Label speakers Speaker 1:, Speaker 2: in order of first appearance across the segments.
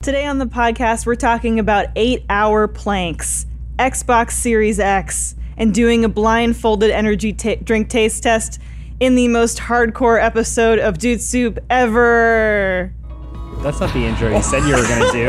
Speaker 1: Today on the podcast, we're talking about eight hour planks, Xbox Series X, and doing a blindfolded energy ta drink taste test in the most hardcore episode of Dude Soup ever.
Speaker 2: That's not the intro you said you were gonna do.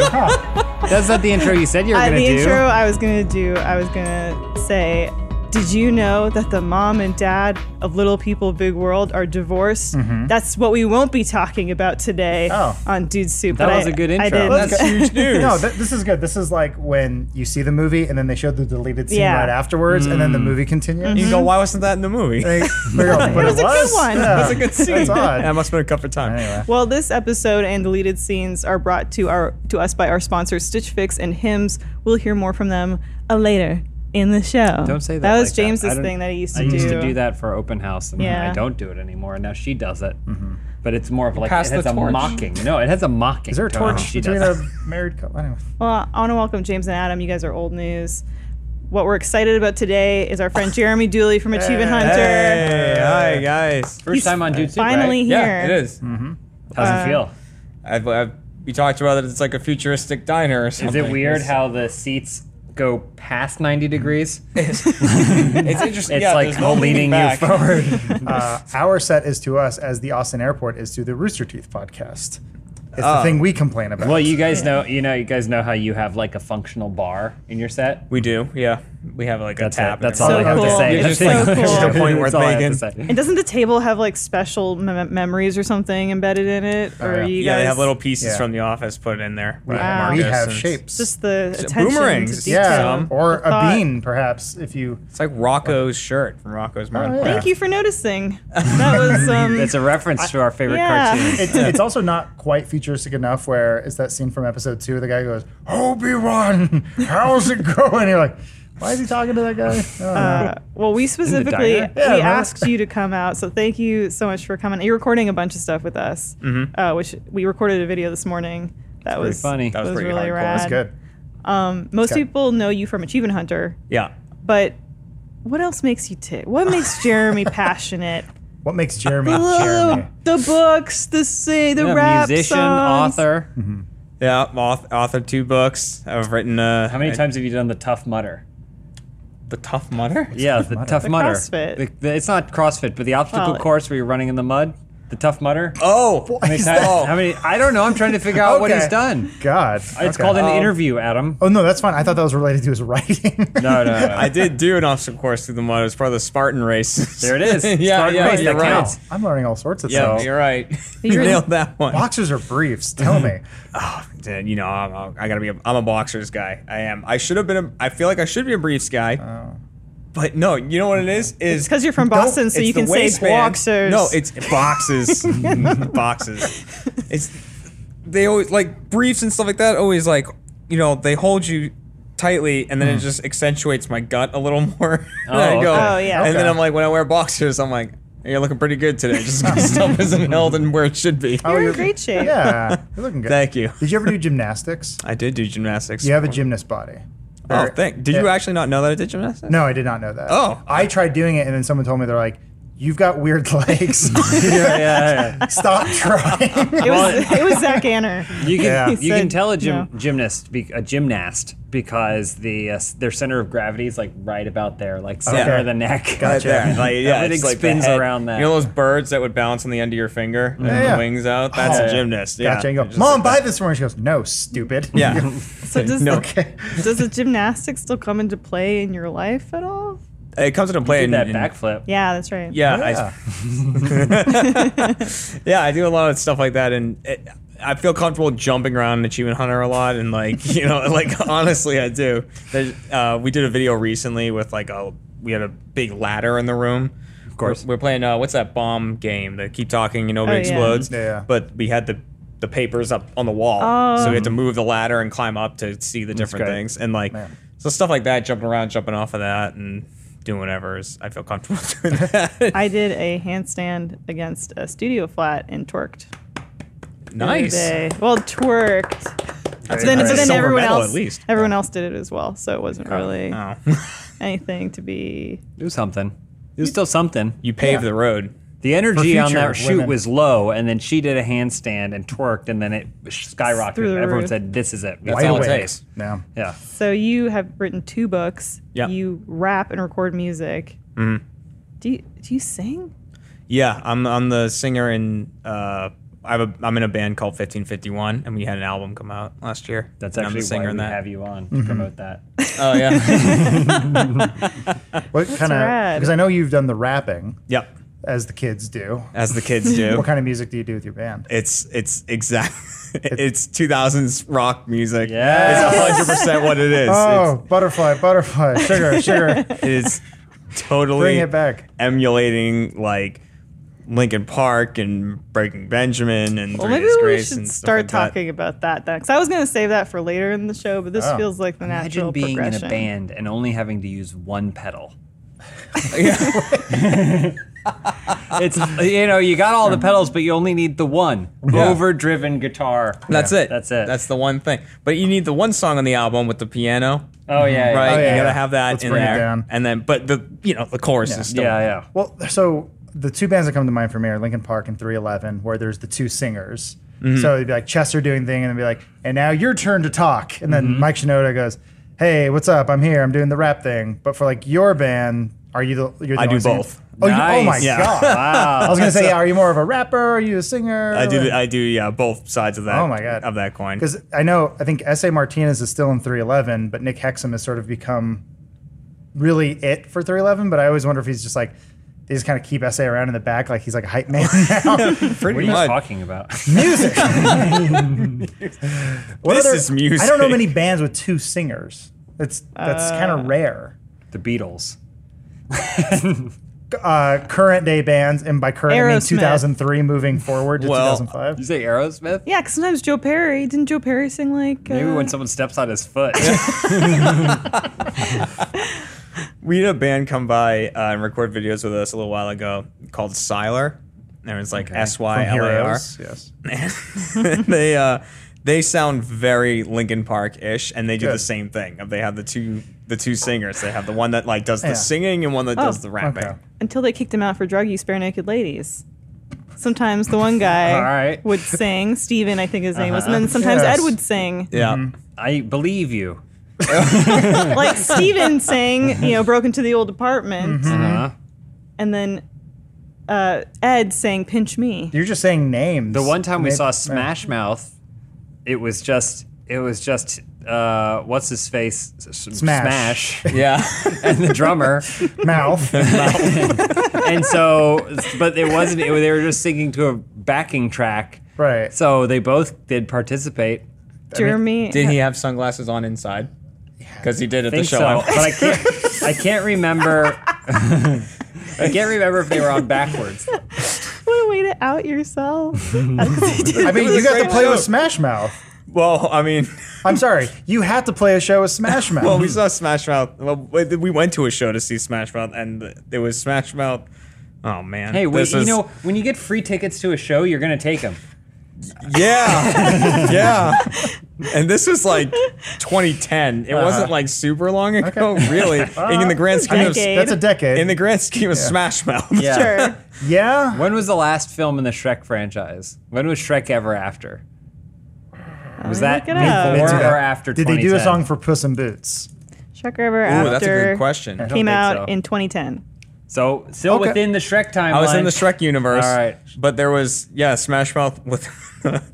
Speaker 2: That's not the intro you said you were
Speaker 1: Uh,
Speaker 2: gonna
Speaker 1: the
Speaker 2: do.
Speaker 1: intro I was going to do, I was going to say, did you know that the mom and dad of Little People Big World are divorced?
Speaker 2: Mm-hmm.
Speaker 1: That's what we won't be talking about today
Speaker 3: Oh.
Speaker 1: on Dude Soup.
Speaker 2: That
Speaker 1: but
Speaker 2: was
Speaker 1: I-
Speaker 2: a good
Speaker 1: I
Speaker 2: intro.
Speaker 1: did-
Speaker 2: Let's
Speaker 3: That's
Speaker 2: huge news.
Speaker 3: No, th- this is good. This is like when you see the movie and then they show the deleted scene
Speaker 1: Yeah.
Speaker 3: right afterwards, and
Speaker 4: Mm.
Speaker 3: then the movie continues.
Speaker 4: You can go, why wasn't that in the movie?
Speaker 3: They- they go, "But
Speaker 1: Mm-hmm. was a good one.
Speaker 3: Yeah.
Speaker 1: That
Speaker 4: That's a good scene. Um,
Speaker 3: That's odd.
Speaker 4: That must have been a cut for time.
Speaker 3: Anyway.
Speaker 1: Well, this episode and deleted scenes are brought to our to us by our sponsors Stitch Fix and Hims. We'll hear more from them uh, later in the show.
Speaker 2: Don't say that.
Speaker 1: That was
Speaker 2: like
Speaker 1: James's
Speaker 2: I don't-
Speaker 1: thing that he used
Speaker 2: I
Speaker 1: to do.
Speaker 2: used to do that for open house, and
Speaker 1: Yeah.
Speaker 2: I don't do it anymore. And now she does it, but it's more of like
Speaker 4: Mm-hmm. pass
Speaker 2: it has
Speaker 4: the
Speaker 2: a
Speaker 4: torch.
Speaker 2: mocking. No, it has a mocking.
Speaker 3: Is there a
Speaker 4: Oh,
Speaker 2: tone.
Speaker 3: torch
Speaker 2: She
Speaker 3: between
Speaker 2: does.
Speaker 3: a
Speaker 2: it.
Speaker 3: married couple? Anyway.
Speaker 1: Well, I want to welcome James and Adam. You guys are old news. What we're excited about today is our friend Jeremy Dooley from Achievement Hunter.
Speaker 4: Hey, hi guys.
Speaker 2: First time on Dude Soup, right?
Speaker 1: Finally uh, here.
Speaker 4: Uh, Yeah, it is.
Speaker 2: Hmm. How's it feel?
Speaker 4: I've, I've, we talked about it. It's like a futuristic diner or
Speaker 2: Is
Speaker 4: something.
Speaker 2: it weird
Speaker 4: It's-
Speaker 2: how the seats go past ninety degrees?
Speaker 4: it's interesting?
Speaker 2: It's
Speaker 4: yeah,
Speaker 2: like
Speaker 4: there's no
Speaker 2: leaning you
Speaker 4: leaning back.
Speaker 2: forward.
Speaker 3: Uh, our set is to us as the Austin Airport is to the Rooster Teeth podcast. It's the
Speaker 4: Oh.
Speaker 3: thing we complain about.
Speaker 2: well, you guys know, you know, you guys know how you have like a functional bar in your set.
Speaker 4: We do, yeah. We have like
Speaker 2: That's
Speaker 4: a tap.
Speaker 2: it. That's
Speaker 4: and
Speaker 2: all I have
Speaker 4: everything.
Speaker 2: to
Speaker 1: cool.
Speaker 2: say.
Speaker 1: You're
Speaker 2: That's
Speaker 1: just like-
Speaker 2: it.
Speaker 1: Just a
Speaker 4: point
Speaker 2: That's
Speaker 4: worth
Speaker 2: all I have
Speaker 4: making.
Speaker 2: to say.
Speaker 1: And doesn't the table have like special mem- memories or something embedded in it? Or
Speaker 3: yeah.
Speaker 1: are you
Speaker 4: Uh, Yeah,
Speaker 1: guys
Speaker 4: they have little pieces
Speaker 3: Yeah.
Speaker 4: from the office put in there. We
Speaker 1: Wow.
Speaker 4: marked
Speaker 3: we
Speaker 4: this,
Speaker 3: have
Speaker 4: and
Speaker 3: shapes.
Speaker 1: just the attention
Speaker 4: boomerangs.
Speaker 1: to
Speaker 3: yeah,
Speaker 1: detail.
Speaker 3: or
Speaker 1: The
Speaker 3: a
Speaker 1: thought.
Speaker 3: bean, perhaps, if you.
Speaker 4: It's like Rocco's shirt from
Speaker 1: Oh,
Speaker 4: Rocco's Modern
Speaker 3: yeah.
Speaker 4: Life.
Speaker 1: Thank you for noticing. That was um,
Speaker 2: It's a reference to our favorite
Speaker 1: Yeah.
Speaker 2: cartoons.
Speaker 3: It's, it's also not quite futuristic enough where it's that scene from episode two. The guy goes, Obi Wan, how's it going? You're like, why is he talking to that guy? I don't know.
Speaker 1: Uh, well, we specifically
Speaker 2: diner?
Speaker 3: Yeah,
Speaker 1: we
Speaker 3: remember?
Speaker 1: asked you to come out, so thank you so much for coming. You're recording a bunch of stuff with us, uh, which we recorded a video this morning. That
Speaker 2: Mm-hmm. pretty
Speaker 1: was
Speaker 2: funny. That
Speaker 4: was pretty
Speaker 1: really
Speaker 4: hardcore.
Speaker 1: rad.
Speaker 4: That's
Speaker 3: That's good.
Speaker 1: Um, most
Speaker 3: Okay.
Speaker 1: people know you from Achievement Hunter,
Speaker 4: Yeah.
Speaker 1: but what else makes you tick? What makes Jeremy passionate?
Speaker 3: What makes Jeremy Jeremy?
Speaker 1: The, the books, the sing, the
Speaker 2: Yeah,
Speaker 1: rap
Speaker 2: musician,
Speaker 1: songs.
Speaker 2: author.
Speaker 4: Yeah, I'm auth- author two books. I've written uh,
Speaker 2: How many
Speaker 4: I-
Speaker 2: times have you done the Tough Mudder?
Speaker 4: the Tough Mudder?
Speaker 2: Yeah, the Tough
Speaker 1: The
Speaker 2: Mudder.
Speaker 1: CrossFit.
Speaker 2: The- the- it's not CrossFit, but the obstacle
Speaker 1: Well,
Speaker 2: course where you're running in the mud. The Tough Mudder.
Speaker 4: Oh,
Speaker 2: How many times- How many? I don't know. I'm trying to figure out what
Speaker 3: Okay.
Speaker 2: he's done.
Speaker 3: God.
Speaker 2: It's
Speaker 3: okay.
Speaker 2: called an
Speaker 4: Um,
Speaker 2: interview, Adam.
Speaker 3: Oh, no, that's fine. I thought that was related to his writing.
Speaker 2: No, no, no.
Speaker 4: I did do an obstacle course through the mud. It was part of the Spartan race.
Speaker 2: There it is.
Speaker 4: yeah,
Speaker 2: Spartan
Speaker 4: yeah,
Speaker 2: race,
Speaker 4: you're
Speaker 2: that
Speaker 4: right.
Speaker 2: counts.
Speaker 3: I'm learning all sorts of
Speaker 4: Yeah,
Speaker 3: things.
Speaker 4: you're right.
Speaker 1: You're-
Speaker 4: You nailed that one.
Speaker 3: Boxers or briefs? Tell me.
Speaker 4: Dude, Oh, you know, I'm, I'm- I gotta be. A, I'm a boxers guy. I am. I should have been. A, I feel like I should be a briefs guy.
Speaker 3: Uh,
Speaker 4: But no, you know what it is? Is
Speaker 1: It's 'cause you're from
Speaker 4: don't-
Speaker 1: Boston, so
Speaker 4: it's
Speaker 1: you
Speaker 4: the
Speaker 1: can say
Speaker 4: waistband.
Speaker 1: boxers.
Speaker 4: No, it's boxes, boxes. It's they always like briefs and stuff like that. Always like you know they hold you tightly, and then it just accentuates my gut a little more. and I
Speaker 2: Oh,
Speaker 4: go,
Speaker 2: okay.
Speaker 1: Oh, yeah.
Speaker 4: And then
Speaker 3: Hmm. Okay.
Speaker 4: I'm like, when I wear boxers, I'm like, "Hey, you're looking pretty good today. Just 'cause stuff isn't held in where it should be.
Speaker 3: Oh,
Speaker 1: You're in
Speaker 3: you're-
Speaker 1: great shape.
Speaker 3: Yeah, you're looking good.
Speaker 4: Thank you.
Speaker 3: Did you ever do gymnastics?
Speaker 4: I did do gymnastics.
Speaker 3: You have a gymnast body.
Speaker 4: Oh,
Speaker 3: Or-
Speaker 4: thank. Did you
Speaker 3: Yeah.
Speaker 4: actually not know that I did gymnastics?
Speaker 3: No, I did not know that.
Speaker 4: Oh.
Speaker 3: I tried doing it, and then someone told me they're like, "You've got weird legs.
Speaker 2: yeah, yeah, yeah.
Speaker 3: Stop trying."
Speaker 1: It was it was Zach Anner.
Speaker 2: You can
Speaker 3: Yeah.
Speaker 2: you
Speaker 1: He
Speaker 2: can
Speaker 1: said
Speaker 2: tell a gym,
Speaker 1: no.
Speaker 2: gymnast be, a gymnast because the uh, s- their center of gravity is like right about there, like center
Speaker 3: Okay.
Speaker 2: of the neck.
Speaker 4: Right there. Like, yeah,
Speaker 2: Everything
Speaker 4: it's like the
Speaker 2: spins
Speaker 4: head.
Speaker 2: around that.
Speaker 4: You know those birds that would bounce on the end of your finger and
Speaker 3: yeah.
Speaker 4: the wings out? That's
Speaker 2: Oh.
Speaker 4: a gymnast. Yeah.
Speaker 3: Gotcha. And you go,
Speaker 4: Just
Speaker 3: Mom,
Speaker 4: like
Speaker 3: buy
Speaker 4: that.
Speaker 3: this for me. She goes, No, stupid.
Speaker 4: Yeah.
Speaker 1: So does
Speaker 4: No.
Speaker 1: the, does the gymnastics still come into play in your life at all?
Speaker 4: it comes into play
Speaker 2: Did
Speaker 4: in
Speaker 2: that
Speaker 4: in-
Speaker 2: backflip.
Speaker 1: Yeah, that's right.
Speaker 4: Yeah,
Speaker 3: Yeah.
Speaker 4: I, yeah, I do a lot of stuff like that, and it, I feel comfortable jumping around in Achievement Hunter a lot, and like you know, like honestly, I do. There's, uh, we did a video recently with like a we had a big ladder in the room. Of
Speaker 2: course.
Speaker 4: we're, we're playing uh, what's that bomb game? The keep talking and nobody
Speaker 1: Oh, yeah.
Speaker 4: explodes.
Speaker 3: Yeah.
Speaker 4: But we had the the papers up on the wall, so we
Speaker 1: Oh.
Speaker 4: had to move the ladder and climb up to see the different
Speaker 2: great.
Speaker 4: things, and like
Speaker 3: Man.
Speaker 4: so stuff like that, jumping around, jumping off of that, and. Doing whatever is, I feel comfortable doing that.
Speaker 1: I did a handstand against a studio flat and twerked. the other
Speaker 4: nice.
Speaker 1: day. Well, twerked.
Speaker 4: That's
Speaker 1: But then,
Speaker 4: impressive.
Speaker 1: but then
Speaker 4: Silver
Speaker 1: everyone
Speaker 4: medal,
Speaker 1: else,
Speaker 4: at least.
Speaker 1: everyone else did it as well. So it wasn't really
Speaker 4: Oh.
Speaker 1: anything to be.
Speaker 2: Do something. Do still something.
Speaker 4: you pave the road.
Speaker 2: The energy on
Speaker 3: future
Speaker 2: that shoot
Speaker 3: women.
Speaker 2: was low, and then she did a handstand and twerked, and then it
Speaker 1: Through
Speaker 2: skyrocketed.
Speaker 1: the
Speaker 2: Everyone
Speaker 1: roof.
Speaker 2: said, "This is it. That's
Speaker 3: Wide
Speaker 2: all
Speaker 3: awake.
Speaker 2: it takes."
Speaker 3: Yeah.
Speaker 2: Yeah.
Speaker 1: So you have written two books.
Speaker 4: Yeah.
Speaker 1: You rap and record music. Mm-hmm. Do you do you sing?
Speaker 4: Yeah, I'm I'm the singer in uh I have a I'm in a band called 1551 and we had an album come out last year.
Speaker 2: That's
Speaker 4: and I'm
Speaker 2: actually
Speaker 4: the singer
Speaker 2: why
Speaker 4: in
Speaker 2: we
Speaker 4: that. Mm-hmm.
Speaker 2: have you on to promote that.
Speaker 4: Oh yeah.
Speaker 3: What kind of?
Speaker 1: rad.
Speaker 3: Because I know you've done the rapping
Speaker 4: yep.
Speaker 3: as the kids do.
Speaker 4: As the kids do.
Speaker 3: What kind of music do you do with your band?
Speaker 4: It's it's exact. It's 2000s rock music.
Speaker 2: Yes.
Speaker 4: it's 100 percent what it is.
Speaker 3: Oh, butterfly, butterfly, sugar, sugar.
Speaker 4: It's, it is totally
Speaker 3: Bring it back.
Speaker 4: emulating like Lincoln Park and Breaking Benjamin and
Speaker 1: Well,
Speaker 4: Three
Speaker 1: maybe we
Speaker 4: Disgrace
Speaker 1: should
Speaker 4: and stuff
Speaker 1: start
Speaker 4: like that.
Speaker 1: talking about that then, because I was going to save that for later in the show, but this
Speaker 3: Oh.
Speaker 1: feels like the natural
Speaker 2: Imagine being in a
Speaker 1: progression.
Speaker 2: band and only having to use one pedal. it's you know you got all the pedals, but you only need the one overdriven guitar.
Speaker 4: That's it.
Speaker 2: That's it.
Speaker 4: That's the one thing. But you need the one song on the album with the piano,
Speaker 2: oh yeah, yeah,
Speaker 4: right?
Speaker 3: yeah,
Speaker 4: you gotta
Speaker 3: yeah.
Speaker 4: have that
Speaker 3: Let's
Speaker 4: in
Speaker 3: bring it
Speaker 4: there,
Speaker 3: down.
Speaker 4: and then but the you know the chorus
Speaker 3: Yeah.
Speaker 4: is
Speaker 2: yeah,
Speaker 4: still
Speaker 2: yeah.
Speaker 3: Well, so the two bands that come to mind for me are Lincoln Park and 311, where there's the two singers.
Speaker 4: Mm-hmm.
Speaker 3: So it'd be like Chester doing thing, and it'd be like, and now your turn to talk. And then
Speaker 4: Mm-hmm.
Speaker 3: Mike Shinoda goes, Hey, what's up? I'm here. I'm doing the rap thing. But for like your band, are you the? You're the
Speaker 4: I do
Speaker 3: only singer?
Speaker 4: both.
Speaker 3: Oh, you, oh my
Speaker 2: Nice. Yeah.
Speaker 3: god!
Speaker 2: Wow.
Speaker 3: I was gonna say, yeah, are you more of a rapper? Are you a singer?
Speaker 4: I do. I do. Yeah, both sides of that.
Speaker 3: Oh my God.
Speaker 4: of that coin.
Speaker 3: Because I know, I think S.A. Martinez is still in 311, but Nick Hexum has sort of become really it for 311. But I always wonder if he's just like, they just kind of keep S.A. around in the back, like he's like a hype man now.
Speaker 2: What are
Speaker 4: Pretty
Speaker 2: you
Speaker 4: much.
Speaker 2: talking about?
Speaker 3: Music. What
Speaker 4: This is music.
Speaker 3: I don't know many bands with two singers. That's that's kind of rare.
Speaker 2: the Beatles.
Speaker 3: Uh, current day bands, and by current I mean
Speaker 1: Aerosmith.
Speaker 3: 2003 moving forward to
Speaker 4: Well,
Speaker 3: 2005.
Speaker 2: You say Aerosmith?
Speaker 1: Yeah, because sometimes Joe Perry didn't Joe Perry sing like uh,
Speaker 2: Maybe when someone steps on his foot.
Speaker 4: We had a band come by uh, and record videos with us a little while ago called Siler. And it was like S Y
Speaker 3: From
Speaker 4: L A R.
Speaker 3: Heroes, Yes.
Speaker 4: They uh, they sound very Linkin Park ish, and they do the
Speaker 3: Good.
Speaker 4: same thing. They have the two the two singers. They have the one that like does the
Speaker 3: Yeah.
Speaker 4: singing and one that does
Speaker 1: Oh,
Speaker 4: the rapping.
Speaker 3: okay.
Speaker 1: until they kicked him out for drug use, bare naked ladies. Sometimes the one guy
Speaker 2: All right.
Speaker 1: would sing, Steven, I think his name was, and then sometimes
Speaker 3: Yes.
Speaker 1: Ed would sing.
Speaker 4: Yeah.
Speaker 3: Mm-hmm.
Speaker 2: I believe you.
Speaker 1: Like Steven sang, you know, broke into the old apartment,
Speaker 2: Uh-huh.
Speaker 1: and then uh, Ed sang Pinch Me.
Speaker 3: You're just saying names.
Speaker 2: The one time we
Speaker 3: Maybe-
Speaker 2: saw Smash Mouth, it was just it was just uh, what's his face S- s-
Speaker 3: Smash.
Speaker 2: Smash,
Speaker 4: Yeah.
Speaker 2: and the drummer,
Speaker 3: mouth.
Speaker 2: and so but it wasn't. It, they were just singing to a backing track,
Speaker 3: Right.
Speaker 2: So they both did participate.
Speaker 1: Jeremy.
Speaker 4: did he have sunglasses on inside? Because he did at
Speaker 2: I think
Speaker 4: the
Speaker 2: so,
Speaker 4: show.
Speaker 2: but I can't. I can't remember. I can't remember if they were on backwards.
Speaker 1: What a way to out yourself.
Speaker 3: I mean, you got to
Speaker 4: great
Speaker 3: play with
Speaker 4: show.
Speaker 3: Smash Mouth.
Speaker 4: well, I mean,
Speaker 3: I'm sorry, you had to play a show with Smash Mouth.
Speaker 4: well, we saw Smash Mouth. Well, we we went to a show to see Smash Mouth, and it was Smash Mouth. Oh man.
Speaker 2: Hey, wait,
Speaker 4: This
Speaker 2: you
Speaker 4: is-
Speaker 2: know, when you get free tickets to a show, you're gonna take them.
Speaker 4: Yeah. yeah. And this was like 2010. It wasn't like super long ago, really. in the grand scheme of
Speaker 1: Decade.
Speaker 3: That's a decade.
Speaker 4: in the grand scheme of Smash Mouth.
Speaker 1: Sure.
Speaker 3: yeah.
Speaker 2: When was the last film in the Shrek franchise? When was Shrek Ever After? Was that
Speaker 1: look it up.
Speaker 2: before
Speaker 3: Did-
Speaker 2: or after?
Speaker 3: Did they do a
Speaker 2: 2010?
Speaker 3: song for Puss in Boots?
Speaker 1: Shrek River
Speaker 4: Ooh,
Speaker 1: after
Speaker 4: that's a good question.
Speaker 2: I don't
Speaker 1: came
Speaker 2: think
Speaker 1: out
Speaker 2: so.
Speaker 1: in 2010.
Speaker 2: So still
Speaker 3: Okay.
Speaker 2: within the Shrek timeline.
Speaker 4: I was in the Shrek universe.
Speaker 2: All right.
Speaker 4: But there was yeah, Smash Mouth with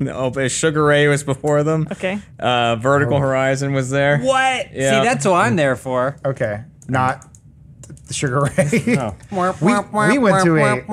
Speaker 4: no, but Sugar Ray was before them.
Speaker 1: Okay.
Speaker 4: Uh, Vertical Horizon was there.
Speaker 2: What?
Speaker 4: Yeah.
Speaker 2: See, that's what I'm there for.
Speaker 3: Okay, not the Sugar Ray.
Speaker 2: Oh.
Speaker 3: We, we went to a.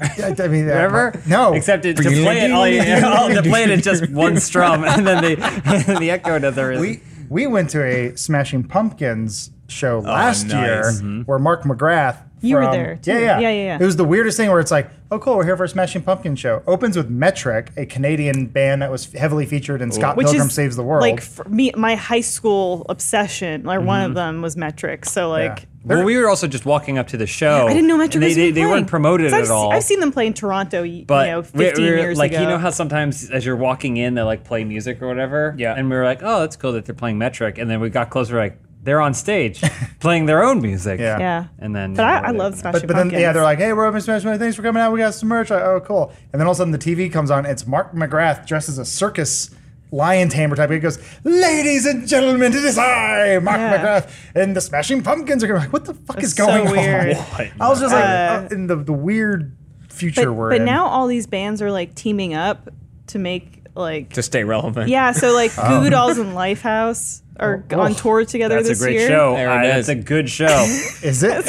Speaker 3: I I mean, uh,
Speaker 2: Remember?
Speaker 3: No.
Speaker 2: Except it, to play it, all you, all- to play it, it's just one strum, and then the the echo does the
Speaker 3: we we went to a Smashing Pumpkins show last
Speaker 4: Oh, nice. Mm-hmm.
Speaker 3: year where Mark McGrath.
Speaker 1: You were
Speaker 3: from-
Speaker 1: there, too.
Speaker 3: Yeah, yeah,
Speaker 1: Yeah, yeah, yeah.
Speaker 3: It was the weirdest thing where it's like, oh, cool, we're here for a Smashing Pumpkins show. Opens with Metric, a Canadian band that was heavily featured in Scott
Speaker 1: Which
Speaker 3: Pilgrim
Speaker 1: is
Speaker 3: Saves the World.
Speaker 1: like for me, my high school obsession. Like one of them was metrics. So like.
Speaker 2: Well, we were also just walking up to the show.
Speaker 1: I didn't know
Speaker 2: Oh, and
Speaker 1: Metric
Speaker 2: They,
Speaker 1: was
Speaker 2: they,
Speaker 1: even
Speaker 2: they
Speaker 1: playing.
Speaker 2: weren't promoted
Speaker 1: 'Cause I've
Speaker 2: at
Speaker 1: se-
Speaker 2: all.
Speaker 1: I've seen them play in Toronto, y-
Speaker 2: but
Speaker 1: you know,
Speaker 2: we- we
Speaker 1: 15
Speaker 2: were-
Speaker 1: years
Speaker 2: like
Speaker 1: ago.
Speaker 2: you know how sometimes as you're walking in they like play music or whatever
Speaker 4: Yeah.
Speaker 2: and we were like oh that's cool that they're playing metric and then we got closer like they're on stage playing their own music.
Speaker 3: Yeah.
Speaker 1: Yeah.
Speaker 2: And then,
Speaker 1: But
Speaker 2: you know,
Speaker 1: I, I
Speaker 2: whatever.
Speaker 1: love Smash
Speaker 3: But, but then yeah, they're like, hey, we're open Smash Bros. Thanks for coming out. We got some merch. Like, oh, cool. And then all of a sudden the TV comes on. It's Mark McGrath dressed as a circus lion tamer type. He goes, ladies and gentlemen, it is I, Mark
Speaker 1: Yeah.
Speaker 3: McGrath, and the Smashing Pumpkins are going. Like, what the fuck
Speaker 1: That's
Speaker 3: is going
Speaker 1: so weird.
Speaker 3: on?
Speaker 4: What?
Speaker 3: I was just like
Speaker 1: Uh,
Speaker 3: uh, in the, the weird future
Speaker 1: but,
Speaker 3: we're
Speaker 1: but
Speaker 3: in.
Speaker 1: now all these bands are like teaming up to make like
Speaker 4: to stay relevant.
Speaker 1: yeah. So like Goo
Speaker 3: Um.
Speaker 1: Goo Dolls and Lifehouse are
Speaker 3: Oh,
Speaker 1: on
Speaker 3: oh.
Speaker 1: tour together
Speaker 2: That's a
Speaker 1: this
Speaker 2: great
Speaker 1: year.
Speaker 2: show.
Speaker 4: There it
Speaker 2: I-
Speaker 4: is.
Speaker 2: That's a good show.
Speaker 3: is it?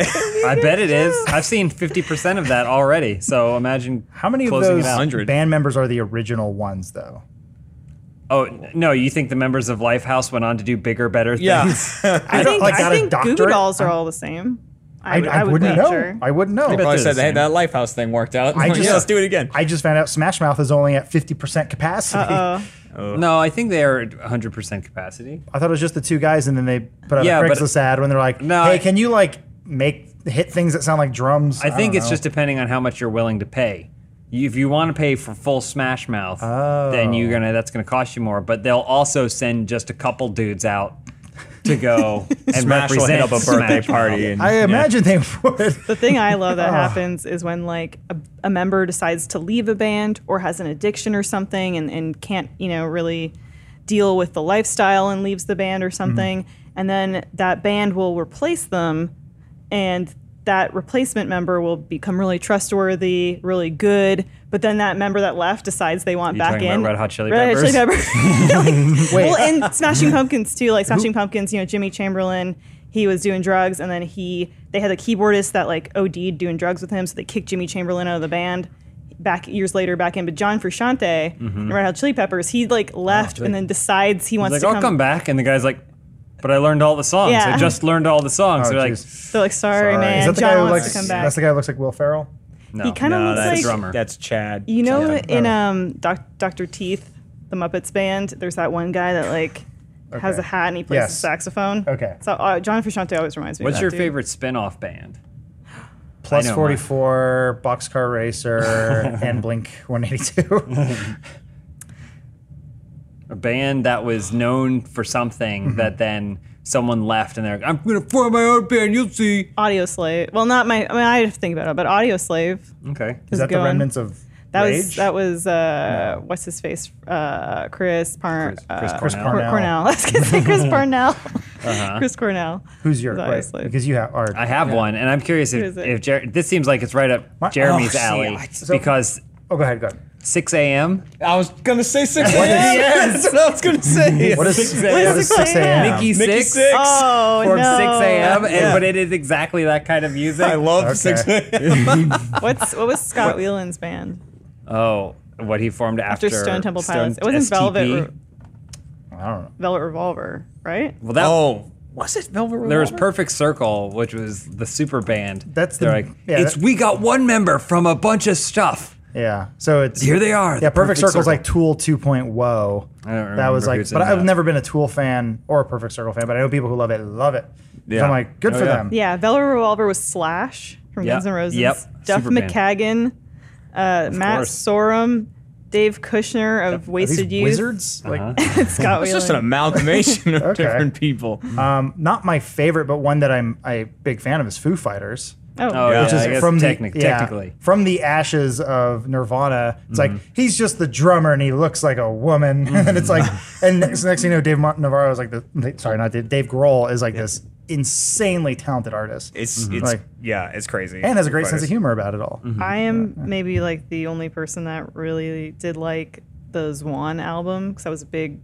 Speaker 2: I bet it is. I've seen 50% of that already. So imagine
Speaker 3: How many of
Speaker 2: closing
Speaker 3: those
Speaker 2: it out.
Speaker 4: 100.
Speaker 3: band members are the original ones though?
Speaker 2: Oh, n- no, you think the members of Lifehouse went on to do bigger, better things?
Speaker 4: Yeah.
Speaker 1: I think
Speaker 3: like,
Speaker 1: I
Speaker 3: got a
Speaker 1: think Goo Goo
Speaker 3: doctorate?
Speaker 1: Dolls are all the same.
Speaker 3: I, I,
Speaker 1: would
Speaker 3: wouldn't know.
Speaker 1: wager.
Speaker 3: I wouldn't know.
Speaker 2: bet they're
Speaker 4: Probably said,
Speaker 2: the
Speaker 4: hey,
Speaker 2: same.
Speaker 4: that Lifehouse thing worked out.
Speaker 3: I just-
Speaker 4: yeah, let's do it again.
Speaker 3: I just found out Smash Mouth is only at 50% capacity.
Speaker 1: Uh,
Speaker 2: No, I think they are at 100% capacity.
Speaker 3: I thought it was just the two guys, and then they put out
Speaker 2: Yeah,
Speaker 3: a
Speaker 2: but-
Speaker 3: Craigslist ad when they're like,
Speaker 2: No,
Speaker 3: "Hey,
Speaker 2: I-
Speaker 3: can you like make hit things that sound like drums?"
Speaker 2: I think
Speaker 3: don't
Speaker 2: it's
Speaker 3: know.
Speaker 2: just depending on how much you're willing to pay. You- If you want to pay for full Smash Mouth,
Speaker 3: Oh.
Speaker 2: then you're gonna that's gonna cost you more. But they'll also send just a couple dudes out to go and
Speaker 4: Smash will hit
Speaker 2: represent
Speaker 4: up a
Speaker 2: Smash
Speaker 4: birthday
Speaker 2: Mouth.
Speaker 4: party. And,
Speaker 3: I imagine they would.
Speaker 1: the thing I love
Speaker 2: Oh.
Speaker 1: that happens is when like a, a member decides to leave a band or has an addiction or something and, and can't you know really deal with the lifestyle and leaves the band
Speaker 2: Mm-hmm.
Speaker 1: or something, and then that band will replace them, and that replacement member will become really trustworthy, really good. But then that member that left decides they want
Speaker 2: You
Speaker 1: back
Speaker 2: talking about
Speaker 1: in
Speaker 2: Red Hot Chili
Speaker 1: Red Hot Chili Peppers. Like,
Speaker 3: Wait.
Speaker 1: well, and Smashing Pumpkins too. Like Smashing Pumpkins, you know, Jimmy Chamberlain, he was doing drugs, and then he they had a keyboardist that like OD'd doing drugs with him, so they kicked Jimmy Chamberlain out of the band. Back years later, back in, but John Frusciante
Speaker 3: Mm-hmm.
Speaker 1: and Red Hot Chili Peppers, he like
Speaker 3: Oh,
Speaker 1: left
Speaker 2: dude.
Speaker 1: and then decides he wants
Speaker 2: He's like,
Speaker 1: to
Speaker 2: I'll
Speaker 1: come.
Speaker 2: come. back, and the guy's like, "But I learned all the songs.
Speaker 1: Yeah.
Speaker 2: I just learned all the songs."
Speaker 3: Oh,
Speaker 2: They're like,
Speaker 3: jeez.
Speaker 1: They're like, sorry,
Speaker 3: Sorry.
Speaker 1: man,
Speaker 3: Is that the
Speaker 1: John
Speaker 3: guy who
Speaker 1: wants
Speaker 3: looks?
Speaker 1: to come back.
Speaker 3: That's the guy who looks like Will Ferrell.
Speaker 2: "No,
Speaker 1: He kinda
Speaker 4: no,
Speaker 1: looks
Speaker 4: that's
Speaker 1: like-
Speaker 2: drummer.
Speaker 4: That's Chad.
Speaker 1: You know,
Speaker 4: Yeah.
Speaker 3: uh,
Speaker 1: in um, Doc, Dr. Teeth, the Muppets band, there's that one guy that like has
Speaker 3: Okay.
Speaker 1: a hat and he plays the
Speaker 3: Yes.
Speaker 1: saxophone.
Speaker 3: Okay.
Speaker 1: So uh, John Frusciante always reminds me. of
Speaker 2: What's
Speaker 1: that
Speaker 2: your
Speaker 1: dude.
Speaker 2: favorite spin-off band?
Speaker 3: Plus
Speaker 2: know mine.
Speaker 3: forty four, Boxcar Racer, and Blink one eighty two.
Speaker 2: A band that was known for something that then someone left, and they're like, "I'm gonna form my own band. You'll see."
Speaker 1: Audio Slave. Well, not my. I mean, I have to think about it, but Audio Slave.
Speaker 2: Okay.
Speaker 3: Is
Speaker 1: Is
Speaker 3: that the
Speaker 1: going.
Speaker 3: remnants of
Speaker 1: That
Speaker 3: Rage?
Speaker 1: was that was uh, what's his face? Uh, Chris Parn.
Speaker 2: Chris- Chris
Speaker 1: uh,
Speaker 2: Chris
Speaker 1: Cor-
Speaker 3: Cornell.
Speaker 1: Cornell. I was gonna say Chris Parnell. Chris Cornell.
Speaker 3: Who's your
Speaker 1: Is that
Speaker 3: right,
Speaker 1: his life?
Speaker 3: Because you have art.
Speaker 2: I have one, and I'm curious
Speaker 1: Who
Speaker 2: if,
Speaker 1: is it?
Speaker 2: if Jer- this seems like it's right up
Speaker 3: My-
Speaker 2: Jeremy's
Speaker 3: oh, see,
Speaker 2: alley
Speaker 4: I-
Speaker 3: so-
Speaker 2: because
Speaker 3: oh, go ahead, go ahead.
Speaker 2: 6 a.m.
Speaker 4: I was gonna say six.
Speaker 3: What is-
Speaker 4: a.m. That's what I was gonna say.
Speaker 3: What is six a.m.? What is
Speaker 1: What
Speaker 3: six
Speaker 1: is
Speaker 3: a.m.?
Speaker 2: Mickey
Speaker 4: Mickey
Speaker 2: Six,
Speaker 4: Six?
Speaker 1: Oh
Speaker 2: from
Speaker 1: no!
Speaker 2: 6 a.m.
Speaker 4: Yeah.
Speaker 2: And, but it is exactly that kind of music.
Speaker 4: I love six.
Speaker 1: What's what was Scott Whelan's band
Speaker 2: oh, what he formed after,
Speaker 1: after Stone Temple
Speaker 2: Stone-
Speaker 1: Pilots? It wasn't
Speaker 2: STP.
Speaker 1: Velvet Re-
Speaker 3: I don't know.
Speaker 1: Velvet Revolver, right?
Speaker 2: Well, that,
Speaker 4: oh, was it Velvet
Speaker 2: There was
Speaker 4: Revolver?
Speaker 2: Perfect Circle, which was the super band.
Speaker 3: That's the-
Speaker 2: They're like,
Speaker 3: yeah,
Speaker 2: it's
Speaker 3: that-
Speaker 2: we got one member from a bunch of stuff.
Speaker 3: Yeah. So it's
Speaker 2: Here they are.
Speaker 3: Yeah,
Speaker 2: the
Speaker 3: Perfect, Circle's like Tool
Speaker 2: I
Speaker 3: 2.0.
Speaker 2: don't
Speaker 3: That was
Speaker 2: remember
Speaker 3: like,
Speaker 2: who's
Speaker 3: but
Speaker 2: in
Speaker 3: I've
Speaker 2: that.
Speaker 3: never been a Tool fan or a Perfect Circle fan, but I know people who love it love it. So
Speaker 4: Yeah.
Speaker 3: I'm like, good
Speaker 2: Oh,
Speaker 3: for
Speaker 2: yeah.
Speaker 3: them.
Speaker 1: Yeah, Velvet Revolver was Slash from
Speaker 2: Yeah.
Speaker 1: Guns N' Roses.
Speaker 2: Yep.
Speaker 1: Duff
Speaker 2: Super band.
Speaker 1: McKagan, uh, Matt
Speaker 2: course.
Speaker 1: Sorum, Dave Kushner of
Speaker 3: Are these
Speaker 1: Wasted Youth,
Speaker 3: wizards?
Speaker 2: Uh-huh.
Speaker 3: Like,
Speaker 1: Scott
Speaker 4: It's just an
Speaker 1: Whelan.
Speaker 4: amalgamation of
Speaker 3: Okay.
Speaker 4: different people.
Speaker 3: um, not my favorite, but one that I'm a big fan of is Foo Fighters.
Speaker 2: Oh,
Speaker 1: Oh,
Speaker 2: yeah,
Speaker 3: Which
Speaker 2: I
Speaker 3: is
Speaker 2: guess
Speaker 3: from
Speaker 2: technic-
Speaker 3: the, yeah,
Speaker 2: technically. Mm-hmm.
Speaker 3: from the ashes of Nirvana. It's like he's just the drummer and he looks like a woman, and it's like,
Speaker 2: Mm-hmm.
Speaker 3: and next, next thing you know, Dave Mar- Navarro is like the sorry, not Dave, Dave Grohl is like this insanely talented artist.
Speaker 4: It's it's
Speaker 3: Like-
Speaker 4: yeah, it's crazy.
Speaker 3: and has a great sense of humor about it all.
Speaker 1: I am maybe like the only person that really did like the Zwan album because I was a big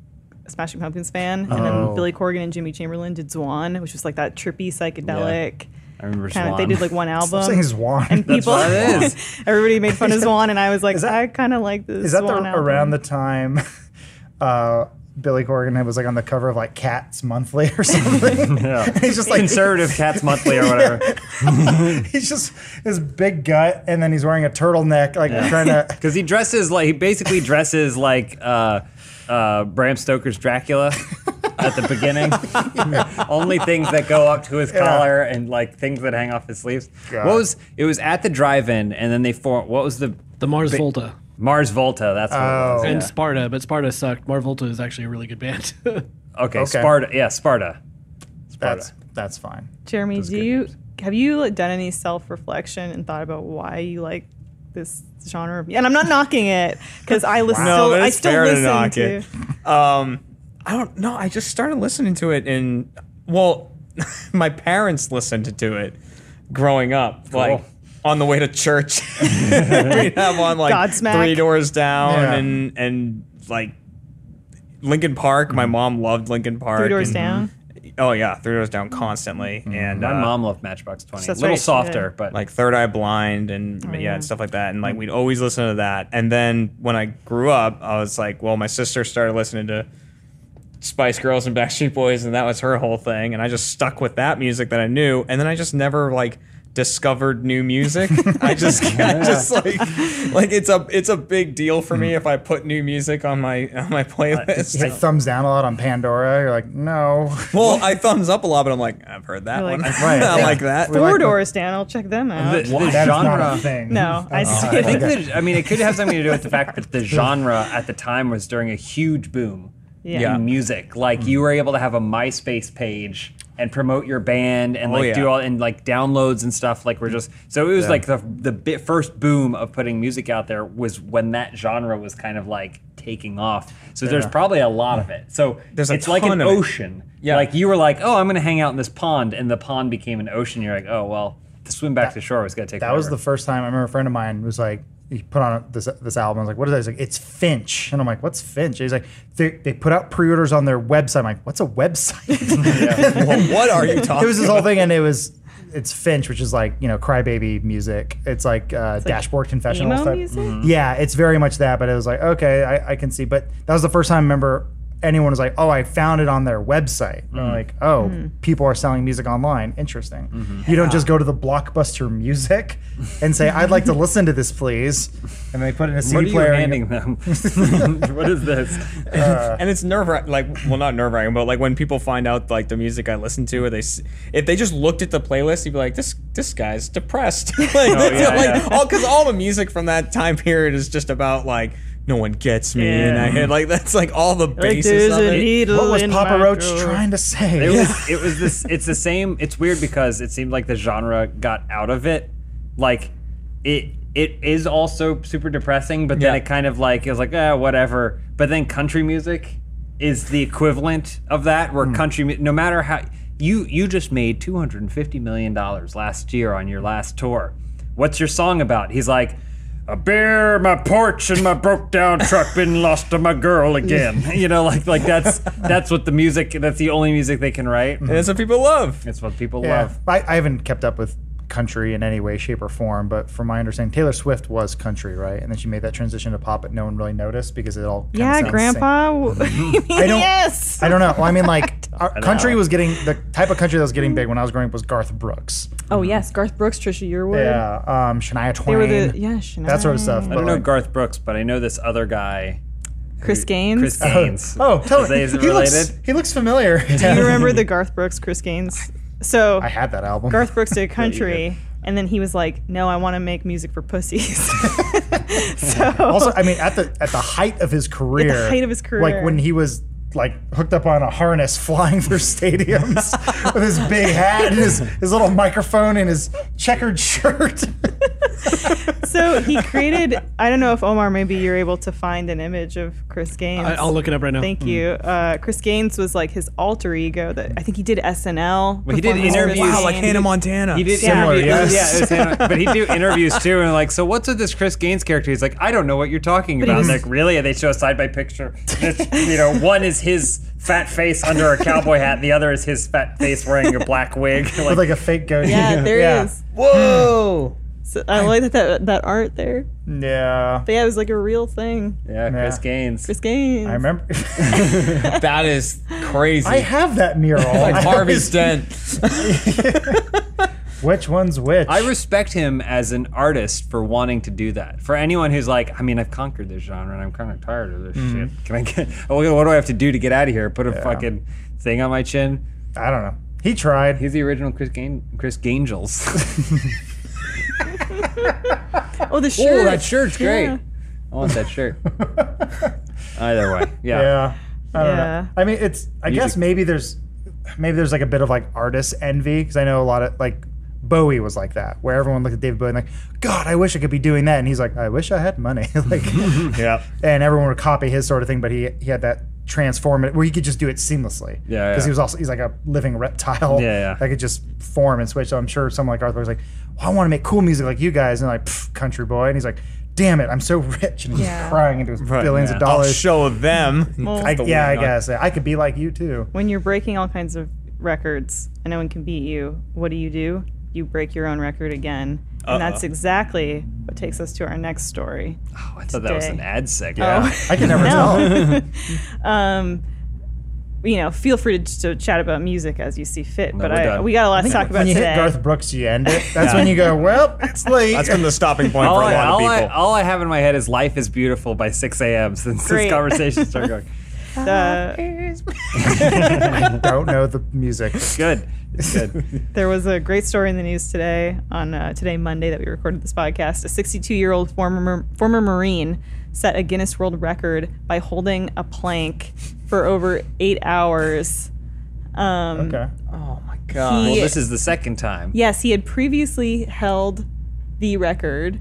Speaker 1: Smashing Pumpkins fan, and
Speaker 3: Oh.
Speaker 1: then Billy Corgan and Jimmy Chamberlain did Zwan, which was like that trippy psychedelic
Speaker 2: I remember
Speaker 1: kind of.
Speaker 2: Swan.
Speaker 1: They did like one
Speaker 3: Stop saying
Speaker 1: album.
Speaker 3: Zwan.
Speaker 1: And people,
Speaker 2: what it is.
Speaker 1: everybody made fun of Zwan, and I was like,
Speaker 3: that-
Speaker 1: I kind of like this.
Speaker 3: Is that the,
Speaker 1: Zwan album.
Speaker 3: around the time uh, Billy Corgan was like on the cover of like Cats Monthly or something?
Speaker 2: Yeah.
Speaker 3: he's just like
Speaker 2: conservative Cats Monthly or whatever.
Speaker 3: he's just his big gut, and then he's wearing a turtleneck, like trying to.
Speaker 2: Because he dresses like he basically dresses like uh, uh, Bram Stoker's Dracula at the beginning. Only things that go up to his collar and like things that hang off his sleeves.
Speaker 3: God.
Speaker 2: What was it was at the drive-in, and then they formed. What was the
Speaker 5: The Mars Volta
Speaker 2: Mars Volta? That's what it was.
Speaker 3: Oh.
Speaker 5: and Sparta, but Sparta sucked. Mars Volta is actually a really good band.
Speaker 2: Okay,
Speaker 3: Oh, Okay.
Speaker 2: Sparta. Yeah, Sparta.
Speaker 3: that's that's fine.
Speaker 1: Jeremy,
Speaker 2: Those
Speaker 1: do
Speaker 2: good
Speaker 1: you
Speaker 2: names.
Speaker 1: have you like, done any self reflection and thought about why you like this genre? of And I'm not knocking it because I listen.
Speaker 4: No,
Speaker 1: still,
Speaker 4: but
Speaker 1: I
Speaker 4: it's
Speaker 1: still
Speaker 4: fair
Speaker 1: listen
Speaker 4: to knock
Speaker 1: to.
Speaker 4: it. Um, I don't know. I just started listening to it, and well, my parents listened to it growing up, like on the way to church. We'd have on like
Speaker 1: Godsmack.
Speaker 4: three doors down,
Speaker 3: Yeah.
Speaker 4: and and like Lincoln Park. My mom loved Lincoln Park.
Speaker 1: Three Doors
Speaker 4: and-
Speaker 1: Down?
Speaker 4: Oh yeah, three doors down constantly, and
Speaker 2: My
Speaker 4: uh,
Speaker 2: mom loved Matchbox Twenty. A
Speaker 1: That's
Speaker 2: little
Speaker 1: right, she
Speaker 2: softer,
Speaker 1: did.
Speaker 2: but
Speaker 4: like Third Eye Blind and
Speaker 3: Oh,
Speaker 4: yeah, and stuff like that. And
Speaker 3: Mm.
Speaker 4: like we'd always listen to that. And then when I grew up, I was like, well, my sister started listening to Spice Girls and Backstreet Boys, and that was her whole thing. And I just stuck with that music that I knew. And then I just never like discovered new music. I just I just like like it's a it's a big deal for me if I put new music on my on my playlist.
Speaker 3: Like thumbs down a lot on Pandora. You're like, no.
Speaker 4: well, I thumbs up a lot, but I'm like, I've heard that
Speaker 1: You're
Speaker 4: one.
Speaker 1: like,
Speaker 3: Right.
Speaker 4: I
Speaker 3: Yeah.
Speaker 4: like that.
Speaker 3: We like
Speaker 1: Four
Speaker 3: the-
Speaker 1: Doors Down. I'll check them out.
Speaker 2: the, the
Speaker 3: That's not
Speaker 2: genre.
Speaker 3: a thing.
Speaker 1: No, I
Speaker 3: That's
Speaker 1: see.
Speaker 3: not
Speaker 2: I
Speaker 3: a
Speaker 2: think
Speaker 3: thing.
Speaker 2: that I mean it could have something to do with the fact that the genre at the time was during a huge boom
Speaker 1: Yeah.
Speaker 4: Yeah.
Speaker 2: in music. Like you were able to have a MySpace page and promote your band and
Speaker 4: Oh,
Speaker 2: like
Speaker 4: yeah.
Speaker 2: do all and like downloads and stuff. Like we're just so it was like the the bit first boom of putting music out there was when that genre was kind of like taking off. So there's probably a lot of it. So
Speaker 4: There's a
Speaker 2: it's like
Speaker 4: ton
Speaker 2: an
Speaker 4: of it.
Speaker 2: ocean.
Speaker 4: Yeah.
Speaker 2: Like you were like, oh, I'm gonna hang out in this pond, and the pond became an ocean. You're like, oh well, to swim back to shore was gonna take.
Speaker 3: That was
Speaker 2: forever.
Speaker 3: the first time I remember a friend of mine was like, he put on this this album. I was like, what is that? He's like, it's Finch. And I'm like, what's Finch? He's like, they, they put out pre orders on their website. I'm like, what's a website?
Speaker 4: what are you talking
Speaker 3: it was this whole thing, and it was, it's Finch, which is like, you know, crybaby music. It's like uh, dashboard confessional
Speaker 1: emo
Speaker 3: stuff.
Speaker 1: music?
Speaker 3: Yeah, it's very much that, but it was like, okay, I, I can see. But that was the first time I remember anyone was like, oh, I found it on their website. And I'm
Speaker 2: Mm-hmm.
Speaker 3: like, oh, people are selling music online. Interesting.
Speaker 2: Mm-hmm.
Speaker 3: You don't just go to the blockbuster music and say, I'd like to listen to this, please. And they put it in a CD
Speaker 2: What are you
Speaker 3: player.
Speaker 2: handing them? what is this? Uh,
Speaker 4: and it's nerve like well not nerve wracking but like when people find out like the music I listen to or they s- if they just looked at the playlist you'd be like this this guy's depressed like,
Speaker 2: yeah,
Speaker 4: like
Speaker 2: yeah.
Speaker 4: all because all the music from that time period is just about like no one gets me and I had like that's like all the
Speaker 1: Like
Speaker 4: basis
Speaker 1: there's e-,
Speaker 4: of
Speaker 1: a
Speaker 4: it.
Speaker 1: needle
Speaker 3: What was
Speaker 1: in
Speaker 3: Papa
Speaker 1: my
Speaker 3: Roach
Speaker 1: throat.
Speaker 3: trying to say?
Speaker 2: It was. It was this. It's the same. It's weird because it seemed like the genre got out of it. Like it. It is also super depressing, but then
Speaker 4: Yeah.
Speaker 2: it kind of like it was like ah whatever. But then country music is the equivalent of that, where country mu- no matter how you you just made two hundred and fifty million dollars last year on your last tour. What's your song about? He's like. A bear, my porch, and my broke down truck. Been lost to my girl again. You know, like like that's that's what the music. That's the only music they can write.
Speaker 4: and that's what people love
Speaker 2: It's what people
Speaker 3: Yeah.
Speaker 2: love.
Speaker 3: I, I haven't kept up with country in any way, shape, or form, but from my understanding, Taylor Swift was country, right? And then she made that transition to pop, but no one really noticed because it all kinda
Speaker 1: Yeah,
Speaker 3: sounds the same.
Speaker 1: Grandpa.
Speaker 3: I don't-
Speaker 1: yes.
Speaker 3: I don't know. Well, I mean, like, our country
Speaker 2: know.
Speaker 3: was getting the type of country that was getting big when I was growing up was Garth Brooks.
Speaker 1: oh yes, Garth Brooks, Trisha Yearwood.
Speaker 3: Yeah, um, Shania Twain.
Speaker 1: They were the yeah, Shania.
Speaker 3: that sort of stuff.
Speaker 2: I don't know Garth Brooks, but I know this other guy,
Speaker 1: Chris Gaines.
Speaker 2: Chris Gaines.
Speaker 3: Oh, tell
Speaker 2: Is they-
Speaker 3: me.
Speaker 2: is it
Speaker 3: he looks
Speaker 2: related?
Speaker 3: he looks familiar.
Speaker 1: Do you remember the Garth Brooks, Chris Gaines? So
Speaker 3: I had that album.
Speaker 1: Garth Brooks did
Speaker 2: Yeah, you
Speaker 1: country, and then he was like, "No, I want to make music for pussies." so
Speaker 3: Also, I mean, at the at the height of his career,
Speaker 1: height of his
Speaker 3: like
Speaker 1: career.
Speaker 3: when he was like hooked up on a harness, flying through stadiums with his big hat and his his little microphone and his checkered shirt.
Speaker 1: so he created. I don't know if Omar, maybe you're able to find an image of Chris Gaines.
Speaker 5: I, will look it up right now.
Speaker 2: Mm-hmm.
Speaker 1: Thank you. Uh, Chris Gaines was like his alter ego. That I think he did SNL.
Speaker 2: Well, he did
Speaker 1: performance with
Speaker 2: interviews.
Speaker 1: Chris
Speaker 4: wow like
Speaker 1: Gaines.
Speaker 4: Hannah Montana
Speaker 2: He did
Speaker 1: Similar,
Speaker 2: interviews,
Speaker 3: yes.
Speaker 2: yeah, it was him. but he do interviews too, and like, so what's with this Chris Gaines character? He's like, I don't know what you're talking
Speaker 1: he
Speaker 2: about.
Speaker 1: was-
Speaker 2: like, really? And they show a side by picture. It's, you know, one is his fat face under a cowboy hat, and the other is his fat face wearing a black wig.
Speaker 3: with
Speaker 2: Like,
Speaker 3: like a fake goatee.
Speaker 1: Yeah, there he is.
Speaker 4: Hmm. whoa
Speaker 1: So I like that that art there.
Speaker 3: Yeah.
Speaker 1: But yeah, it was like a real thing.
Speaker 2: yeah, Chris
Speaker 3: Yeah.
Speaker 2: Gaines.
Speaker 1: Chris Gaines.
Speaker 3: I remember.
Speaker 4: that is crazy
Speaker 3: I have that mural.
Speaker 4: like
Speaker 3: I
Speaker 4: Harvey's
Speaker 3: always-
Speaker 4: Dent
Speaker 3: Which one's which?
Speaker 2: I respect him as an artist for wanting to do that. For anyone who's like, I mean, I've conquered this genre and I'm kind of tired of this
Speaker 4: Mm-hmm.
Speaker 2: shit. Can I get? Oh, what do I have to do to get out of here? Put a fucking thing on my chin.
Speaker 3: I don't know. He tried.
Speaker 2: He's the original Chris Gain Chris Gangels.
Speaker 1: oh, the shirt.
Speaker 2: oh, that shirt's great.
Speaker 1: Yeah.
Speaker 2: I want that shirt. Either way, yeah.
Speaker 3: Yeah. I don't
Speaker 1: Yeah.
Speaker 3: know. I mean, it's, I
Speaker 2: Music.
Speaker 3: guess maybe there's maybe there's like a bit of like artist envy because I know a lot of like Bowie was like that, where everyone looked at David Bowie and like, God, I wish I could be doing that, and he's like, I wish I had money, like,
Speaker 4: Yeah.
Speaker 3: and everyone would copy his sort of thing, but he he had that transformative where he could just do it seamlessly,
Speaker 2: Yeah, yeah.
Speaker 3: because he was also he's like a living reptile,
Speaker 2: Yeah, yeah.
Speaker 3: that could just form and switch. So I'm sure someone like Arthur was like, well, I want to make cool music like you guys, and like, "Pff, country boy, and he's like. Damn it! I'm so rich, and he's
Speaker 1: Yeah.
Speaker 3: crying into his billions
Speaker 2: yeah. Oh,
Speaker 3: of
Speaker 4: I'll
Speaker 3: dollars.
Speaker 4: show them.
Speaker 1: Well-
Speaker 3: I,
Speaker 4: The
Speaker 3: yeah, I
Speaker 4: wing on-
Speaker 3: guess I could be like you too.
Speaker 1: When you're breaking all kinds of records and no one can beat you, what do you do? You break your own record again. And that's exactly what takes us to our next story.
Speaker 2: Oh, I thought that was
Speaker 1: Today.
Speaker 2: an ad seg.
Speaker 1: Oh.
Speaker 3: I can never tell.
Speaker 1: no. um, you know, feel free to, to chat about music as you see fit. but
Speaker 2: we're
Speaker 1: I,
Speaker 2: done.
Speaker 1: we got a lot to talk about
Speaker 3: When you
Speaker 1: today.
Speaker 3: hit Garth Brooks, you end it. That's
Speaker 2: Yeah.
Speaker 3: when you go, well, it's late.
Speaker 4: That's been the stopping point
Speaker 2: All
Speaker 4: for
Speaker 2: I,
Speaker 4: a lot of
Speaker 2: all, I,
Speaker 4: people.
Speaker 2: all I have in my head is life is beautiful by 6 a.m. since
Speaker 1: Great.
Speaker 2: this conversation started going.
Speaker 1: Uh,
Speaker 3: I don't know the music.
Speaker 2: Good. It's good.
Speaker 1: there was a great story in the news today on uh, today Monday that we recorded this podcast. A 62-year-old former former Marine set a Guinness World Record by holding a plank for over eight hours. Um,
Speaker 3: Okay.
Speaker 4: oh my god.
Speaker 2: Well,
Speaker 1: He-
Speaker 2: this is the second time.
Speaker 1: Yes, he had previously held the record,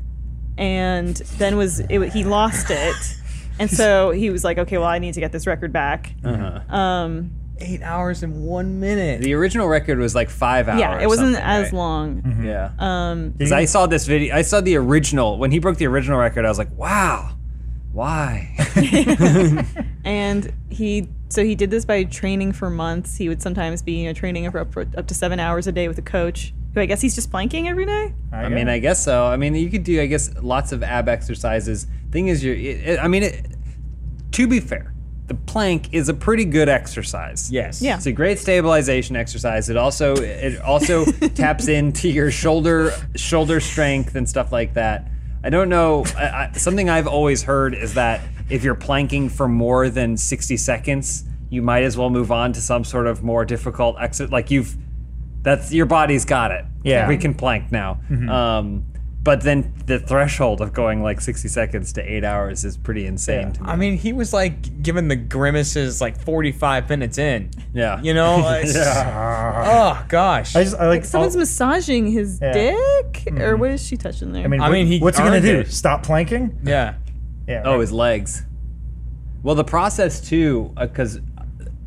Speaker 1: and then was it, wa- he lost it, and so he was like, okay, well, I need to get this record back.
Speaker 2: Uh-huh.
Speaker 1: Um,
Speaker 4: Eight hours and one minute.
Speaker 2: The original record was like five hours.
Speaker 1: yeah, it wasn't
Speaker 2: something,
Speaker 1: as
Speaker 2: right?
Speaker 1: long.
Speaker 2: Yeah.
Speaker 1: Um,
Speaker 2: Because I saw this video. I saw the original. When he broke the original record, I was like, wow, why?
Speaker 3: Mm-hmm.
Speaker 1: Um, and he so he did this by training for months. He would sometimes be you know training for up, for up to seven hours a day with a coach. Who I guess he's just planking every day.
Speaker 2: I mean, I guess so. I mean, you could do, I guess, lots of ab exercises. Thing is, you're, it, it- I mean, it, to be fair, the plank is a pretty good exercise.
Speaker 4: Yes.
Speaker 1: Yeah.
Speaker 2: It's a great stabilization exercise. It also it also taps into your shoulder shoulder strength and stuff like that. I don't know. I, I, something I've always heard is that if you're planking for more than 60 seconds, you might as well move on to some sort of more difficult exit. Like you've that's your body's got it.
Speaker 3: Yeah.
Speaker 2: we can plank now. Um, but then the threshold of going like 60 seconds to eight hours is pretty insane to me.
Speaker 4: I mean, he was like given the grimaces like 45 minutes in.
Speaker 2: Yeah.
Speaker 4: You know? It's- Oh, gosh.
Speaker 3: I just I like. oh,
Speaker 1: Like someone's
Speaker 3: I'll-
Speaker 1: massaging his
Speaker 3: Yeah. Mm-hmm.
Speaker 1: dick, or what is she touching there?
Speaker 3: I mean,
Speaker 4: I
Speaker 3: what-
Speaker 4: mean, he
Speaker 3: what's he gonna
Speaker 4: earned
Speaker 3: do?
Speaker 4: it.
Speaker 3: Stop planking?
Speaker 4: yeah.
Speaker 3: Yeah.
Speaker 2: Oh,
Speaker 3: right.
Speaker 2: his legs. Well, the process too, because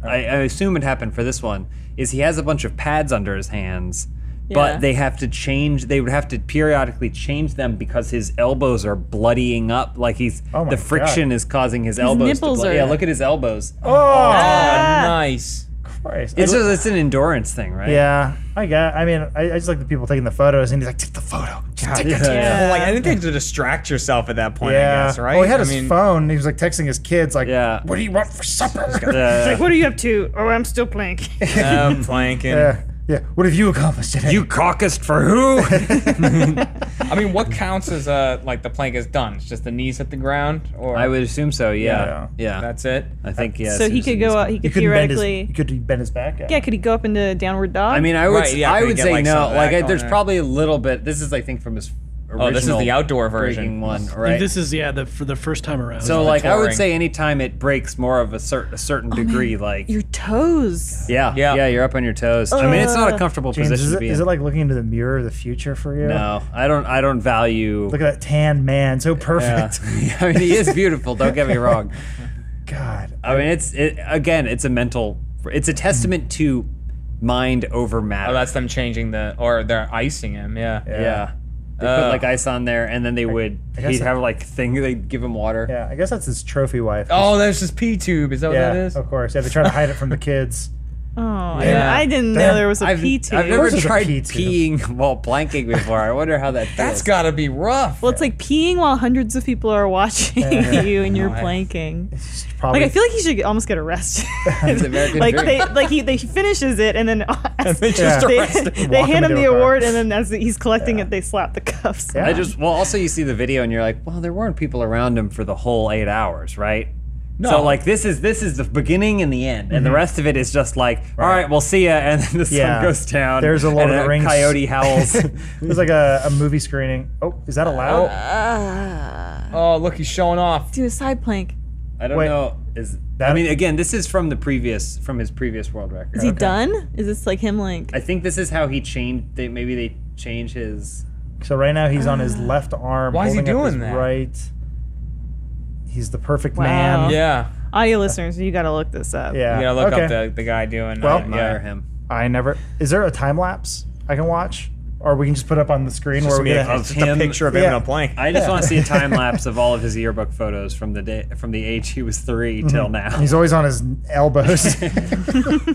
Speaker 2: I, I assume it happened for this one, is he has a bunch of pads under his hands,
Speaker 1: Yeah.
Speaker 2: but they have to change. They would have to periodically change them because his elbows are bloodying up. Like he's
Speaker 3: Oh my
Speaker 2: the friction is causing his, elbows.
Speaker 1: nipples
Speaker 2: to blood.
Speaker 1: are-
Speaker 2: Yeah, look at his elbows.
Speaker 3: oh,
Speaker 1: Ah.
Speaker 4: nice.
Speaker 3: Christ.
Speaker 2: It's just it's an endurance thing, right?
Speaker 3: yeah, I got. I mean, I, I just like the people taking the photos, and he's like, "Take the photo." Just take it.
Speaker 2: Yeah.
Speaker 4: Well, like anything to distract yourself at that point, I
Speaker 3: Yeah.
Speaker 4: guess, right?
Speaker 3: Well, he had
Speaker 4: I
Speaker 3: his phone. He was like texting his kids, like,
Speaker 2: Yeah.
Speaker 3: "What do you want for supper?"
Speaker 2: Yeah.
Speaker 1: what are you up to? Oh, I'm still planking.
Speaker 4: uh, planking.
Speaker 3: yeah. Yeah. What have you accomplished today?
Speaker 2: you caucused for who?
Speaker 5: I mean, what counts as uh like the plank is done? It's just the knees hit the ground, or
Speaker 2: I would assume so. Yeah. Yeah.
Speaker 4: That's it.
Speaker 2: I think yeah.
Speaker 1: so he could go out. He
Speaker 3: You
Speaker 1: could
Speaker 3: couldn't bend his.
Speaker 1: theoretically.
Speaker 3: You could bend his back. out.
Speaker 1: yeah, could he go up into downward dog?
Speaker 2: I mean, I would
Speaker 4: Right, yeah,
Speaker 2: I
Speaker 4: could
Speaker 2: would
Speaker 4: get,
Speaker 2: say
Speaker 4: like,
Speaker 2: no.
Speaker 4: some
Speaker 2: Like I,
Speaker 4: back on
Speaker 2: there's
Speaker 4: there.
Speaker 2: probably a little bit. This is I think from his original.
Speaker 4: Oh, this is the outdoor
Speaker 2: breaking
Speaker 4: version.
Speaker 2: one, right?
Speaker 6: This is yeah, the for the first time around.
Speaker 2: so
Speaker 4: the
Speaker 2: like I would
Speaker 4: touring.
Speaker 2: say anytime it breaks more of a certain a certain
Speaker 1: Oh,
Speaker 2: degree, like
Speaker 1: your toes.
Speaker 2: yeah, yeah,
Speaker 4: Yeah.
Speaker 2: you're up on your toes. I mean, it's not
Speaker 1: Uh.
Speaker 2: a comfortable
Speaker 3: James,
Speaker 2: position
Speaker 3: is
Speaker 2: to
Speaker 3: it,
Speaker 2: be
Speaker 3: is
Speaker 2: in.
Speaker 3: it like looking into the mirror of the future for you?
Speaker 2: no, I don't. I don't value.
Speaker 3: Look at that tan man, so
Speaker 2: Yeah.
Speaker 3: perfect.
Speaker 2: I mean, he is beautiful. Don't get me wrong.
Speaker 3: God.
Speaker 2: I mean, it's it, again, it's a mental. It's a testament to mind over matter.
Speaker 5: oh, that's them changing the or they're icing him. Yeah.
Speaker 2: yeah. They put
Speaker 5: Oh.
Speaker 2: like ice on there, and then they would.
Speaker 3: guess
Speaker 2: He'd
Speaker 3: I-
Speaker 2: have like thing. They'd give him water.
Speaker 3: Yeah, I guess that's his trophy wife.
Speaker 5: Oh, there's this P tube. Is that
Speaker 3: yeah,
Speaker 5: what that is?
Speaker 3: of course. Yeah, they try to hide it from the kids.
Speaker 1: Oh, I-
Speaker 5: Yeah.
Speaker 1: I, didn't know
Speaker 3: Damn.
Speaker 1: there was a
Speaker 2: I've,
Speaker 1: P tube.
Speaker 2: I've never
Speaker 3: course there's a
Speaker 2: tried
Speaker 3: pee tube.
Speaker 2: peeing while planking before. I wonder how that feels.
Speaker 5: That's gotta be rough.
Speaker 1: well, it's like peeing while hundreds of people are watching you and you're planking.
Speaker 3: It's probably
Speaker 1: Like I feel like he should almost get arrested.
Speaker 2: It's American
Speaker 1: like
Speaker 2: dream.
Speaker 1: they, like he, they finishes it and then they,
Speaker 4: just arrest
Speaker 1: they,
Speaker 3: Walk him
Speaker 1: hand him
Speaker 3: into
Speaker 1: the
Speaker 3: a bar.
Speaker 1: award and then as he's collecting it, they slap the cuffs.
Speaker 3: Yeah.
Speaker 2: I just well, also you see the video and you're like, well, there weren't people around him for the whole eight hours, right? No. So like this is this is the beginning and the end, and the rest of it is just like, all right, we'll see ya, and then the sun
Speaker 3: Mm-hmm. Yeah.
Speaker 2: goes down.
Speaker 3: There's a Lord
Speaker 2: and
Speaker 3: of the Rings-
Speaker 2: Coyote howls.
Speaker 3: there's like a, a movie screening. Oh, is
Speaker 2: uh,
Speaker 3: that allowed?
Speaker 1: Ah,
Speaker 5: oh, look, he's showing off.
Speaker 1: do a side plank.
Speaker 2: I don't
Speaker 3: Wait.
Speaker 2: know. Is I
Speaker 3: That-
Speaker 2: mean, again, this is from the previous from his previous world record.
Speaker 1: Is he done? Is this like him? Like
Speaker 2: I think this is how he changed. They maybe they change his.
Speaker 3: So right now he's on
Speaker 1: Ah.
Speaker 3: his left arm.
Speaker 5: Why is he
Speaker 3: holding up his
Speaker 5: doing that?
Speaker 3: Right. He's the perfect
Speaker 1: Wow.
Speaker 3: man.
Speaker 5: Yeah.
Speaker 1: audio listeners, you got to look this up.
Speaker 3: Yeah.
Speaker 5: You gotta look
Speaker 3: okay.
Speaker 5: up the, the guy doing
Speaker 3: Well,
Speaker 4: um,
Speaker 5: that.
Speaker 2: Admire
Speaker 5: Yeah.
Speaker 2: him.
Speaker 3: I never. Is there a time lapse I can watch, or we can just put up on the screen
Speaker 4: Just
Speaker 3: where we
Speaker 4: me,
Speaker 3: get a-
Speaker 4: it's just a
Speaker 2: him-
Speaker 4: picture of him
Speaker 3: Yeah.
Speaker 4: on a plank.
Speaker 2: I just
Speaker 3: Yeah.
Speaker 2: want to see a time lapse of all of his yearbook photos from the day from the age he was 3 till now.
Speaker 3: Mm-hmm. He's always on his elbows.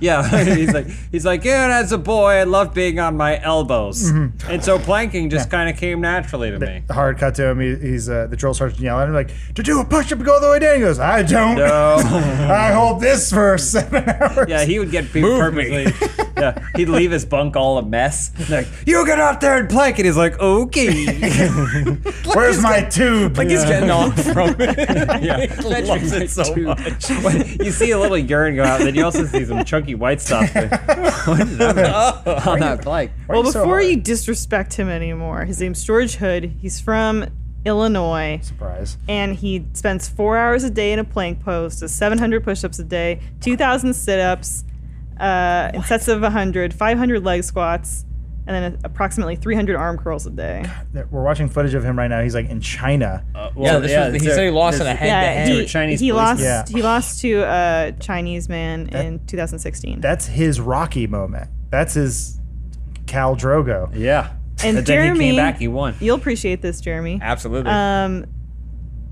Speaker 2: yeah, he's like he's like yeah. As a boy, I loved being on my elbows,
Speaker 3: Mm-hmm.
Speaker 2: and so planking just kind of came naturally to me.
Speaker 3: the hard cut to him. He, he's uh, the drill sergeant yelling at him like, "To do a push up, go all the way down." He goes, "I don't.
Speaker 2: No.
Speaker 3: I hold this for seven hours."
Speaker 2: Yeah, he would get beat
Speaker 4: Move
Speaker 2: purposely.
Speaker 4: me.
Speaker 2: yeah, he'd leave his bunk all a mess. Like, you get out there and plank, and he's like, okay.
Speaker 3: Where's my tube?
Speaker 4: Like he's getting off from it.
Speaker 2: Yeah.
Speaker 4: he loves it so
Speaker 2: Dude.
Speaker 4: much.
Speaker 2: When you see a little urine go out, and then you also see some chunky white stuff there. What is that? on that plank.
Speaker 3: Why are
Speaker 1: Well,
Speaker 3: so
Speaker 1: before
Speaker 3: hard?
Speaker 1: you disrespect him anymore, his name's George Hood. He's from Illinois,
Speaker 3: surprise.
Speaker 1: and he spends four hours a day in a plank pose, does 700 push-ups a day, 2,000 sit-ups, uh, in sets of 100, 500 leg squats, and then approximately 300 arm curls a day.
Speaker 3: We're watching footage of him right now. He's like in China.
Speaker 2: Uh,
Speaker 5: Yeah, this was, he said he lost in a head to
Speaker 1: he,
Speaker 5: head.
Speaker 2: Chinese
Speaker 1: he
Speaker 2: policeman.
Speaker 1: lost.
Speaker 3: Yeah.
Speaker 1: He lost to a Chinese man in 2016.
Speaker 3: That's his Rocky moment. That's his Cal Drogo.
Speaker 2: Yeah.
Speaker 1: And
Speaker 2: but then he
Speaker 1: Jeremy-
Speaker 2: came back, he won.
Speaker 1: You'll appreciate this, Jeremy.
Speaker 4: Absolutely.
Speaker 1: um,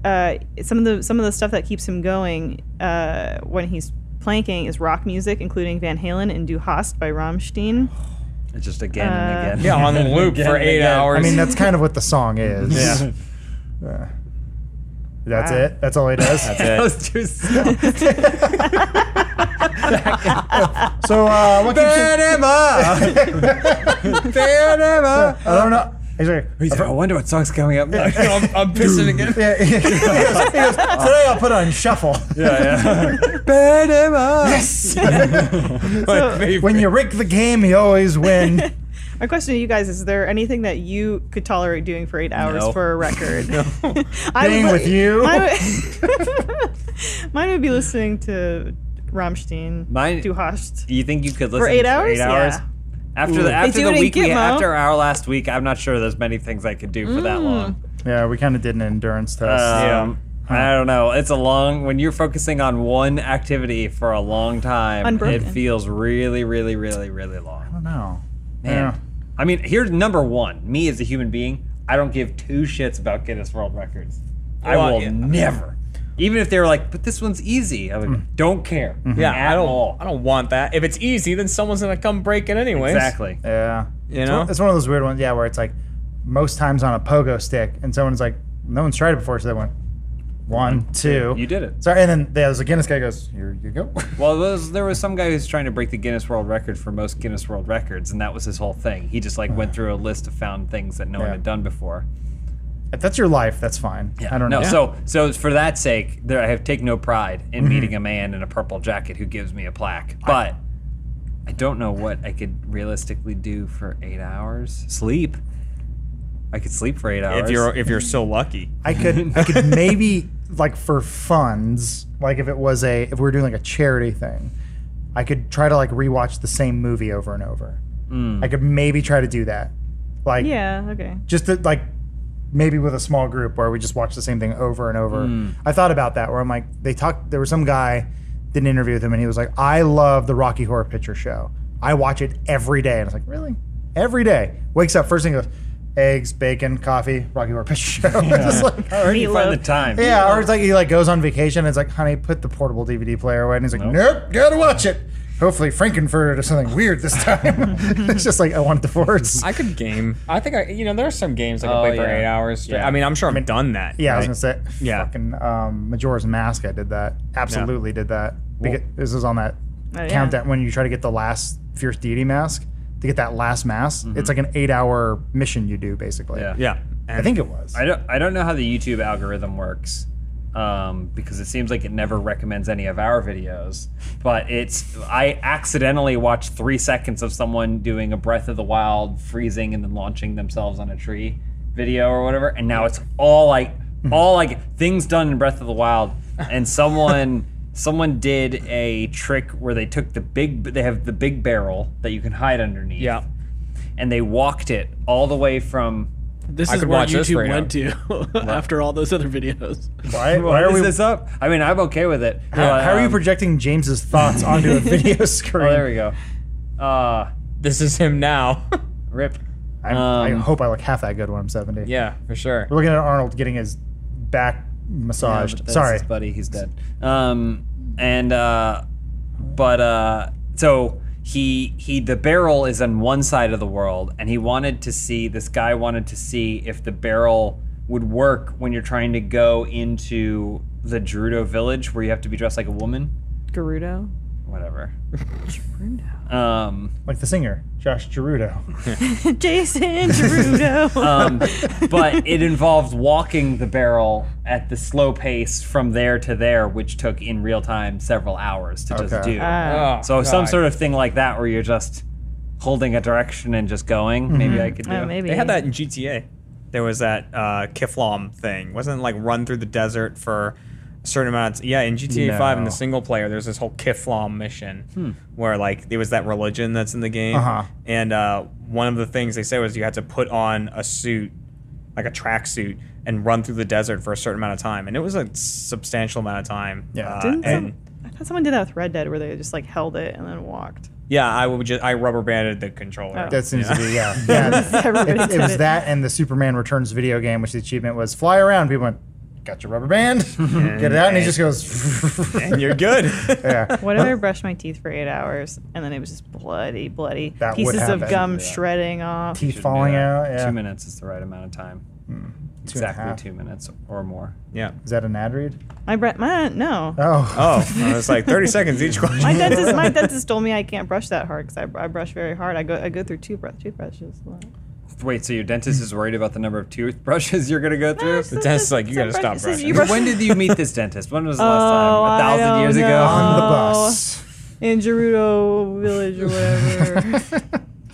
Speaker 1: uh, some of the some of the stuff that keeps him going uh, when he's planking is rock music, including Van Halen and Du Hast by Rammstein.
Speaker 2: It's just again and
Speaker 1: Uh,
Speaker 2: again.
Speaker 5: Yeah, on loop
Speaker 2: Again
Speaker 5: for
Speaker 2: and
Speaker 5: eight
Speaker 2: again.
Speaker 5: hours.
Speaker 3: I mean, that's kind of what the song is.
Speaker 2: Yeah.
Speaker 3: Uh, that's
Speaker 1: Wow.
Speaker 3: it. That's all he does.
Speaker 2: That was too slow.
Speaker 3: So uh, what keeps you?
Speaker 2: Panama! Panama!
Speaker 3: I don't know. He's like,
Speaker 2: He's like, I wonder what song's coming up next. yeah,
Speaker 5: I'm, I'm pissing again.
Speaker 3: yeah. he goes, he goes, Today I'll put on shuffle.
Speaker 2: yeah. Panama!
Speaker 3: Yes.
Speaker 1: So-
Speaker 3: when you rig the game, you always win.
Speaker 1: My question to you guys is: There anything that you could tolerate doing for eight hours
Speaker 2: No.
Speaker 1: for a record? I
Speaker 3: Being
Speaker 1: would-
Speaker 3: with you.
Speaker 1: I would- mine would be listening to Rammstein,
Speaker 2: Mine-
Speaker 1: Du Hast.
Speaker 2: You think you could listen
Speaker 1: eight
Speaker 2: to
Speaker 1: hours?
Speaker 2: Eight hours?
Speaker 1: Yeah.
Speaker 2: After the after
Speaker 1: do
Speaker 2: the
Speaker 1: it in
Speaker 2: week we
Speaker 1: Gitmo.
Speaker 2: after our last week, I'm not sure there's many things I could do for
Speaker 1: Mm.
Speaker 2: that long.
Speaker 3: Yeah, we kind of did an endurance test.
Speaker 2: Um, I don't know. It's a long when you're focusing on one activity for a long time.
Speaker 1: Unbroken.
Speaker 2: It feels really, really, really, really long.
Speaker 3: I don't know.
Speaker 2: Man,
Speaker 3: Yeah.
Speaker 2: I mean, here's number one. Me as a human being, I don't give two shits about Guinness World Records. I
Speaker 4: Well,
Speaker 2: will
Speaker 4: yeah.
Speaker 2: never. Even if they were like, but this one's easy, I would don't care.
Speaker 4: Mm. Mm-hmm. yeah,
Speaker 2: at
Speaker 4: I don't.
Speaker 2: all.
Speaker 4: I don't want that. If it's easy, then someone's gonna come break it anyways.
Speaker 2: Exactly.
Speaker 3: Yeah.
Speaker 4: You
Speaker 3: It's
Speaker 4: know.
Speaker 3: one- it's one of those weird ones. Yeah, where it's like most times on a pogo stick, and someone's like, no one's tried it before, so they went one, two.
Speaker 2: You did it.
Speaker 3: Sorry, and then there's a Guinness guy goes, here you go.
Speaker 2: Well, there was, there was some guy who's trying to break the Guinness World Record for most Guinness World Records, and that was his whole thing. He just like went through a list of found things that no one
Speaker 3: Yeah.
Speaker 2: had done before.
Speaker 3: if that's your life, that's fine. I don't
Speaker 2: no,
Speaker 3: know.
Speaker 2: So, so for that sake, there I have take no pride
Speaker 3: Mm-hmm.
Speaker 2: in meeting a man in a purple jacket who gives me a plaque. But I don't know what I could realistically do for eight hours. Sleep. I could sleep for eight hours.
Speaker 4: If you're if you're so lucky.
Speaker 3: I could I could maybe like for funds, like if it was a if we were doing like a charity thing, I could try to like rewatch the same movie over and over.
Speaker 2: Mm.
Speaker 3: I could maybe try to do that. Like
Speaker 1: Yeah. Okay.
Speaker 3: just to, like maybe with a small group where we just watch the same thing over and over. I thought about that where I'm like, they talked. There was some guy did an interview with him, and he was like, "I love the Rocky Horror Picture Show. I watch it every day." And I was like, "Really? Every day?" Wakes up first thing goes, eggs, bacon, coffee, Rocky Horror Picture Show. Yeah, like,
Speaker 2: Or you find the
Speaker 1: Meatloaf.
Speaker 2: time.
Speaker 3: yeah or it's like he like goes on vacation. and It's like, "Honey, put the portable DVD player away," and he's like, "Nope, gotta watch it." Hopefully, Frankenfurter or something weird this time. it's just like I want divorce.
Speaker 5: I could game. I think I, you know, there are some games I could
Speaker 2: Oh,
Speaker 5: play for
Speaker 2: yeah.
Speaker 5: eight hours straight.
Speaker 4: I mean, I'm sure I've done that.
Speaker 3: Yeah, I
Speaker 4: right?
Speaker 3: was gonna say.
Speaker 4: Yeah.
Speaker 3: Fucking um, Majora's Mask. I did that. Absolutely did that. Because this is on that
Speaker 1: Oh, yeah.
Speaker 3: count that when you try to get the last fierce deity mask to get that last mask. It's like an eight-hour mission you do basically.
Speaker 2: Mm-hmm. Yeah.
Speaker 4: Yeah.
Speaker 3: I think it was.
Speaker 2: I don't I don't know how the YouTube algorithm works. Um, because it seems like it never recommends any of our videos, but it's I accidentally watched three seconds of someone doing a Breath of the Wild freezing and then launching themselves on a tree video or whatever, and now it's all like all like things done in Breath of the Wild and someone someone did a trick where they took the big they have the big barrel that you can hide underneath.
Speaker 5: Yeah.
Speaker 2: And they walked it all the way from
Speaker 6: This
Speaker 5: I
Speaker 6: is
Speaker 5: could
Speaker 6: where
Speaker 5: watch this
Speaker 6: YouTube
Speaker 5: right now.
Speaker 6: went to after all those other videos.
Speaker 3: Why,
Speaker 2: Why is this up? I mean, I'm okay with it.
Speaker 3: How, how are you
Speaker 2: Um,
Speaker 3: projecting James's thoughts onto a video screen?
Speaker 2: Oh, there we go. Uh,
Speaker 5: This is him now.
Speaker 2: rip.
Speaker 3: I'm, I
Speaker 2: Um,
Speaker 3: hope I look half that good when I'm 70.
Speaker 5: yeah, for sure.
Speaker 3: We're looking at Arnold getting his back
Speaker 2: Yeah,
Speaker 3: massaged.
Speaker 2: but that's
Speaker 3: Sorry.
Speaker 2: his buddy. He's dead. Um, and uh, but uh, so he he the barrel is on one side of the world, and he wanted to see this guy wanted to see if the barrel would work when you're trying to go into the Gerudo village where you have to be dressed like a woman.
Speaker 1: Gerudo?
Speaker 2: Whatever. Um,
Speaker 3: Like the singer, Josh Gerudo.
Speaker 1: Jason Gerudo.
Speaker 2: um, but it involved walking the barrel at the slow pace from there to there, which took in real time several hours to just
Speaker 3: Okay.
Speaker 2: do.
Speaker 1: Ah.
Speaker 5: Oh,
Speaker 2: so some
Speaker 5: God.
Speaker 2: sort of thing like that, where you're just holding a direction and just going. Maybe I could do.
Speaker 1: oh, maybe.
Speaker 4: They had that in GTA. There was that uh, Kiflom thing. Wasn't it like run through the desert for a certain amount of Yeah, in GTA 5 in
Speaker 2: No.
Speaker 4: the single player, there's this whole Kiflom mission where like there was that religion that's in the game.
Speaker 3: Hmm. Uh-huh.
Speaker 4: And uh, one of the things they said was you had to put on a suit, like a tracksuit, and run through the desert for a certain amount of time. And it was a substantial amount of time.
Speaker 3: Yeah.
Speaker 4: Uh,
Speaker 1: Didn't some-
Speaker 4: and
Speaker 1: I thought someone did that with Red Dead where they just like held it and then walked.
Speaker 4: yeah, I would just I rubber banded the controller.
Speaker 1: Oh.
Speaker 3: That seems to be, yeah. yeah.
Speaker 1: Everybody
Speaker 3: It, it
Speaker 1: did
Speaker 3: was
Speaker 1: it.
Speaker 3: that and the Superman Returns video game, which the achievement was fly around. People went, got your rubber band, get it out, and he just goes,
Speaker 4: And you're good.
Speaker 3: yeah.
Speaker 1: What if I brushed my teeth for eight hours and then it was just bloody, bloody
Speaker 3: That would
Speaker 1: pieces
Speaker 3: happen.
Speaker 1: of gum
Speaker 2: Yeah.
Speaker 1: shredding off?
Speaker 3: Teeth falling out. Yeah.
Speaker 2: Two minutes is the right amount of time.
Speaker 3: Two and a
Speaker 2: exactly
Speaker 3: half.
Speaker 2: two minutes or more.
Speaker 4: yeah.
Speaker 3: Is that an ad read?
Speaker 1: My breath, my, no.
Speaker 3: Oh.
Speaker 4: Oh, I was like 30 seconds each question.
Speaker 1: My dentist, my dentist told me I can't brush that hard because I, I brush very hard. I go, I go through two breath, toothbrushes. a lot.
Speaker 2: Wait, so your dentist is worried about the number of toothbrushes you're gonna go through?
Speaker 1: So
Speaker 4: dentist's
Speaker 1: so-
Speaker 4: like, "You
Speaker 1: so
Speaker 4: gotta
Speaker 1: brush-
Speaker 4: stop
Speaker 1: so
Speaker 4: brushing."
Speaker 1: you brush-
Speaker 2: when did you meet this dentist? When was the last
Speaker 1: Oh,
Speaker 2: time?
Speaker 1: I
Speaker 2: A thousand
Speaker 1: don't
Speaker 2: years
Speaker 1: know.
Speaker 2: ago.
Speaker 3: On the
Speaker 1: Oh.
Speaker 3: bus.
Speaker 1: in Gerudo Village or whatever.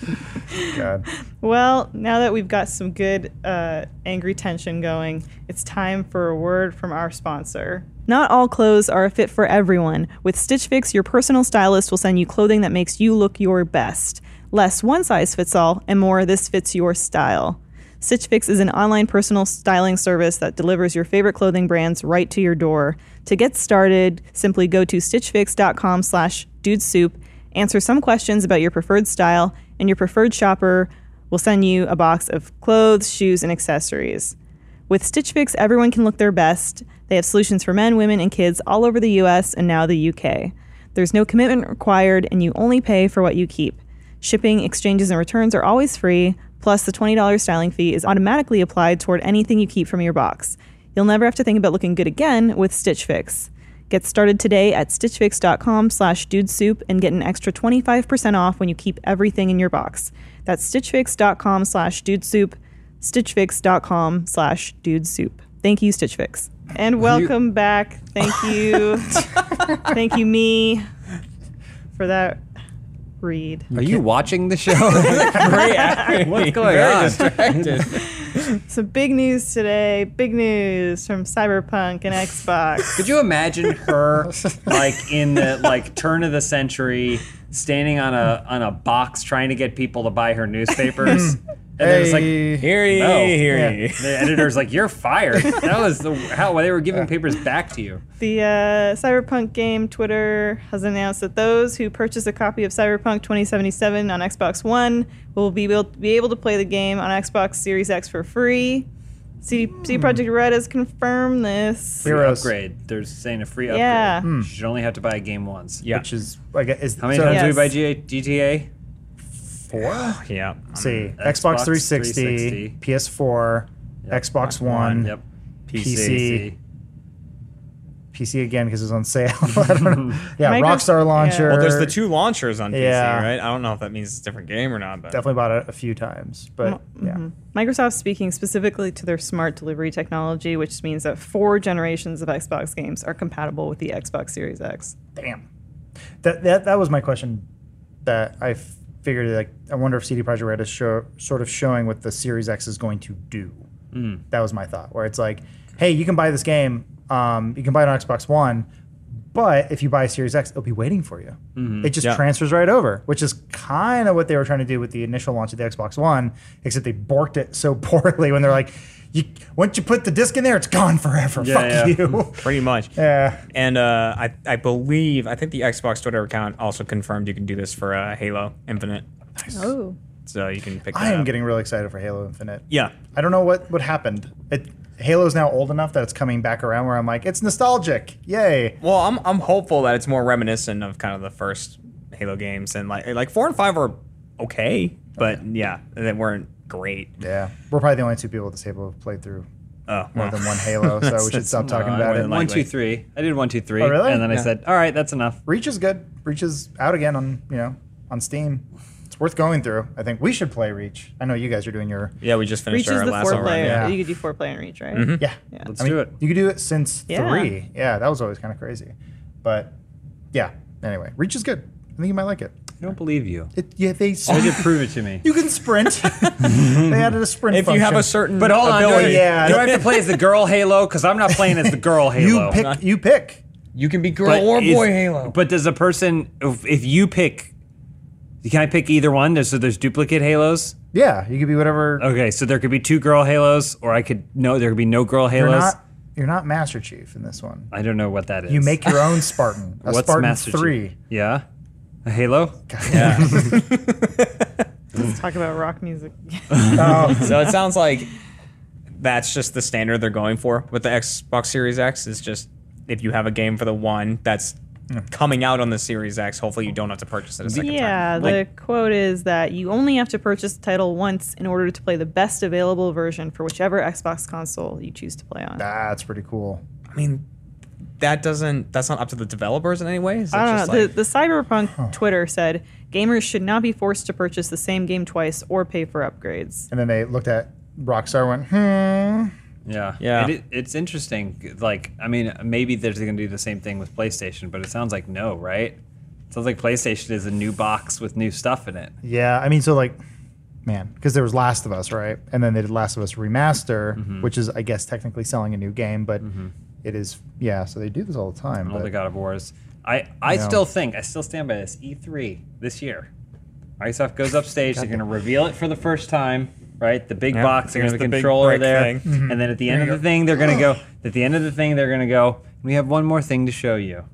Speaker 3: God.
Speaker 1: Well, now that we've got some good uh, angry tension going, it's time for a word from our sponsor. Not all clothes are a fit for everyone. With Stitch Fix, your personal stylist will send you clothing that makes you look your best. Less one size fits all, and more this fits your style. Stitch Fix is an online personal styling service that delivers your favorite clothing brands right to your door. To get started, simply go to stitchfix.com slash dudesoup, answer some questions about your preferred style, and your preferred shopper will send you a box of clothes, shoes, and accessories. With Stitch Fix, everyone can look their best. They have solutions for men, women, and kids all over the US and now the UK. There's no commitment required, and you only pay for what you keep. Shipping, exchanges, and returns are always free, plus, the $20 styling fee is automatically applied toward anything you keep from your box. You'll never have to think about looking good again with Stitch Fix. Get started today at stitchfix.com slash dudesoup and get an extra 25% off when you keep everything in your box. That's stitchfix.com slash dudesoup, stitchfix.com slash dudesoup. Thank you, Stitch Fix. And welcome back. Thank you. Thank you, me, for that read.
Speaker 2: Are you watching the show?
Speaker 4: Great acting.
Speaker 2: What's going
Speaker 4: Very
Speaker 2: on?
Speaker 4: distracted.
Speaker 1: Some big news today. Big news from Cyberpunk and Xbox.
Speaker 2: Could you imagine her like in the like turn of the century standing on a on a box trying to get people to buy her newspapers? and there's like the
Speaker 3: Hey.
Speaker 4: Hear ye,
Speaker 2: No.
Speaker 4: hear ye.
Speaker 2: editor's like, You're fired. That was the how they were giving papers back to you.
Speaker 1: the uh, Cyberpunk game Twitter has announced that those who purchase a copy of Cyberpunk 2077 on Xbox One will be able, be able to play the game on Xbox Series X for free. CD, CD
Speaker 4: Hmm.
Speaker 1: Projekt Red has confirmed this.
Speaker 2: Free
Speaker 3: Heroes.
Speaker 2: upgrade. They're saying a free upgrade.
Speaker 1: Yeah.
Speaker 2: You should only have to buy a game once.
Speaker 4: Yeah.
Speaker 3: Which is, I guess, is,
Speaker 2: How many
Speaker 3: so-
Speaker 2: times do we
Speaker 1: Yes.
Speaker 2: buy G- GTA?
Speaker 3: Four?
Speaker 4: Yeah.
Speaker 3: see
Speaker 2: Xbox
Speaker 3: Xbox, 360,
Speaker 2: 360,
Speaker 3: PS4, Xbox One,
Speaker 2: Yep.
Speaker 3: PC. PC again because it was on sale. I don't know. Yeah,
Speaker 1: Micro-
Speaker 3: Rockstar launcher.
Speaker 4: Well, there's the two launchers on PC,
Speaker 3: Yeah.
Speaker 4: right? I don't know if that means it's a different game or not, but
Speaker 3: Definitely bought it a few times, but yeah.
Speaker 1: mm-hmm. Microsoft speaking specifically to their smart delivery technology, which means that four generations of Xbox games are compatible with the Xbox Series X.
Speaker 3: Damn. That that that was my question. That I figured like I wonder if CD Projekt Red is show, sort of showing
Speaker 2: Hmm.
Speaker 3: what the Series X is going to do. That was my thought. Where it's like, hey, you can buy this game Um, you can buy it on Xbox One, but if you buy a Series X, it'll be waiting for you.
Speaker 2: Mm-hmm.
Speaker 3: It just
Speaker 4: Yeah.
Speaker 3: transfers right over, which is kind of what they were trying to do with the initial launch of the Xbox One, except they borked it so poorly when they're like, you, once you put the disc in there, it's gone forever.
Speaker 2: Yeah,
Speaker 3: Fuck you.
Speaker 4: pretty much.
Speaker 3: yeah.
Speaker 4: And uh, I, I believe, I think the Xbox Twitter account also confirmed you can do this for uh, Halo Infinite.
Speaker 1: Oh.
Speaker 4: So you can pick that
Speaker 3: I am
Speaker 4: up.
Speaker 3: getting really excited for Halo Infinite.
Speaker 4: Yeah.
Speaker 3: I don't know what what happened. It, Halo's now old enough that it's coming back around where I'm like, it's nostalgic. Yay.
Speaker 4: Well, I'm, I'm hopeful that it's more reminiscent of kind of the first Halo games. And like, like four and five were okay, but yeah, they weren't great.
Speaker 3: Yeah. We're probably the only two people at this table who've played through
Speaker 4: Oh,
Speaker 3: more
Speaker 4: well.
Speaker 3: than one Halo, so
Speaker 4: That's-
Speaker 3: we should stop
Speaker 4: that's-
Speaker 3: talking
Speaker 4: no, I
Speaker 3: about it.
Speaker 4: wouldn't
Speaker 2: Uh, One,
Speaker 4: likely.
Speaker 2: two, three. I did one, two, three.
Speaker 3: Oh, really?
Speaker 2: And then I
Speaker 5: Yeah.
Speaker 2: said, all right, that's enough.
Speaker 3: Reach is good. Reach is out again on, you know, on Steam. It's worth going through. I think we should play Reach. I know you guys are doing your
Speaker 4: Yeah, we just
Speaker 1: Reach
Speaker 4: finished
Speaker 1: is
Speaker 4: our
Speaker 1: the
Speaker 4: last
Speaker 1: four
Speaker 4: run.
Speaker 1: player.
Speaker 4: Yeah.
Speaker 3: yeah.
Speaker 1: You could do four player in Reach, right?
Speaker 4: Mm-hmm.
Speaker 3: Yeah.
Speaker 1: Yeah.
Speaker 2: Let's do it.
Speaker 3: You could do it since
Speaker 1: Yeah.
Speaker 3: three. Yeah, that was always kind of crazy. But yeah. Anyway, Reach is good. I think you might like it.
Speaker 2: I don't believe you.
Speaker 3: It yeah, they
Speaker 2: You did prove it to me.
Speaker 3: You can sprint. they added a sprint.
Speaker 4: If you have a
Speaker 3: function.
Speaker 4: certain
Speaker 2: But hold on, do I,
Speaker 4: ability,
Speaker 3: Yeah.
Speaker 2: do I have to play as the girl Halo? Because I'm not playing as the girl Halo.
Speaker 3: you pick, you pick.
Speaker 5: You can be girl
Speaker 2: But
Speaker 5: or
Speaker 2: is-
Speaker 5: boy Halo.
Speaker 2: But does a person, if, if you pick, can I pick either one? There's, so there's duplicate Halos.
Speaker 3: Yeah, you could be whatever.
Speaker 2: Okay, so there could be two girl Halos, or I could no, there could be no girl
Speaker 3: you're
Speaker 2: Halos.
Speaker 3: not, you're not Master Chief in this one.
Speaker 2: I don't know what that is.
Speaker 3: You make your own Spartan. A
Speaker 2: what's
Speaker 3: Spartan
Speaker 2: Master Chief?
Speaker 3: three.
Speaker 2: Yeah, a Halo.
Speaker 1: Let's talk about rock music.
Speaker 3: Um,
Speaker 4: so it sounds like that's just the standard they're going for with the Xbox Series X. Is just if you have a game for the one that's coming out on the Series X, hopefully you don't have to purchase it a second
Speaker 1: yeah,
Speaker 4: time.
Speaker 1: the quote is that you only have to purchase the title once in order to play the best available version for whichever Xbox console you choose to play on.
Speaker 3: That's pretty cool.
Speaker 4: I mean, that doesn't. That's not up to the developers in any way. Is it
Speaker 1: I don't know.
Speaker 4: just
Speaker 1: the,
Speaker 4: like-
Speaker 1: the Cyberpunk Twitter said gamers should not be forced to purchase the same game twice or pay for upgrades.
Speaker 3: And then they looked at Rockstar, went hmm.
Speaker 2: Yeah,
Speaker 4: Yeah.
Speaker 2: It, it's interesting. Like, I mean, maybe they're going to do the same thing with PlayStation, but it sounds like no, right? sounds like PlayStation is a new box with new stuff in it.
Speaker 3: Yeah, I mean, so like, man, because there was Last of Us, right? And then they did Last of Us Remaster,
Speaker 2: Mm-hmm.
Speaker 3: which is, I guess, technically selling a new game, but it is. Yeah, so they do this all the time.
Speaker 2: All the
Speaker 3: but-
Speaker 2: God of Wars. I, I
Speaker 3: No.
Speaker 2: still think, I still stand by this. E3 this year. Microsoft goes upstage. They're going to reveal it for the first time, right? The big
Speaker 4: Yeah,
Speaker 2: box. They're going
Speaker 4: here's
Speaker 2: to have
Speaker 4: the
Speaker 2: a
Speaker 4: big
Speaker 2: controller
Speaker 4: brick
Speaker 2: there.
Speaker 4: thing. Mm-hmm.
Speaker 2: And then at the end of the thing, they're going to go, at the end of the thing, they're going to go, we have one more thing to show you.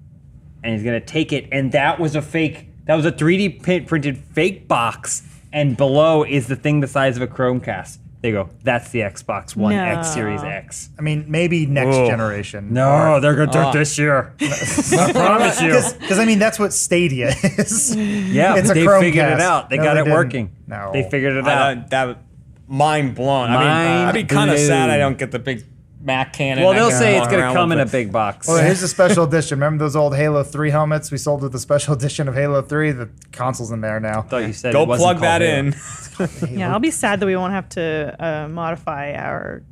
Speaker 2: And he's going to take it. And that was a fake, that was a 3D print, printed fake box. And below is the thing the size of a Chromecast. They go, that's the Xbox One X
Speaker 1: No.
Speaker 2: Series X.
Speaker 3: I mean, maybe next
Speaker 2: Whoa.
Speaker 3: generation.
Speaker 2: No, they're going to do it this year. I promise you.
Speaker 3: Because I mean, that's what Stadia is.
Speaker 2: Yeah,
Speaker 3: It's a
Speaker 2: they
Speaker 3: Chromecast.
Speaker 2: figured it out. They
Speaker 3: No,
Speaker 2: got
Speaker 3: they
Speaker 2: it
Speaker 3: didn't.
Speaker 2: working.
Speaker 3: No.
Speaker 2: They figured it
Speaker 4: I-
Speaker 2: out.
Speaker 4: that, that mind blown. I mean,
Speaker 2: Mind
Speaker 4: I'd be kind of
Speaker 2: blown.
Speaker 4: sad I don't get the big Mac cannon.
Speaker 2: well,
Speaker 4: I
Speaker 2: they'll
Speaker 4: can
Speaker 2: say it's
Speaker 4: walk
Speaker 2: going to
Speaker 4: around
Speaker 2: come in
Speaker 4: with
Speaker 2: a
Speaker 4: it.
Speaker 2: big box.
Speaker 3: Well, here's a special edition. Remember those old Halo 3 helmets we sold with the special edition of Halo 3? The console's in there now.
Speaker 2: I thought you said
Speaker 4: Go
Speaker 2: it wasn't
Speaker 4: plug that
Speaker 2: called Halo.
Speaker 4: in.
Speaker 1: Yeah, I'll be sad that we won't have to uh, modify our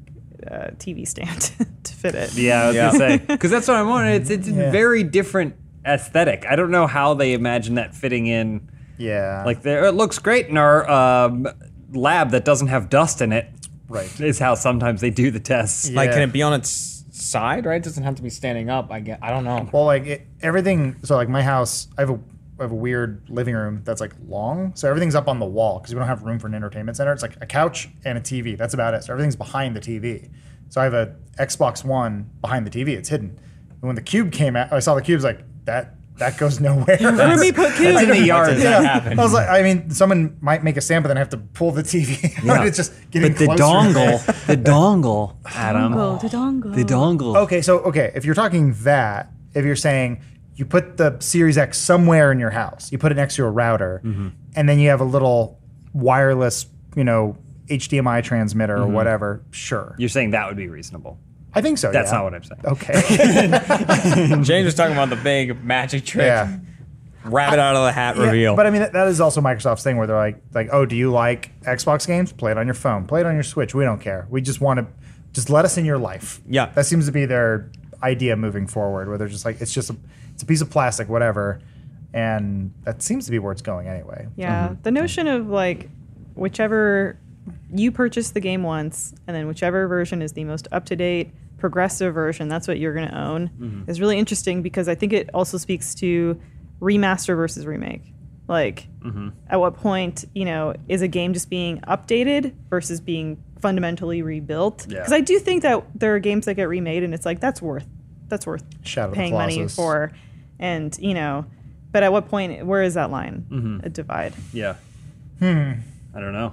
Speaker 1: uh, TV stand to fit it.
Speaker 2: Yeah, I was
Speaker 4: Yeah.
Speaker 2: going to say. Because that's what I wanted. It's, it's a
Speaker 3: Yeah.
Speaker 2: very different aesthetic. I don't know how they imagine that fitting in.
Speaker 3: Yeah.
Speaker 2: Like, there, it looks great in our um, lab that doesn't have dust in it,
Speaker 3: right.
Speaker 2: is how sometimes they do the tests.
Speaker 4: Like, can
Speaker 3: Yeah.
Speaker 4: it be on its side?
Speaker 5: Side, right? Doesn't have to be standing up. I get. I don't know.
Speaker 3: Well, like it, everything. So, like my house, I have a I have a weird living room that's like long. So everything's up on the wall because we don't have room for an entertainment center. It's like a couch and a TV. That's about it. So everything's behind the TV. So I have a Xbox One behind the TV. It's hidden. And when the cube came out, I saw the cube's like that. That goes nowhere.
Speaker 2: Remember me put kids in the yard.
Speaker 3: Yeah.
Speaker 4: happen?
Speaker 3: I was like, I mean, someone might make a sound, but then I have to pull the TV. out.
Speaker 2: Yeah.
Speaker 3: it's just getting
Speaker 2: but the
Speaker 3: closer.
Speaker 2: dongle, the dongle, Adam.
Speaker 1: Dongle, the dongle.
Speaker 2: The dongle.
Speaker 3: Okay, so okay, if you're talking that, if you're saying you put the Series X somewhere in your house, you put it next to a router,
Speaker 2: Mm-hmm.
Speaker 3: and then you have a little wireless, you know, HDMI transmitter
Speaker 2: Mm-hmm.
Speaker 3: or whatever. Sure,
Speaker 2: You're saying that would be reasonable.
Speaker 3: I think so.
Speaker 2: That's
Speaker 3: yeah.
Speaker 2: not what I'm saying.
Speaker 3: Okay.
Speaker 4: James was talking about the big magic trick.
Speaker 3: yeah.
Speaker 4: Rabbit out of the hat
Speaker 3: Yeah,
Speaker 4: reveal.
Speaker 3: But I mean, that, that is also Microsoft's thing where they're like, like, oh, do you like Xbox games? Play it on your phone. Play it on your Switch. We don't care. We just want to, just let us in your life.
Speaker 4: Yeah.
Speaker 3: that seems to be their idea moving forward, where they're just like, it's just a, it's a piece of plastic, whatever, and that seems to be where it's going anyway.
Speaker 1: Yeah, the notion of like whichever you purchase the game once, and then whichever version is the most up to date, progressive version, that's what you're going to own, is really interesting because I think it also speaks to remaster versus remake. Like, at what point, you know, is a game just being updated versus being fundamentally rebuilt?
Speaker 2: Yeah.
Speaker 1: Because I do think that there are games that get remade and it's like, that's worth, that's worth
Speaker 3: Shadow of the
Speaker 1: paying money
Speaker 3: Colossus.
Speaker 1: for. And, you know, but at what point, where is that line? A divide.
Speaker 2: Yeah. Hmm. I don't know.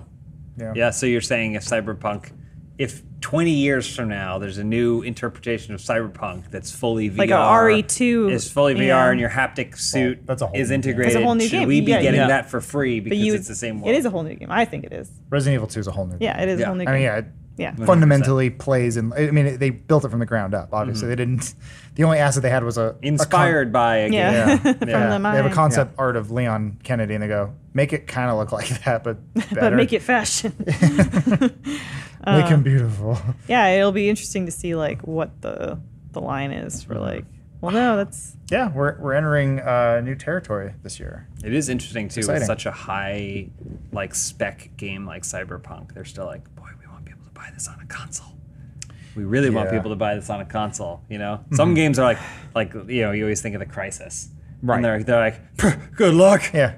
Speaker 3: Yeah.
Speaker 2: Yeah. So you're saying if Cyberpunk, if 20 years from now there's a new interpretation of Cyberpunk that's fully VR,
Speaker 1: Like a RE2,
Speaker 2: is fully VR,
Speaker 1: yeah.
Speaker 2: and your haptic suit
Speaker 3: Well, that's a whole
Speaker 2: is
Speaker 3: new game.
Speaker 2: integrated.
Speaker 1: That's a whole new
Speaker 2: should
Speaker 1: game.
Speaker 2: we be
Speaker 1: Yeah,
Speaker 2: getting
Speaker 1: yeah.
Speaker 2: that for free because
Speaker 1: you-
Speaker 2: it's the same world?
Speaker 1: It is a whole new game. I think it is.
Speaker 3: Resident Evil 2 is a whole new.
Speaker 1: Yeah, it is
Speaker 2: Yeah.
Speaker 1: a whole new
Speaker 3: I
Speaker 1: game.
Speaker 3: mean, yeah, it
Speaker 1: yeah.
Speaker 3: fundamentally plays and I mean, they built it from the ground up. Obviously, they didn't. The only asset they had was a a con-
Speaker 2: inspired by a game.
Speaker 1: Yeah.
Speaker 3: Yeah.
Speaker 1: From
Speaker 2: Yeah.
Speaker 1: the
Speaker 3: they have a
Speaker 1: mind.
Speaker 3: concept art of Leon Kennedy, and they go make it kind of look like that, but better.
Speaker 1: but make it fashion. Uh,
Speaker 3: make him beautiful.
Speaker 1: yeah, it'll be interesting to see like what the the line is for like. Well, no, that's
Speaker 3: yeah, we're we're entering uh, new territory this year.
Speaker 2: It is interesting too.
Speaker 3: Exciting.
Speaker 2: With such a high, like spec game like Cyberpunk, they're still like, boy, we want people to buy this on a console. We really want
Speaker 3: Yeah. Mm-hmm.
Speaker 2: people to buy this on a console. You know, some games are like, like you know, you always think of the Crisis,
Speaker 5: Right.
Speaker 2: And they're, they're like, "Pff, good luck.
Speaker 3: Yeah,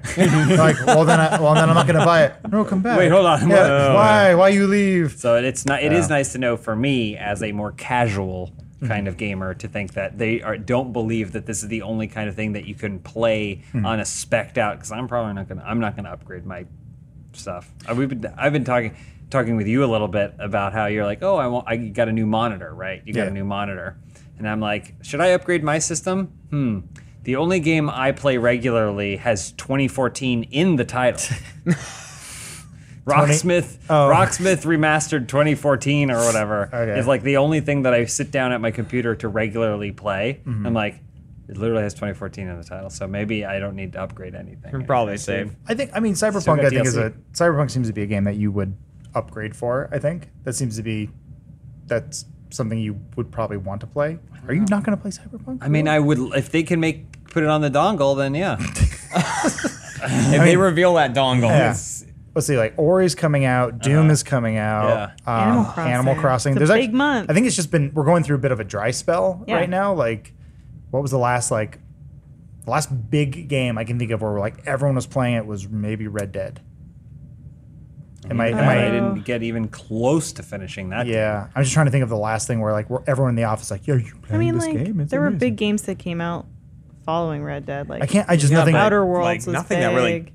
Speaker 3: like well then, I, well then I'm not gonna buy it. No, come back.
Speaker 2: Wait, hold on.
Speaker 3: Yeah,
Speaker 2: Whoa.
Speaker 3: why? Why you leave?
Speaker 2: So it's not. It is
Speaker 3: Yeah. Mm-hmm.
Speaker 2: nice to know for me as a more casual kind of gamer to think that they are don't believe that this is the only kind of thing that you can play
Speaker 3: Mm-hmm.
Speaker 2: on a specced out. Because I'm probably not gonna. I'm not gonna upgrade my stuff. Uh, We've been. I've been talking talking with you a little bit about how you're like, oh, I want. I got a new monitor, right? You got
Speaker 3: Yeah.
Speaker 2: a new monitor, and I'm like, should I upgrade my system? Hmm. The only game I play regularly has 2014 in the title. Rocksmith,
Speaker 3: oh.
Speaker 2: Rocksmith remastered 2014 or whatever
Speaker 3: Okay.
Speaker 2: is like the only thing that I sit down at my computer to regularly play.
Speaker 3: Mm-hmm.
Speaker 2: I'm like, it literally has 2014 in the title, so maybe I don't need to upgrade anything.
Speaker 4: Probably safe.
Speaker 3: I think I mean Cyberpunk.
Speaker 2: got
Speaker 3: I think is
Speaker 2: DLC.
Speaker 3: a Cyberpunk seems to be a game that you would upgrade for. I think that seems to be that's something you would probably want to play. Are you not going to play Cyberpunk?
Speaker 2: I mean, I would if they can make put it on the dongle, then yeah.
Speaker 4: If they reveal that dongle,
Speaker 3: Yeah.
Speaker 4: it's-
Speaker 3: Let's see, like Ori's coming out, Doom is coming out,
Speaker 2: Uh-huh. yeah.
Speaker 1: Animal
Speaker 3: um,
Speaker 1: Crossing.
Speaker 3: Animal Crossing.
Speaker 1: It's a
Speaker 3: There's
Speaker 1: big
Speaker 3: actually-
Speaker 1: month.
Speaker 3: I think it's just been we're going through a bit of a dry spell
Speaker 1: Yeah.
Speaker 3: right now. Like, what was the last like the last big game I can think of where like everyone was playing it was maybe Red Dead. Am I? Am
Speaker 2: I
Speaker 3: I?
Speaker 2: didn't get even close to finishing that.
Speaker 3: Yeah, I'm just trying to think of the last thing where like where everyone in the office like, yo, you playing
Speaker 1: I mean
Speaker 3: this
Speaker 1: like
Speaker 3: game? It's
Speaker 1: there were
Speaker 3: amazing."
Speaker 1: big games that came out following Red Dead like
Speaker 3: I can't. I just
Speaker 4: Yeah,
Speaker 3: nothing.
Speaker 4: but-
Speaker 1: Outer
Speaker 4: like,
Speaker 1: Worlds was
Speaker 4: nothing
Speaker 1: big.
Speaker 4: that really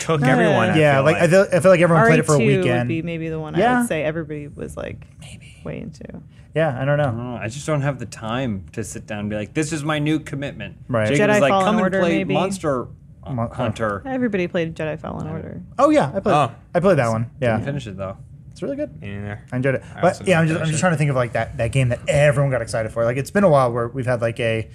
Speaker 4: took
Speaker 1: Yeah.
Speaker 4: everyone. I
Speaker 3: yeah,
Speaker 4: feel
Speaker 3: like, I feel I feel like everyone played it for a
Speaker 1: RE2
Speaker 3: weekend.
Speaker 1: would be maybe the one I
Speaker 3: Yeah.
Speaker 1: would say everybody was like maybe way into.
Speaker 3: yeah, I don't know.
Speaker 2: Oh, I just don't have the time to sit down and be like, this is my new commitment.
Speaker 3: Right.
Speaker 2: Jacob
Speaker 1: Jedi
Speaker 2: was like,
Speaker 1: Fallen
Speaker 2: come
Speaker 1: Order,
Speaker 2: and play
Speaker 1: maybe?
Speaker 2: Monster
Speaker 3: Mon-
Speaker 2: Hunter.
Speaker 1: Everybody played Jedi Fallen Order.
Speaker 3: Oh yeah, I played.
Speaker 4: Oh.
Speaker 3: I played that one.
Speaker 2: Didn't
Speaker 3: Yeah,
Speaker 2: finish it though.
Speaker 3: it's really good.
Speaker 4: in there.
Speaker 3: I enjoyed it.
Speaker 4: also
Speaker 3: But yeah, I'm just, I'm
Speaker 4: didn't finish
Speaker 3: just
Speaker 4: it.
Speaker 3: trying to think of like that, that game that everyone got excited for. Like it's been a while where we've had like a,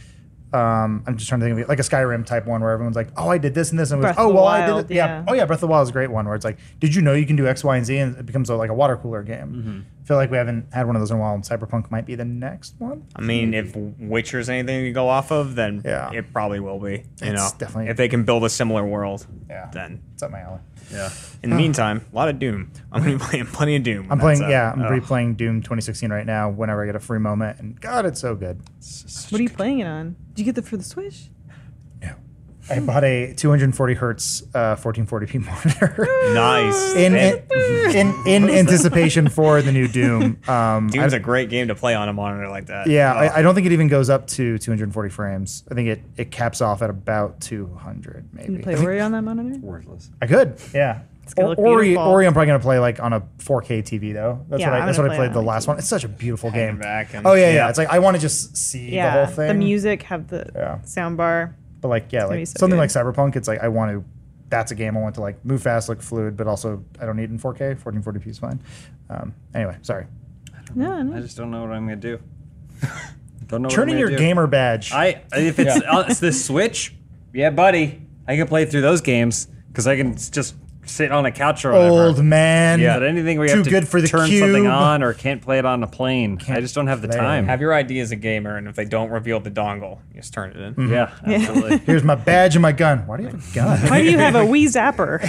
Speaker 3: um, I'm just trying to think of like a Skyrim type one where everyone's like, oh, I did this and this, and we
Speaker 1: Breath of
Speaker 3: oh
Speaker 1: the
Speaker 3: well, I
Speaker 1: Wild,
Speaker 3: did it. Yeah.
Speaker 1: yeah.
Speaker 3: Oh yeah, Breath of the Wild is a great one where it's like, did you know you can do X, Y, and Z, and it becomes a, like a water cooler game. I feel like we haven't had one of those in a while, and Cyberpunk might be the next one.
Speaker 4: I mean, if Witcher's anything to go off of, then
Speaker 3: Yeah.
Speaker 4: it probably will be. You
Speaker 3: It's
Speaker 4: know,
Speaker 3: definitely-
Speaker 4: if they can build a similar world,
Speaker 3: Yeah.
Speaker 4: then.
Speaker 3: It's up my alley.
Speaker 2: Yeah.
Speaker 4: In the meantime, a lot of Doom. I'm gonna be playing plenty of Doom. when
Speaker 3: I'm playing.
Speaker 4: that's uh, out.
Speaker 3: Yeah, I'm
Speaker 4: Ugh.
Speaker 3: replaying Doom 2016 right now. Whenever I get a free moment, and God, it's so good.
Speaker 1: What are you playing it on? Did you get that for the Switch?
Speaker 3: I bought a 240 hertz uh, 1440p monitor.
Speaker 4: Nice.
Speaker 3: in
Speaker 4: Man,
Speaker 3: in, in, in anticipation for the new Doom. Um,
Speaker 4: Doom's
Speaker 3: I-
Speaker 4: a great game to play on a monitor like that. Oh,
Speaker 3: yeah,
Speaker 4: Ugh.
Speaker 3: I, I don't think it even goes up to 240 frames. I think it, it caps off at about 200,
Speaker 1: Did you
Speaker 3: maybe.
Speaker 1: play
Speaker 3: I, think-
Speaker 1: Ori on that monitor?
Speaker 2: Worthless.
Speaker 3: I could, yeah.
Speaker 1: gonna
Speaker 3: Or,
Speaker 1: look
Speaker 3: Ori,
Speaker 1: beautiful.
Speaker 3: Ori, I'm probably gonna play like on a 4K TV though. That's
Speaker 1: Yeah,
Speaker 3: what
Speaker 1: I'm
Speaker 3: I, that's
Speaker 1: gonna
Speaker 3: what I
Speaker 1: play it
Speaker 3: played the
Speaker 1: on my
Speaker 3: last one. It's such a beautiful game.
Speaker 4: back and-
Speaker 3: oh yeah, yeah,
Speaker 4: yeah.
Speaker 3: It's like I want to just see
Speaker 1: Yeah,
Speaker 3: the whole thing.
Speaker 1: music have the
Speaker 3: Yeah.
Speaker 1: sound bar.
Speaker 3: but like yeah,
Speaker 1: gonna be
Speaker 3: like
Speaker 1: so
Speaker 3: something
Speaker 1: good.
Speaker 3: like Cyberpunk. It's like I want to. That's a game I want to like move fast, look fluid, but also I don't need it in 4K. 1440p is fine. Um, anyway, sorry.
Speaker 1: No, no.
Speaker 2: I just don't know what I'm gonna do. don't know.
Speaker 3: Turn
Speaker 2: what
Speaker 3: in
Speaker 2: I'm
Speaker 3: your
Speaker 2: gonna do.
Speaker 3: gamer badge.
Speaker 2: Oh, I if it's, uh, it's the Switch, yeah, buddy, I can play through those games because I can s- just sit on a couch or whatever.
Speaker 3: Old man.
Speaker 2: But anything where you
Speaker 3: Too
Speaker 2: have to
Speaker 3: good for the
Speaker 2: turn
Speaker 3: cube.
Speaker 2: something on or can't play it on a plane. I just don't have the
Speaker 3: play it.
Speaker 2: time.
Speaker 5: Have your ID as a gamer, and if they don't reveal the dongle, you just turn it in.
Speaker 2: yeah, absolutely.
Speaker 3: Here's my badge and my gun. Why do you have a gun?
Speaker 1: Why do you have a wee zapper?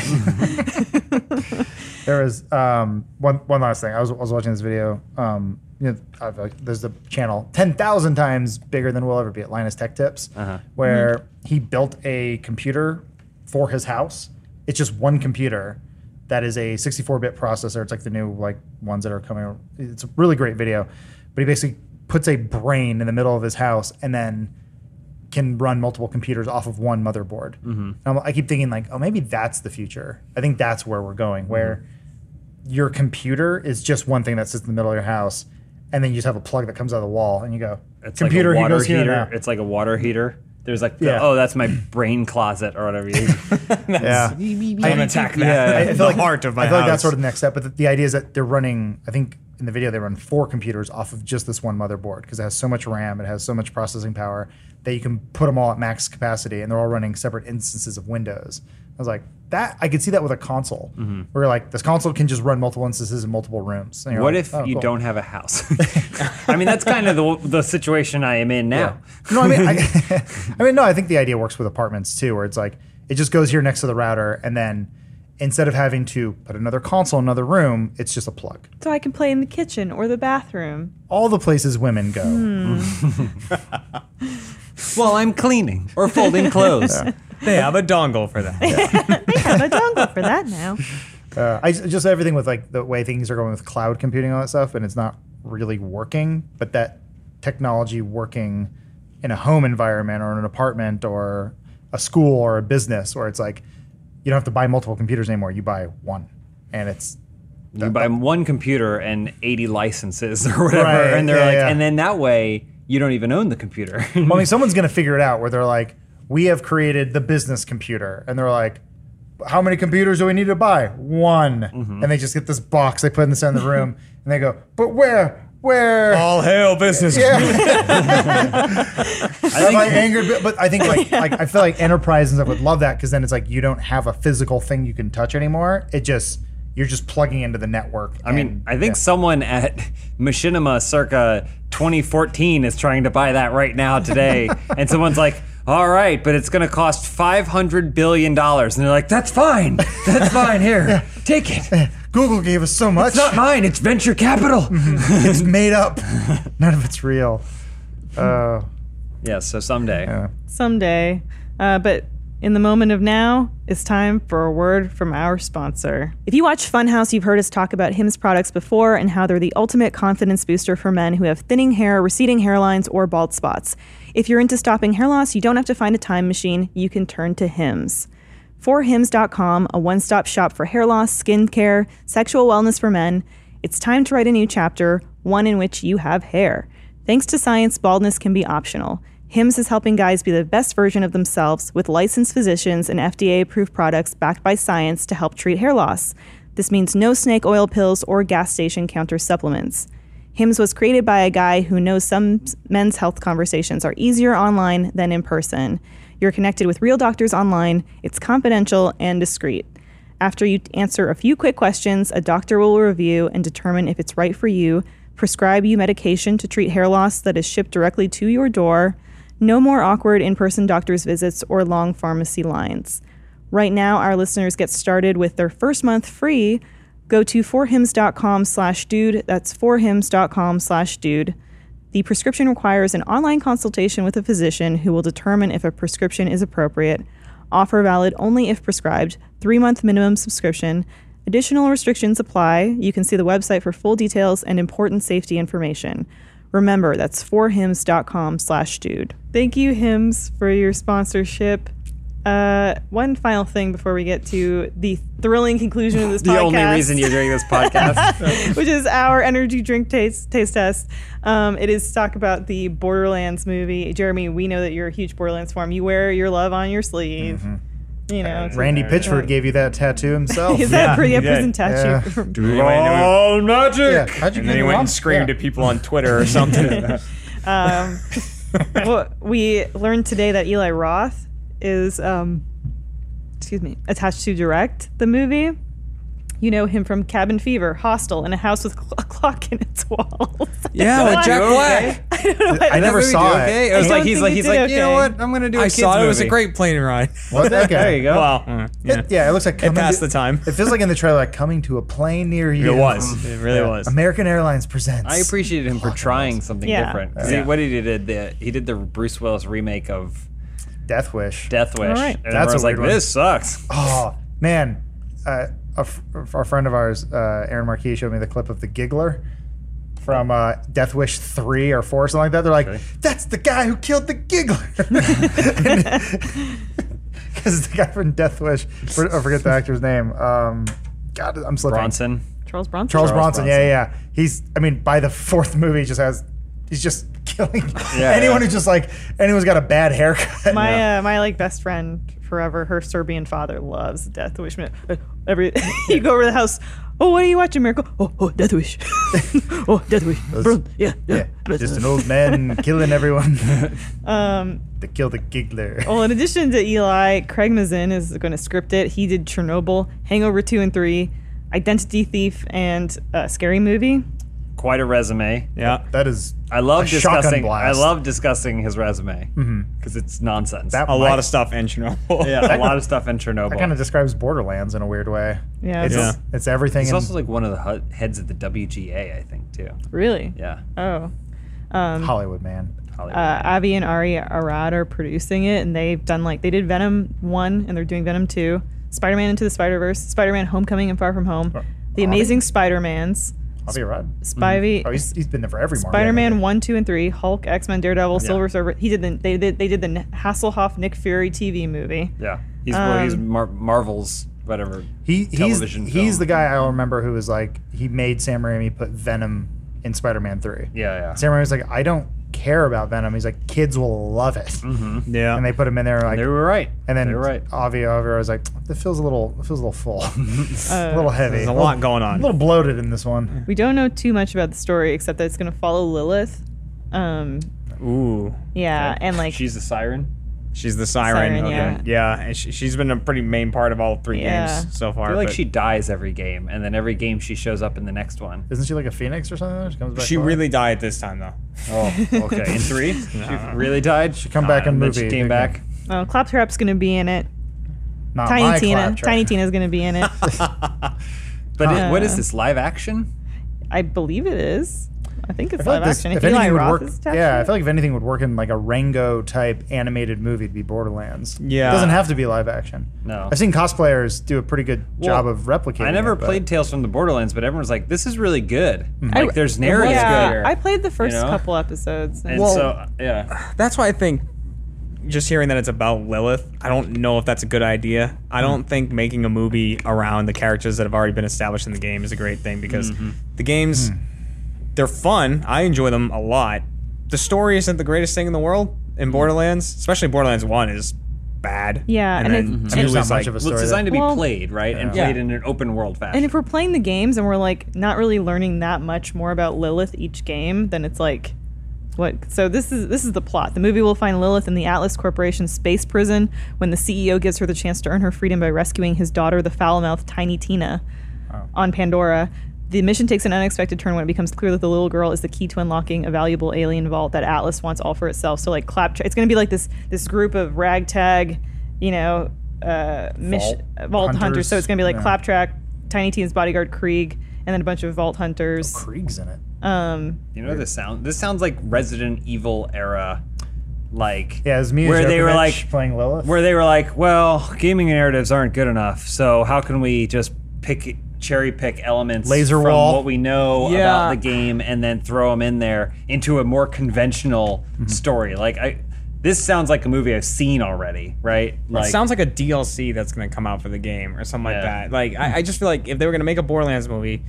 Speaker 3: There was um, one one last thing. I was, I was watching this video. Um, you know, I've, uh, there's the channel ten thousand times bigger than we'll ever be at Linus Tech Tips, where he built a computer for his house. It's just one computer that is a 64-bit processor. It's like the new like ones that are coming. It's a really great video, but he basically puts a brain in the middle of his house and then can run multiple computers off of one motherboard.
Speaker 2: Mm-hmm.
Speaker 3: And I'm, I keep thinking like, oh, maybe that's the future. I think that's where we're
Speaker 2: Mm-hmm.
Speaker 3: going, where your computer is just one thing that sits in the middle of your house, and then you just have a plug that comes out of the wall, and you go
Speaker 2: It's
Speaker 3: computer
Speaker 2: like a
Speaker 3: he
Speaker 2: water
Speaker 3: goes here
Speaker 2: heater.
Speaker 3: now.
Speaker 2: It's like a water heater. There's like,
Speaker 3: Yeah.
Speaker 2: oh, that's my brain closet or whatever. You
Speaker 3: yeah.
Speaker 4: Don't attack that.
Speaker 2: Yeah. I
Speaker 4: the heart of my
Speaker 3: I feel like
Speaker 4: house.
Speaker 3: that's sort of the next step. But the, the idea is that they're running. I think in the video they run four computers off of just this one motherboard because it has so much RAM, it has so much processing power that you can put them all at max capacity, and they're all running separate instances of Windows. I was like, that I could see that with a console,
Speaker 4: Mm-hmm.
Speaker 3: where you're like this console can just run multiple instances in multiple rooms. And you're
Speaker 2: What
Speaker 3: like,
Speaker 2: if
Speaker 3: oh,
Speaker 2: you
Speaker 3: cool.
Speaker 2: don't have a house? I mean, that's kind of the, the situation I am in now.
Speaker 3: No, I mean, I, I mean, no. I think the idea works with apartments too, where it's like it just goes here next to the router, and then instead of having to put another console in another room, it's just a plug.
Speaker 1: so I can play in the kitchen or the bathroom.
Speaker 3: All the places women go.
Speaker 2: Well, I'm cleaning or folding clothes.
Speaker 4: They have a dongle for that.
Speaker 1: They have a dongle for that now.
Speaker 3: Uh, I just everything with like the way things are going with cloud computing and all that stuff, and it's not really working. But that technology working in a home environment or in an apartment or a school or a business, where it's like you don't have to buy multiple computers anymore; you buy one, and it's
Speaker 2: you buy one computer and 80 licenses or whatever,
Speaker 3: Right,
Speaker 2: and they're
Speaker 3: yeah,
Speaker 2: like,
Speaker 3: yeah.
Speaker 2: and then that way you don't even own the computer.
Speaker 3: Well, I mean, someone's going to figure it out where they're like, we have created the business computer. And they're like, how many computers do we need to buy? One. And they just get this box they put in the center of the room and they go, but where? Where?
Speaker 4: All hail business.
Speaker 3: Yeah,
Speaker 2: I
Speaker 3: Am
Speaker 2: think-
Speaker 3: I angered, but- but I think like, like I feel like enterprise and stuff would love that because then it's like you don't have a physical thing you can touch anymore. It just you're just plugging into the network.
Speaker 2: I mean, I think someone at Machinima circa 2014 is trying to buy that right now today. and someone's like, all right, but it's going to cost $500 billion. And they're like, that's fine. That's fine. Here, take it.
Speaker 3: Google gave us so much.
Speaker 2: It's not mine. It's venture capital.
Speaker 3: it's made up. None of it's real. Uh,
Speaker 2: yeah, so someday.
Speaker 1: Someday. Uh, but in the moment of now, it's time for a word from our sponsor. If you watch Funhouse, you've heard us talk about Hims products before and how they're the ultimate confidence booster for men who have thinning hair, receding hairlines, or bald spots. If you're into stopping hair loss, you don't have to find a time machine. You can turn to Hims. forhims.com, a one stop shop for hair loss, skincare, sexual wellness for men, it's time to write a new chapter, one in which you have hair. Thanks to science, baldness can be optional. Hims is helping guys be the best version of themselves with licensed physicians and FDA approved products backed by science to help treat hair loss. This means no snake oil pills or gas station counter supplements. Hims was created by a guy who knows some men's health conversations are easier online than in person. You're connected with real doctors online, it's confidential and discreet. After you answer a few quick questions, a doctor will review and determine if it's right for you, prescribe you medication to treat hair loss that is shipped directly to your door. No more awkward in person doctor's visits or long pharmacy lines. Right now, our listeners get started with their first month free. Go to forhims.com slash dude. That's forhims.com slash dude. The prescription requires an online consultation with a physician who will determine if a prescription is appropriate. Offer valid only if prescribed. Three month minimum subscription. Additional restrictions apply. You can see the website for full details and important safety information. Remember, that's forhims.com slash dude. Thank you, Hims, for your sponsorship. Uh, one final thing before we get to the thrilling conclusion of this
Speaker 2: The
Speaker 1: podcast
Speaker 2: only reason you're doing this podcast.
Speaker 1: which is our energy drink taste taste test. Um, it is to talk about the Borderlands movie. Jeremy, we know that you're a huge Borderlands fan. You wear your love on your sleeve.
Speaker 2: Mm-hmm.
Speaker 1: You know, it's-
Speaker 3: Randy Pitchford gave you that tattoo himself.
Speaker 1: is that pretty a
Speaker 4: did.
Speaker 1: prison tattoo?
Speaker 4: All magic.
Speaker 3: Yeah, how'd you
Speaker 4: And
Speaker 3: get
Speaker 4: then he
Speaker 3: it
Speaker 4: went
Speaker 3: wrong?
Speaker 4: and screamed
Speaker 3: Yeah.
Speaker 4: at people on Twitter or something.
Speaker 1: Um, well, we learned today that Eli Roth is um, excuse me, attached to direct the movie. You know him from Cabin Fever, Hostel, and A House with a Clock in Its Walls.
Speaker 4: Yeah,
Speaker 1: Why?
Speaker 4: with Jack Black.
Speaker 1: I don't know why
Speaker 3: I
Speaker 1: that
Speaker 3: never
Speaker 1: movie-
Speaker 3: saw it.
Speaker 4: okay? It
Speaker 1: I
Speaker 4: was
Speaker 1: don't
Speaker 4: like he's
Speaker 1: think
Speaker 4: like
Speaker 1: you
Speaker 4: he's
Speaker 1: did
Speaker 4: like you know
Speaker 1: okay.
Speaker 4: what? I'm gonna do. a
Speaker 2: I
Speaker 4: kids
Speaker 2: saw it. It
Speaker 4: Movie.
Speaker 2: was a great
Speaker 4: plane ride.
Speaker 3: What that guy?
Speaker 2: There you go.
Speaker 4: Well, mm, yeah.
Speaker 3: It, yeah, it looks like
Speaker 4: it
Speaker 3: coming
Speaker 4: passed
Speaker 3: to-
Speaker 4: the time.
Speaker 3: It feels like in the trailer, like coming to a plane near you.
Speaker 4: It was. It really
Speaker 3: Yeah.
Speaker 4: was.
Speaker 3: American Airlines presents.
Speaker 2: I appreciated him for trying something
Speaker 1: Yeah.
Speaker 2: different. 'Cause
Speaker 4: Yeah.
Speaker 2: He, what did he did the he did the Bruce Willis remake of
Speaker 3: Death Wish.
Speaker 2: Death Wish,
Speaker 1: All right.
Speaker 2: and
Speaker 3: That's
Speaker 2: I was
Speaker 3: a
Speaker 2: like,
Speaker 3: weird one.
Speaker 2: this sucks.
Speaker 3: Oh man, uh, a, f- a friend of ours, uh, Aaron Marquis, showed me the clip of the giggler from uh, Death Wish three or four, something like that. They're like,
Speaker 2: Okay.
Speaker 3: "That's the guy who killed the giggler," because it's the guy from Death Wish. for- I forget the actor's name. Um, God, I'm slipping.
Speaker 2: Bronson.
Speaker 1: Charles Bronson.
Speaker 3: Charles, Bronson.
Speaker 2: Bronson.
Speaker 3: Yeah, yeah. He's. I mean, by the fourth movie, he just has. He's just killing
Speaker 2: Yeah, yeah.
Speaker 3: anyone who's just like anyone who's got a bad haircut.
Speaker 1: My uh, my like best friend forever, her Serbian father loves the Death Wish. Man- uh, Every you go over to the house, oh, what are you watching, Miracle? Oh, oh, Death Wish. oh, Death Wish. Bro- yeah, yeah.
Speaker 3: yeah, just an old man killing everyone.
Speaker 1: Um.
Speaker 3: They killed the giggler.
Speaker 1: Well, in addition to Eli, Craig Mazin is going to script it. He did Chernobyl, Hangover Two and Three, Identity Thief, and uh, Scary Movie.
Speaker 2: Quite a resume.
Speaker 4: Yeah.
Speaker 3: That is.
Speaker 2: I love
Speaker 3: A shotgun
Speaker 2: discussing.
Speaker 3: blast. Mm-hmm.
Speaker 2: I love discussing his resume because it's nonsense.
Speaker 3: That-
Speaker 4: A
Speaker 3: Mike-
Speaker 4: lot of stuff in Chernobyl.
Speaker 2: yeah, a lot of stuff in Chernobyl.
Speaker 3: That kind of describes Borderlands in a weird way.
Speaker 1: Yeah.
Speaker 3: It's,
Speaker 1: it's-
Speaker 4: Yeah.
Speaker 3: it's everything.
Speaker 2: He's
Speaker 3: in-
Speaker 2: also like one of the hu- heads of the WGA, I think, too.
Speaker 1: Really.
Speaker 2: Yeah,
Speaker 1: Oh.
Speaker 3: Hollywood, man.
Speaker 2: Hollywood.
Speaker 1: uh, Avi and Ari Arad are producing it, and they've done like they did Venom one, and they're doing Venom two, Spider Man Into the Spider Verse, Spider Man Homecoming and Far From Home, The Amazing Spider Mans,
Speaker 3: I'll be right.
Speaker 1: Spivey,
Speaker 3: Oh, he's, he's been there for every Marvel
Speaker 1: Spider Man
Speaker 3: movie.
Speaker 1: one, two, and three, Hulk, X Men, Daredevil, Silver Surfer. He did the they did they did the N- Hasselhoff Nick Fury TV movie.
Speaker 2: yeah, he's well, he's
Speaker 1: um,
Speaker 2: Mar- Marvel's whatever.
Speaker 3: He, he's
Speaker 2: television
Speaker 3: he's
Speaker 2: film.
Speaker 3: the guy I remember who was like he made Sam Raimi put Venom in Spider Man three.
Speaker 2: Yeah, yeah.
Speaker 3: Sam Raimi's like I don't care about Venom. He's like kids will love it,
Speaker 4: Yeah.
Speaker 3: and they put him in there like.
Speaker 2: Mm-hmm. they were right.
Speaker 3: and then
Speaker 2: they were right. Uh,
Speaker 3: Avi Avi was like, "This feels a little, it feels a little full, a little heavy,
Speaker 4: There's a lot going
Speaker 3: a
Speaker 4: on.
Speaker 3: Oh. little bloated in this one."
Speaker 2: Mm.
Speaker 1: We don't know too much about the story except that it's going to follow Lilith. Um,
Speaker 4: Ooh.
Speaker 1: yeah, and like
Speaker 2: She's a siren.
Speaker 4: She's the
Speaker 1: Siren,
Speaker 4: siren. okay. Yeah. And she, she's been a pretty main part of all three
Speaker 1: Yeah.
Speaker 4: games so
Speaker 2: I
Speaker 4: far.
Speaker 2: feel like
Speaker 4: but
Speaker 2: she dies every game, and then every game she shows up in the next one.
Speaker 3: Isn't she like a phoenix or something? She comes back.
Speaker 4: she
Speaker 3: alive?
Speaker 4: really died this time though.
Speaker 2: Oh, okay. In three, she really died. She
Speaker 3: come back in
Speaker 2: and then She
Speaker 3: movie,
Speaker 2: came
Speaker 3: didn't
Speaker 2: back.
Speaker 1: oh, Claptrap's going to be in it.
Speaker 3: Not my
Speaker 1: Tiny Tina,
Speaker 3: claptrap.
Speaker 1: Tiny Tina's going to be in it.
Speaker 2: But it- what
Speaker 1: Uh.
Speaker 2: is this live action?
Speaker 1: I believe it is. I think it's
Speaker 3: I feel
Speaker 1: live
Speaker 3: like this-
Speaker 1: action. If, Eli
Speaker 3: would
Speaker 1: Roth
Speaker 3: work,
Speaker 1: is attached
Speaker 3: yeah,
Speaker 1: to
Speaker 3: I
Speaker 1: it.
Speaker 3: feel like if anything would work in like a Rango type animated movie, to be Borderlands.
Speaker 4: Yeah.
Speaker 3: it doesn't have to be live action.
Speaker 2: No.
Speaker 3: I've seen cosplayers do a pretty good
Speaker 2: Well,
Speaker 3: job of replicating.
Speaker 2: I never
Speaker 3: it, but-
Speaker 2: played Tales from the Borderlands, but everyone's like, "This is really good.
Speaker 1: I-
Speaker 3: Mm-hmm.
Speaker 2: Like, there's narrative
Speaker 1: yeah,
Speaker 2: here."
Speaker 1: I played the first
Speaker 2: you know?
Speaker 1: couple episodes.
Speaker 2: and so, yeah,
Speaker 4: That's why I think just hearing that it's about Lilith, I don't know if that's a good idea. I don't think making a movie around the characters that have already been established in the game is a great thing because the
Speaker 3: Hmm.
Speaker 4: games they're fun. I enjoy them a lot. The story isn't the greatest thing in the world in Borderlands, especially Borderlands 1 is bad.
Speaker 1: Yeah,
Speaker 4: and,
Speaker 1: and
Speaker 4: then
Speaker 1: it's-
Speaker 4: two
Speaker 1: and
Speaker 3: There's
Speaker 4: is
Speaker 3: not much
Speaker 4: like
Speaker 3: of a
Speaker 2: well,
Speaker 3: story.
Speaker 2: it's
Speaker 3: there.
Speaker 2: designed to be
Speaker 1: Well-
Speaker 2: played, right, and
Speaker 5: Yeah.
Speaker 2: played in an open world fashion.
Speaker 1: and if we're playing the games and we're like not really learning that much more about Lilith each game, then it's like what so this is this is the plot. The movie will find Lilith in the Atlas Corporation space prison when the CEO gives her the chance to earn her freedom by rescuing his daughter, the foul-mouthed Tiny Tina,
Speaker 3: Oh.
Speaker 1: on Pandora. The mission takes an unexpected turn when it becomes clear that the little girl is the key to unlocking a valuable alien vault that Atlas wants all for itself. So like Claptrap, it's going to be like this this group of ragtag, you know, uh, mission
Speaker 3: Vault
Speaker 1: vault hunters.
Speaker 3: hunters.
Speaker 1: So it's going to be like
Speaker 3: Yeah.
Speaker 1: Claptrap, Tiny Tina's bodyguard Krieg, and then a bunch of vault hunters.
Speaker 3: Krieg's in it.
Speaker 1: Um,
Speaker 2: you know, this sound this sounds like Resident Evil era, like
Speaker 3: Yeah, it's me.
Speaker 2: where they were like
Speaker 3: playing Lilith.
Speaker 2: where they were like, well, gaming narratives aren't good enough, so how can we just pick cherry pick elements
Speaker 3: Laser
Speaker 2: from
Speaker 3: wall.
Speaker 2: what we know
Speaker 5: Yeah.
Speaker 2: about the game and then throw them in there into a more conventional
Speaker 3: Mm-hmm.
Speaker 2: story? Like I this sounds like a movie I've seen already, right? Like
Speaker 4: it sounds like a DLC that's going to come out for the game or something like
Speaker 2: Yeah.
Speaker 4: that. Like I, I just feel like if they were going to make a Borderlands movie,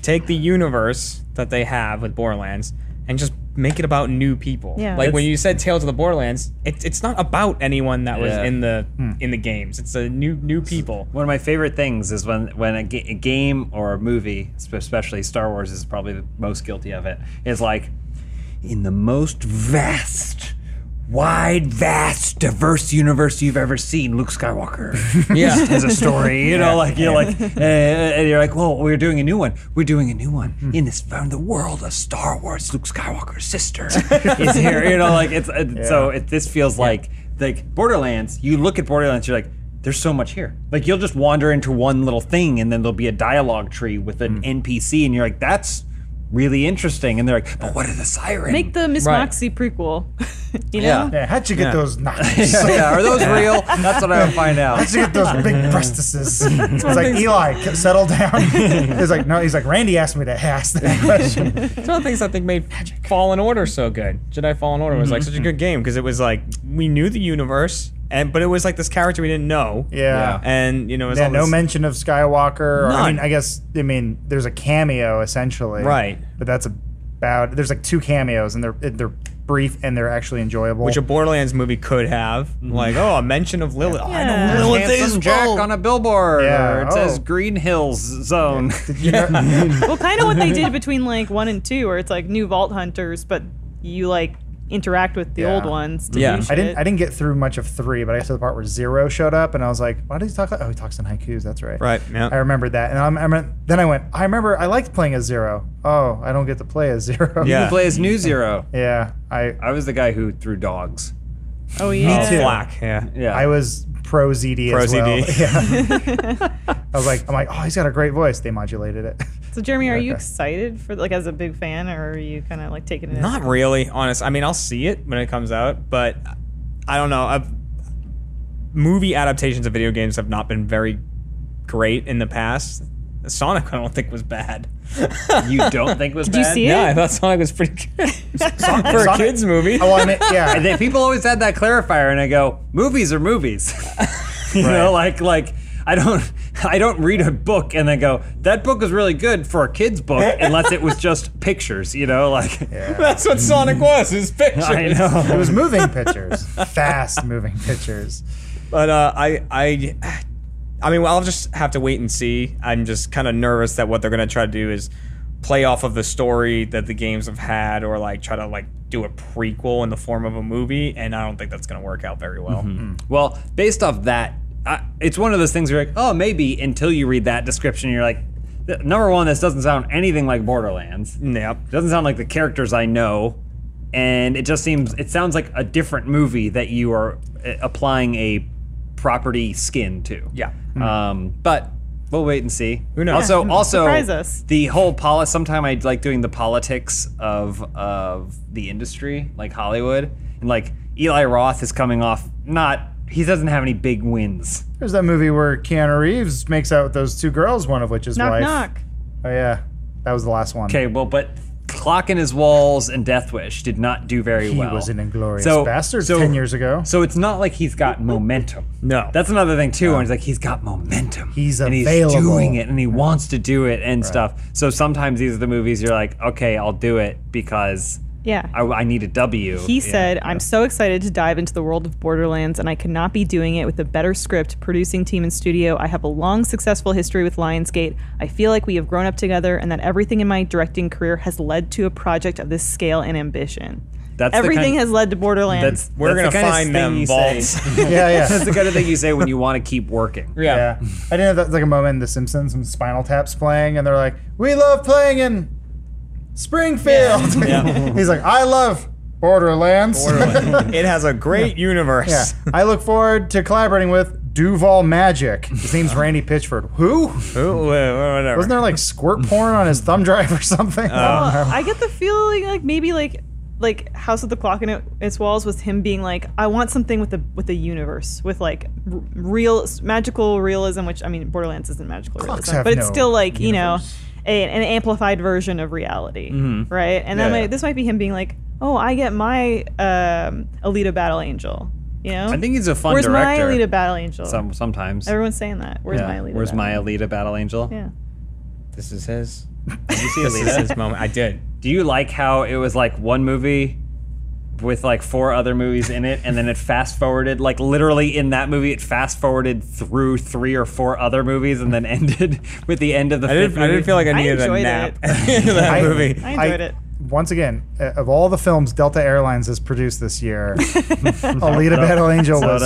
Speaker 4: take the universe that they have with Borderlands and just make it about new people.
Speaker 1: Yeah.
Speaker 4: Like when
Speaker 2: It's-
Speaker 4: you said Tales of the Borderlands, it, it's not about anyone that was
Speaker 2: Yeah.
Speaker 4: in the in the games. It's a new new people.
Speaker 2: one of my favorite things is when when a, ga- a game or a movie, sp- especially Star Wars, is probably the most guilty of it. Is like in the most vast wide, vast, diverse universe you've ever seen. Luke Skywalker
Speaker 4: Yeah.
Speaker 2: has a story, you know, like you're like, uh, and you're like, well, we're doing a new one. We're doing a new one in this from the world of Star Wars. Luke Skywalker's sister is here, you know, like it's uh, so. It, this feels like like Borderlands. You look at Borderlands, you're like. There's so much here. Like you'll just wander into one little thing, and then there'll be a dialogue tree with an NPC, and you're like, "That's really interesting." And they're like, "But what are the sirens?"
Speaker 1: Make the Miss
Speaker 4: Right.
Speaker 1: Moxie prequel. you know?
Speaker 2: Yeah.
Speaker 3: Yeah, how'd you get
Speaker 4: Yeah.
Speaker 3: those knives?
Speaker 2: yeah, are those real? That's what I would find out.
Speaker 3: How'd you get those big breastises? It's like Eli, c- settle down. He's like, no. He's like, Randy asked me to ask that question.
Speaker 5: It's one of the things I think made Fallen Order so good. Jedi Fallen Order was like such a good game because it was like we knew the universe, and but it was like this character we didn't know.
Speaker 3: Yeah.
Speaker 4: and you know, it was
Speaker 3: Yeah,
Speaker 4: all
Speaker 3: no
Speaker 4: this-
Speaker 3: mention of Skywalker. Or, I mean,
Speaker 4: None.
Speaker 3: I guess I mean there's a cameo essentially,
Speaker 4: Right.
Speaker 3: But that's about there's like two cameos, and they're they're brief and they're actually enjoyable.
Speaker 4: which a Borderlands movie could have,
Speaker 3: Mm-hmm.
Speaker 4: like oh, a mention of Lilith. Oh, I know
Speaker 1: Yeah.
Speaker 4: Lilith
Speaker 2: Handsome Jack on a billboard.
Speaker 3: Yeah,
Speaker 2: Or it
Speaker 3: oh.
Speaker 2: says Green Hills Zone.
Speaker 3: Did you know-
Speaker 1: Well, kind of what they did between like one and two, where it's like new Vault Hunters, but you like interact with the
Speaker 3: Yeah.
Speaker 1: old ones. To
Speaker 4: Yeah.
Speaker 1: do
Speaker 3: I didn't.
Speaker 1: shit.
Speaker 3: I didn't get through much of three, but I got to the part where Zero showed up, and I was like, "Why does he talk? Like, oh, he talks in haikus. That's right.
Speaker 4: Right, yeah.
Speaker 3: I remembered that, and I'm, I'm, then I went. I remember I liked playing as Zero. Oh, I don't get to play as Zero.
Speaker 4: Yeah.
Speaker 2: You play Oh, as New Zero.
Speaker 3: yeah. I
Speaker 2: I was the guy who threw dogs.
Speaker 1: Oh yeah.
Speaker 3: too.
Speaker 4: Black, yeah.
Speaker 2: Yeah.
Speaker 3: I was pro ZD
Speaker 4: Pro
Speaker 3: as well.
Speaker 4: ZD.
Speaker 3: Yeah. I was like, I'm like, oh, he's got a great voice. They modulated it.
Speaker 1: So Jeremy, are you
Speaker 3: Okay.
Speaker 1: excited for like as a big fan, or are you kind of like taking it? as-
Speaker 4: Not really, honest. I mean, I'll see it when it comes out, but I don't know. I've, movie adaptations of video games have not been very great in the past. Sonic, I don't think was bad.
Speaker 2: you don't think was
Speaker 1: Did you
Speaker 2: bad?
Speaker 1: see it?
Speaker 5: Yeah, I thought Sonic was pretty good for a
Speaker 3: Sonic-
Speaker 5: kids movie.
Speaker 3: Oh, I mean, yeah.
Speaker 2: And then people always had that clarifier, and I go, movies are movies. you know, like like I don't I don't read a book and then go, that book is really good for a kid's book, unless it was just pictures. You know, like
Speaker 5: That's what Sonic was. His picture.
Speaker 2: I know.
Speaker 3: it was moving pictures, fast moving pictures.
Speaker 4: But uh, I, I, I mean, well, I'll just have to wait and see. I'm just kind of nervous that what they're gonna try to do is play off of the story that the games have had, or like try to like do a prequel in the form of a movie, and I don't think that's gonna work out very well.
Speaker 2: Well, based off that, I, it's one of those things where you're like, oh, maybe until you read that description, you're like, th- number one, this doesn't sound anything like Borderlands. It
Speaker 4: Mm. Yep.
Speaker 2: doesn't sound like the characters I know. And it just seems, it sounds like a different movie that you are uh, applying a property skin to.
Speaker 4: Yeah.
Speaker 2: Um, but we'll wait and see. Who
Speaker 4: knows?
Speaker 2: Also, also
Speaker 1: Surprise us.
Speaker 2: the whole poli sometime I like doing the politics of of the industry, like Hollywood. And like Eli Roth is coming off not he doesn't have any big wins.
Speaker 3: There's that movie where Keanu Reeves makes out with those two girls, one of which is
Speaker 1: knock
Speaker 3: wife.
Speaker 1: knock.
Speaker 3: Oh yeah, that was the last one.
Speaker 2: Okay, well but Clock in His Walls and Death Wish did not do very
Speaker 3: He
Speaker 2: well.
Speaker 3: was in Inglorious
Speaker 2: So-
Speaker 3: Bastards
Speaker 2: so-
Speaker 3: ten years ago.
Speaker 2: So it's not like he's got momentum.
Speaker 4: No.
Speaker 2: That's another thing too. And it's like he's got momentum.
Speaker 3: He's
Speaker 2: and
Speaker 3: available.
Speaker 2: he's doing it and he wants to do it and stuff. So sometimes these are the movies you're like, okay, I'll do it because
Speaker 1: Yeah.
Speaker 2: I, I need a W.
Speaker 1: He said, I'm so excited to dive into the world of Borderlands, and I could not be doing it with a better script, producing team, and studio. I have a long, successful history with Lionsgate. I feel like we have grown up together, and that everything in my directing career has led to a project of this scale and ambition.
Speaker 2: That's the
Speaker 1: everything
Speaker 2: kind-
Speaker 1: has led to Borderlands.
Speaker 2: That's,
Speaker 4: We're
Speaker 2: that's the
Speaker 4: gonna
Speaker 2: kind of
Speaker 4: find
Speaker 2: thing
Speaker 4: them
Speaker 2: you
Speaker 4: vaults.
Speaker 2: say-
Speaker 3: yeah,
Speaker 2: that's
Speaker 3: yeah.
Speaker 2: the kind of thing you say when you want to keep working.
Speaker 5: Yeah.
Speaker 3: Yeah, I didn't know that's like a moment in The Simpsons when Spinal Tap's playing, and they're like, "We love playing in Springfield." He's like, "I love Borderlands."
Speaker 4: it has a great universe.
Speaker 3: yeah, I look forward to collaborating with Duval Magic. His name's Randy Pitchford. Who?
Speaker 4: Ooh, wha- whatever.
Speaker 3: Wasn't there like squirt porn on his thumb drive or something? I don't
Speaker 1: Well,
Speaker 3: know.
Speaker 1: I get the feeling like maybe like like House of the Clock in it, its walls was him being like, I want something with the with the universe, with like r- real magical realism, which I mean, Borderlands isn't magical
Speaker 3: Clocks
Speaker 1: realism,
Speaker 3: have
Speaker 1: but it's
Speaker 3: no
Speaker 1: still like you know
Speaker 3: universe.
Speaker 1: a, an amplified version of reality, right? And
Speaker 4: Yeah,
Speaker 1: that might,
Speaker 4: yeah.
Speaker 1: this might be him being like, oh, I get my um, Alita Battle Angel, you know?
Speaker 2: I think he's a fun
Speaker 1: Where's my
Speaker 2: director.
Speaker 1: Alita Battle Angel?
Speaker 2: Some sometimes.
Speaker 1: Everyone's saying that. Where's
Speaker 2: Yeah.
Speaker 1: my Alita?
Speaker 2: Where's
Speaker 1: Battle
Speaker 2: my
Speaker 1: Angel?
Speaker 2: Alita Battle Angel?
Speaker 1: Yeah.
Speaker 4: This is his.
Speaker 2: Did you see
Speaker 4: This is
Speaker 2: Alita?
Speaker 4: his moment. I did.
Speaker 2: Do you like how it was like one movie with like four other movies in it, and then it fast forwarded like literally in that movie, it fast forwarded through three or four other movies, and then ended with the end of the
Speaker 4: I
Speaker 2: fifth
Speaker 4: didn't. I
Speaker 2: movie?
Speaker 4: didn't feel like I
Speaker 1: I
Speaker 4: needed a
Speaker 1: enjoyed
Speaker 4: nap
Speaker 1: it.
Speaker 4: in that
Speaker 3: I-
Speaker 4: movie.
Speaker 1: I enjoyed it.
Speaker 3: once again, uh, of all the films Delta Airlines has produced this year, Alita Battle Angel was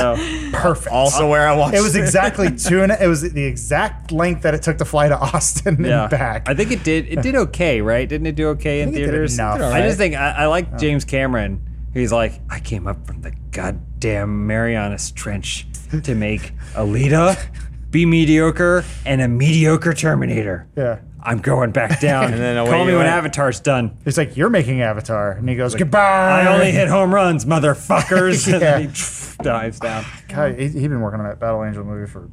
Speaker 3: perfect.
Speaker 4: Also, where I watched
Speaker 3: it was exactly two and a, it was the exact length that it took to fly to Austin
Speaker 2: Yeah.
Speaker 3: and back.
Speaker 2: I think it did. It did okay, right? Didn't it do okay in
Speaker 3: think it did
Speaker 2: theaters?
Speaker 3: enough. It did
Speaker 2: I just think I, I like James Cameron. He's like, I came up from the goddamn Marianas Trench to make Alita be mediocre and a mediocre Terminator.
Speaker 3: yeah.
Speaker 2: I'm going back down.
Speaker 4: And then away
Speaker 2: Call me
Speaker 4: you
Speaker 2: when
Speaker 4: went.
Speaker 2: Avatar's done.
Speaker 3: It's like you're making Avatar, and he goes goodbye.
Speaker 2: I only hit home runs, motherfuckers. And then
Speaker 3: Yeah.
Speaker 2: he dives down.
Speaker 3: God, he, he'd been working on that Battle Angel movie for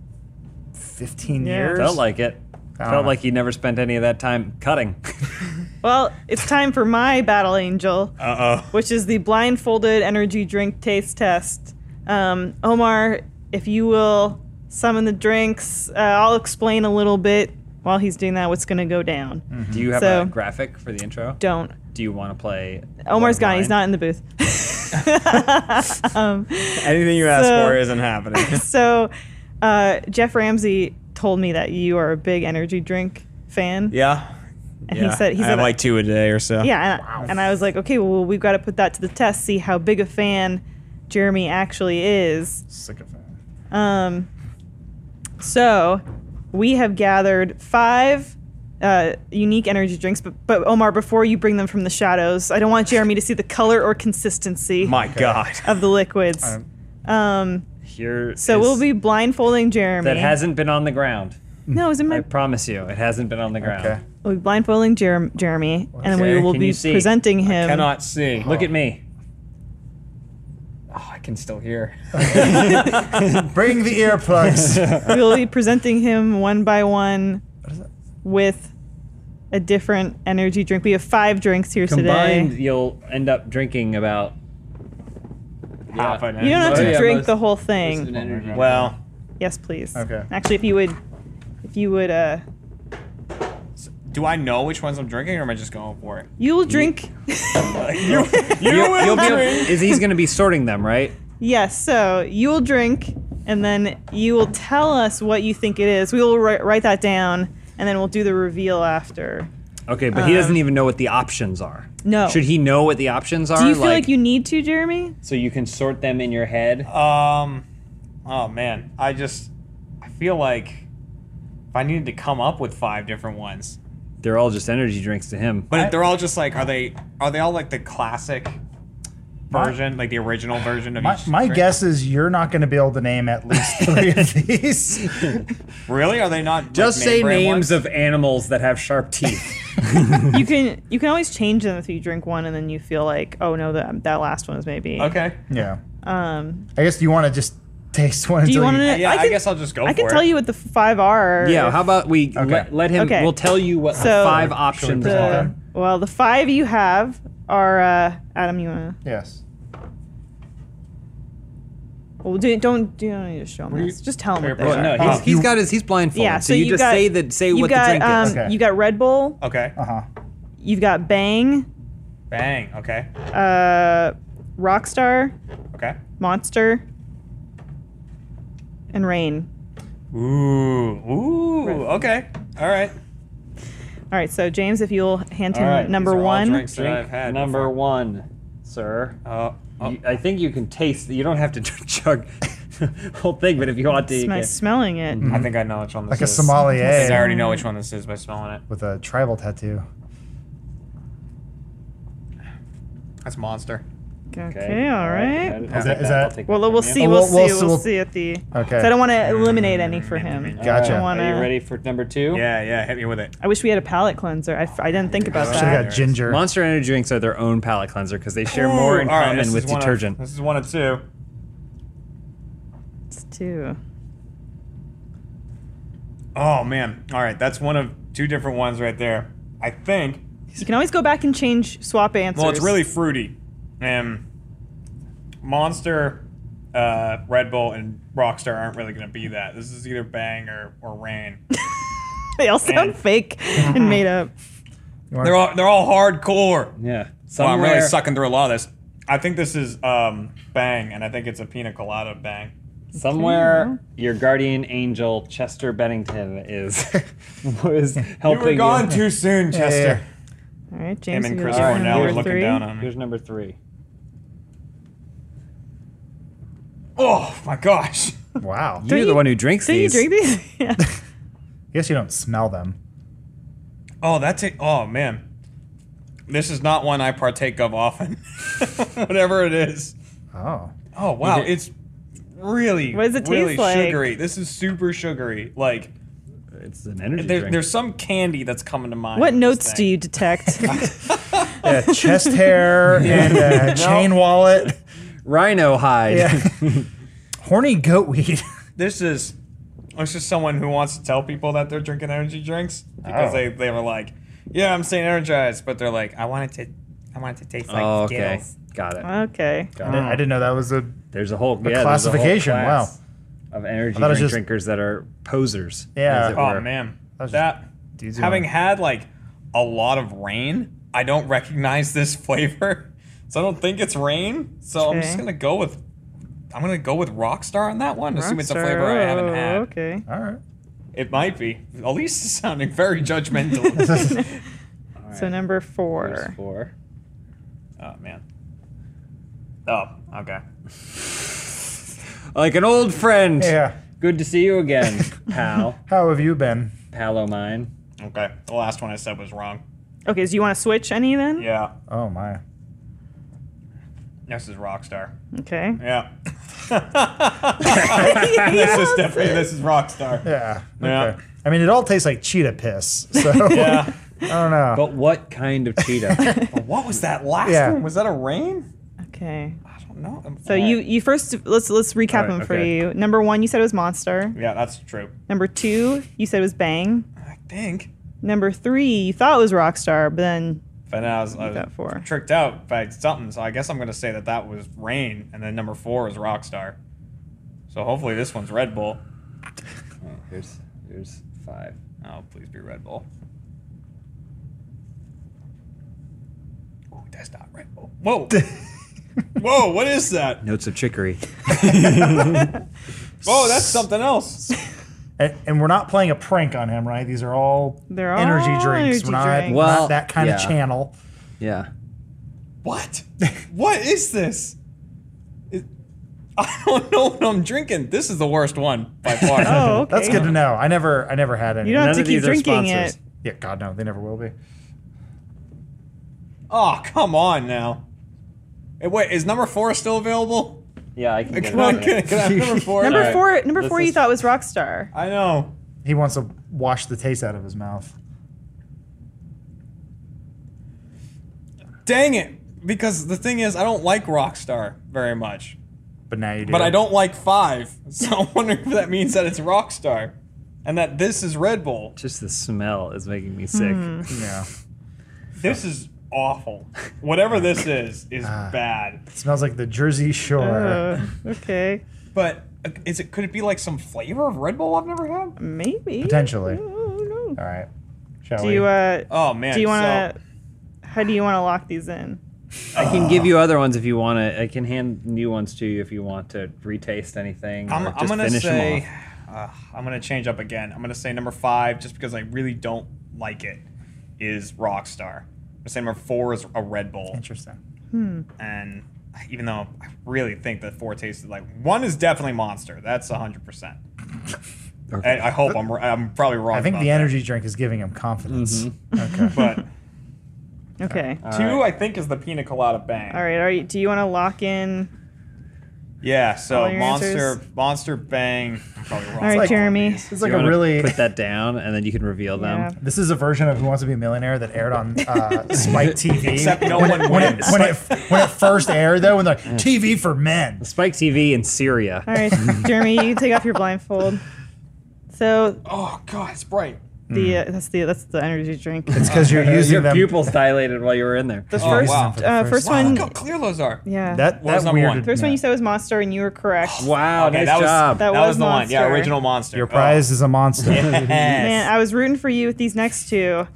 Speaker 3: 15 years.
Speaker 2: Felt like it.
Speaker 3: don't
Speaker 2: Felt
Speaker 3: know.
Speaker 2: like he never spent any of that time cutting.
Speaker 1: Well, it's time for my battle angel,
Speaker 4: Uh oh.
Speaker 1: which is the blindfolded energy drink taste test. Um, Omar, if you will summon the drinks, uh, I'll explain a little bit while he's doing that what's going to go down.
Speaker 4: Hmm.
Speaker 2: Do you have
Speaker 1: So-
Speaker 2: a graphic for the intro?
Speaker 1: Don't.
Speaker 2: Do you want to play?
Speaker 1: Omar's
Speaker 2: one of
Speaker 1: gone. He's
Speaker 2: mine?
Speaker 1: not in the booth. um,
Speaker 4: Anything you ask
Speaker 1: So-
Speaker 4: for isn't happening.
Speaker 1: so, uh, Jeff Ramsey told me that you are a big energy drink fan.
Speaker 4: yeah.
Speaker 1: And
Speaker 4: yeah.
Speaker 1: he said, he
Speaker 4: I
Speaker 1: said
Speaker 4: have like two a day or so.
Speaker 1: Yeah, and, and I was like, okay, well, we've got to put that to the test, see how big a fan Jeremy actually is.
Speaker 3: Sick of that.
Speaker 1: Um, so we have gathered five uh, unique energy drinks, but, but Omar, before you bring them from the shadows, I don't want Jeremy to see the color or consistency
Speaker 4: My God.
Speaker 1: of the liquids.
Speaker 3: I'm-
Speaker 1: Um,
Speaker 2: Here
Speaker 1: so
Speaker 2: is-
Speaker 1: we'll be blindfolding Jeremy.
Speaker 2: That hasn't been on the ground.
Speaker 1: no, it was in
Speaker 2: I
Speaker 1: my.
Speaker 2: promise you, it hasn't been on the ground.
Speaker 3: Okay.
Speaker 1: We'll be blindfolding Jer- Jeremy, and we
Speaker 2: Okay,
Speaker 1: will
Speaker 2: can
Speaker 1: be
Speaker 2: you see?
Speaker 1: presenting him.
Speaker 5: Cannot see.
Speaker 2: Look at me.
Speaker 5: Oh, I can still hear.
Speaker 3: Bring the earplugs.
Speaker 1: we'll be presenting him one by one with a different energy drink. We have five drinks here
Speaker 2: Combined,
Speaker 1: today.
Speaker 2: you'll end up drinking about half an
Speaker 1: You don't have to
Speaker 2: energy.
Speaker 6: yeah,
Speaker 1: drink
Speaker 6: most-
Speaker 1: the whole
Speaker 6: It's an
Speaker 1: thing.
Speaker 6: energy.
Speaker 4: Well,
Speaker 1: Yes, please.
Speaker 3: Okay.
Speaker 1: Actually, if you would, if you would, uh,
Speaker 4: do I know which ones I'm drinking, or am I just going for it?
Speaker 1: you'll drink.
Speaker 2: You, will be able- is he's going to be sorting them, right?
Speaker 1: yes. So you'll drink, and then you will tell us what you think it is. We will write, write that down, and then we'll do the reveal after.
Speaker 2: Okay,
Speaker 4: Uh-huh.
Speaker 2: but he doesn't even know what the options are.
Speaker 1: No.
Speaker 2: Should he know what the options are?
Speaker 1: Oh. Do you feel like you need to, Jeremy?
Speaker 2: so you can sort them in your head?
Speaker 4: Um, oh man, I just I feel like if I needed to come up with five different ones,
Speaker 2: They're all just energy drinks to him.
Speaker 4: but they're all just like, are they are they all like the classic version, like the original version of
Speaker 3: my,
Speaker 4: each?
Speaker 3: my
Speaker 4: drink?
Speaker 3: guess is you're not going to be able to name at least three of these.
Speaker 4: Really, are they not?
Speaker 2: just
Speaker 4: like,
Speaker 2: say
Speaker 4: brand
Speaker 2: names
Speaker 4: ones?
Speaker 2: of animals that have sharp teeth.
Speaker 1: you can you can always change them if you drink one and then you feel like oh no that that last one is maybe
Speaker 4: Okay.
Speaker 3: Yeah.
Speaker 1: Um,
Speaker 3: I guess you want to just taste one.
Speaker 1: do you
Speaker 3: until
Speaker 1: want to?
Speaker 4: Yeah, I, guess I'll just go
Speaker 1: I
Speaker 4: for
Speaker 1: can
Speaker 4: it.
Speaker 1: tell you what the f- five are.
Speaker 2: yeah, how about we let, let him?
Speaker 1: Okay.
Speaker 2: We'll tell you what the
Speaker 1: So-
Speaker 2: five options
Speaker 3: Should we
Speaker 2: are.
Speaker 1: the, well the five you have are uh, Adam. You wanna?
Speaker 3: Yes.
Speaker 1: Well, do, don't do not need to show them. This. Just tell them what they
Speaker 2: Well,
Speaker 1: are.
Speaker 2: no,
Speaker 3: Oh,
Speaker 2: he's, he's
Speaker 3: you-
Speaker 2: got his he's blindfolded.
Speaker 1: Yeah, so
Speaker 2: so, you
Speaker 1: you
Speaker 2: just
Speaker 1: got-
Speaker 2: say that say
Speaker 1: You
Speaker 2: what the
Speaker 1: got
Speaker 2: drink
Speaker 1: um,
Speaker 2: is.
Speaker 3: Okay.
Speaker 1: you got Red Bull.
Speaker 4: Okay.
Speaker 3: Uh huh.
Speaker 1: You've got Bang,
Speaker 4: Bang. Okay.
Speaker 1: uh, Rockstar,
Speaker 4: Okay.
Speaker 1: Monster, and Rain.
Speaker 4: Ooh. Ooh. Okay. All right.
Speaker 1: All right, so James, if you'll hand him
Speaker 2: All right,
Speaker 1: number
Speaker 4: These are all
Speaker 1: one.
Speaker 4: drinks that I've had
Speaker 2: number
Speaker 4: before.
Speaker 2: one, sir.
Speaker 4: Uh, oh,
Speaker 2: You- I think you can taste. You don't have to chug the whole thing, but if you want to, you
Speaker 1: Am I
Speaker 2: can.
Speaker 1: smelling it?
Speaker 4: I think I know which one this
Speaker 3: Like a
Speaker 4: is.
Speaker 3: sommelier
Speaker 4: I already know which one this is by smelling it.
Speaker 3: with a tribal tattoo.
Speaker 4: That's monster.
Speaker 1: Okay, all right.
Speaker 2: I'll
Speaker 3: Is
Speaker 2: take
Speaker 3: that- is that-
Speaker 2: I'll take
Speaker 1: Well,
Speaker 2: that
Speaker 1: we'll
Speaker 2: from you.
Speaker 1: see.
Speaker 3: Oh,
Speaker 1: We'll,
Speaker 3: we'll- we'll-
Speaker 1: see. We'll,
Speaker 3: we'll-
Speaker 1: see at the.
Speaker 3: Okay.
Speaker 1: So I don't want to eliminate any for him.
Speaker 2: All
Speaker 3: Oh, Gotcha.
Speaker 1: I
Speaker 2: Are
Speaker 1: wanna-
Speaker 2: you ready for number two?
Speaker 4: Yeah, yeah. Hit me with it.
Speaker 1: I wish we had a palate cleanser. I, f- I didn't think about
Speaker 3: Should have
Speaker 1: that.
Speaker 3: got ginger.
Speaker 2: Monster energy drinks are their own palate cleanser because they share more in
Speaker 4: Ooh, all right,
Speaker 2: common
Speaker 4: this is
Speaker 2: with
Speaker 4: one of-
Speaker 2: detergent.
Speaker 4: this is one of two.
Speaker 1: It's two.
Speaker 4: Oh man. All right. That's one of two different ones right there. I think.
Speaker 1: You can always go back and change swap answers.
Speaker 4: Well, it's really fruity, and monster, uh, Red Bull, and Rockstar aren't really going to be that. This is either Bang or or Rain.
Speaker 1: they all sound fake and made up.
Speaker 4: they're all they're all hardcore.
Speaker 2: yeah.
Speaker 4: Wow, I'm really
Speaker 2: Somewhere-
Speaker 4: sucking through a lot of this. I think this is um, Bang, and I think it's a pina colada Bang.
Speaker 2: Somewhere, your guardian angel Chester Bennington is was helping
Speaker 4: You were gone too soon, Chester.
Speaker 3: Yeah, yeah, yeah.
Speaker 1: All right,
Speaker 5: Him
Speaker 1: James.
Speaker 5: and
Speaker 1: you
Speaker 5: Chris
Speaker 1: got
Speaker 2: Alright,
Speaker 5: Cornell
Speaker 1: number
Speaker 5: were looking
Speaker 1: three.
Speaker 5: down on me.
Speaker 2: Here's number three.
Speaker 5: Oh my gosh.
Speaker 3: Wow.
Speaker 2: You're the
Speaker 1: you-
Speaker 2: one who drinks
Speaker 1: Do you
Speaker 2: these.
Speaker 1: drink these? yeah.
Speaker 3: guess you don't smell them.
Speaker 5: Oh, that's it. Oh man, this is not one I partake of often. Whatever it is.
Speaker 3: Oh.
Speaker 5: Oh wow, it's really
Speaker 1: What does it
Speaker 5: really
Speaker 1: taste like?
Speaker 5: sugary. This is super sugary. Like
Speaker 2: It's an energy
Speaker 5: there,
Speaker 2: drink.
Speaker 5: there's some candy that's coming to mind.
Speaker 1: What
Speaker 5: with this
Speaker 1: notes do
Speaker 5: thing.
Speaker 1: you detect?
Speaker 3: Yeah, chest hair and uh, chain wallet.
Speaker 2: Rhino hide.
Speaker 3: Yeah. Horny goat weed.
Speaker 5: This is this is someone who wants to tell people that they're drinking energy drinks because
Speaker 3: Oh.
Speaker 5: they they were like, yeah, I'm staying energized, but they're like, I want it to, I want it to taste like
Speaker 2: oh, okay.
Speaker 5: Skittles.
Speaker 2: Got it.
Speaker 1: okay.
Speaker 3: I didn't- I didn't know that was Hmm. a.
Speaker 2: There's a whole yeah, there's a whole
Speaker 3: classification,
Speaker 2: class Of energy
Speaker 3: I thought it was
Speaker 2: drink
Speaker 3: just-
Speaker 2: drinkers that are posers.
Speaker 3: Yeah.
Speaker 2: as it
Speaker 5: Oh
Speaker 2: were.
Speaker 5: man,
Speaker 3: was just
Speaker 5: that
Speaker 3: easy
Speaker 5: having
Speaker 3: one.
Speaker 5: had like a lot of rain, I don't recognize this flavor, so I don't think it's rain. So I'm just
Speaker 1: Okay.
Speaker 5: gonna go with I'm gonna go with Rockstar on that one. Assume it's a
Speaker 1: Rockstar.
Speaker 5: flavor I haven't
Speaker 1: Oh,
Speaker 5: had.
Speaker 1: Okay.
Speaker 3: All right.
Speaker 5: It might be. Elise is sounding very judgmental.
Speaker 1: So number
Speaker 2: There's
Speaker 1: four.
Speaker 2: four.
Speaker 5: oh man. Oh okay.
Speaker 2: Like an old friend.
Speaker 3: Yeah.
Speaker 2: Good to see you again, pal.
Speaker 3: How have you been?
Speaker 2: Pal o' mine.
Speaker 5: Okay. The last one I said was wrong.
Speaker 1: Okay, so you want to switch any then?
Speaker 5: Yeah.
Speaker 3: Oh my.
Speaker 5: This is Rockstar.
Speaker 1: Okay.
Speaker 5: Yeah. This is definitely this is Rockstar.
Speaker 3: Yeah.
Speaker 5: Yeah.
Speaker 3: Okay. I mean, it all tastes like cheetah piss. So
Speaker 5: Yeah.
Speaker 3: I don't know.
Speaker 2: But what kind of cheetah?
Speaker 5: But what was that last
Speaker 3: Yeah.
Speaker 5: one? Was that a rain?
Speaker 1: Okay.
Speaker 5: I don't know. I'm-
Speaker 1: So
Speaker 5: Alright.
Speaker 1: you you first let's let's recap
Speaker 2: Alright,
Speaker 1: them for
Speaker 2: okay.
Speaker 1: you. Number one, you said it was Monster.
Speaker 5: Yeah, that's true.
Speaker 1: Number two, you said it was Bang.
Speaker 5: I think.
Speaker 1: Number three, you thought it was Rockstar, but then
Speaker 5: But then I was, I
Speaker 1: got four.
Speaker 5: was tricked out by something, so I guess I'm going to say that that was Rain, and then number four is Rockstar. So hopefully this one's Red Bull.
Speaker 2: Oh, here's here's five.
Speaker 5: Oh, please be Red Bull. Ooh, that's not Red Bull. Whoa! Whoa, what is that?
Speaker 2: Notes of chicory.
Speaker 5: Whoa, Oh, that's something else.
Speaker 3: And, and we're not playing a prank on him, right? These are all
Speaker 1: They're all
Speaker 3: energy drinks.
Speaker 1: energy
Speaker 3: we're not,
Speaker 1: drinks.
Speaker 3: not
Speaker 2: Well,
Speaker 3: that kind of
Speaker 2: yeah.
Speaker 3: channel.
Speaker 2: Yeah.
Speaker 5: What? What is this? It- I don't know what I'm drinking. This is the worst one by far.
Speaker 1: Oh, okay.
Speaker 3: That's good to know. I never, I never had any.
Speaker 1: You don't have
Speaker 2: None
Speaker 1: to
Speaker 2: of
Speaker 1: keep
Speaker 2: these are
Speaker 1: drinking it.
Speaker 2: sponsors.
Speaker 3: yeah, God no, they never will be.
Speaker 5: Oh, come on now. Eh, Wait, is number four still available?
Speaker 2: Yeah, I can. Get
Speaker 5: Come on, can, can I have number four?
Speaker 1: Number
Speaker 5: Alright.
Speaker 1: four, number
Speaker 2: This
Speaker 1: four, you
Speaker 2: is-
Speaker 1: thought was Rockstar.
Speaker 5: I know.
Speaker 3: He wants to wash the taste out of his mouth.
Speaker 5: Dang it. Because the thing is, I don't like Rockstar very much.
Speaker 3: But now you do.
Speaker 5: But I don't like five. So I'm wondering if that means that it's Rockstar. And that this is Red Bull.
Speaker 2: Just the smell is making me sick.
Speaker 3: Yeah.
Speaker 5: This is awful. Whatever this is, is
Speaker 3: Ah.
Speaker 5: bad.
Speaker 3: It smells like the Jersey Shore.
Speaker 1: Uh, okay,
Speaker 5: But uh, is it could it be like some flavor of Red Bull I've never had?
Speaker 1: maybe
Speaker 3: Potentially.
Speaker 1: I don't know.
Speaker 3: all right. Shall
Speaker 1: Do
Speaker 3: we?
Speaker 1: you uh?
Speaker 5: Oh man.
Speaker 1: do you want
Speaker 5: so-
Speaker 1: to? How do you want to lock these in?
Speaker 2: I can give you other ones if you want to. I can hand new ones to you if you want to retaste anything.
Speaker 5: I'm,
Speaker 2: or
Speaker 5: I'm
Speaker 2: just
Speaker 5: gonna
Speaker 2: finish them
Speaker 5: say,
Speaker 2: off.
Speaker 5: uh, I'm gonna change up again. I'm gonna say number five, just because I really don't like it, is Rockstar. I'm gonna say number four is a Red Bull,
Speaker 3: Interesting.
Speaker 5: and even though I really think that four tasted like one is definitely Monster. That's 100. percent And I hope I'm I'm probably wrong.
Speaker 3: I think
Speaker 5: about
Speaker 3: the
Speaker 5: that. Mm-hmm.
Speaker 3: energy drink is giving him confidence.
Speaker 5: but
Speaker 1: Okay. All right.
Speaker 5: two I think is the Pina Colada Bang.
Speaker 1: All right. do you want to lock in?
Speaker 5: Yeah,
Speaker 1: All
Speaker 5: so
Speaker 1: your
Speaker 5: Monster
Speaker 1: answers?
Speaker 5: Monster Bang. I'm probably wrong.
Speaker 1: All right,
Speaker 3: like-
Speaker 1: Jeremy.
Speaker 3: It's
Speaker 2: Do
Speaker 3: like
Speaker 2: you
Speaker 3: a
Speaker 2: wanna
Speaker 3: really.
Speaker 2: put that down, and then you can reveal them.
Speaker 1: Yeah.
Speaker 3: This is a version of Who Wants to Be a Millionaire that aired on uh, Spike TV.
Speaker 5: Except no
Speaker 3: when
Speaker 5: one
Speaker 3: it, when, it,
Speaker 5: wins.
Speaker 3: when, it, when it first aired, though, when they're like, TV for men.
Speaker 5: Uh,
Speaker 2: Spike TV in Syria.
Speaker 1: All right, Jeremy, you can take off your blindfold. So
Speaker 5: Oh God, it's bright.
Speaker 1: the uh, that's the that's the energy drink.
Speaker 3: It's because you're using
Speaker 2: Your
Speaker 3: them.
Speaker 2: pupils dilated while you were in there.
Speaker 1: The
Speaker 5: Oh,
Speaker 1: first
Speaker 5: wow.
Speaker 1: uh, first
Speaker 5: Wow,
Speaker 1: one,
Speaker 5: look how clear those are.
Speaker 1: yeah.
Speaker 3: That,
Speaker 5: What was
Speaker 3: that
Speaker 5: number
Speaker 3: weird.
Speaker 5: one?
Speaker 1: first one you said was Monster, and you were correct.
Speaker 2: Wow, nice
Speaker 5: Okay, that was-
Speaker 2: job.
Speaker 1: That
Speaker 5: That,
Speaker 1: was
Speaker 5: was, the one. Yeah,
Speaker 1: Monster.
Speaker 5: original monster.
Speaker 3: Your prize is a monster.
Speaker 5: Oh. Yes.
Speaker 1: Man, I was rooting for you with these next two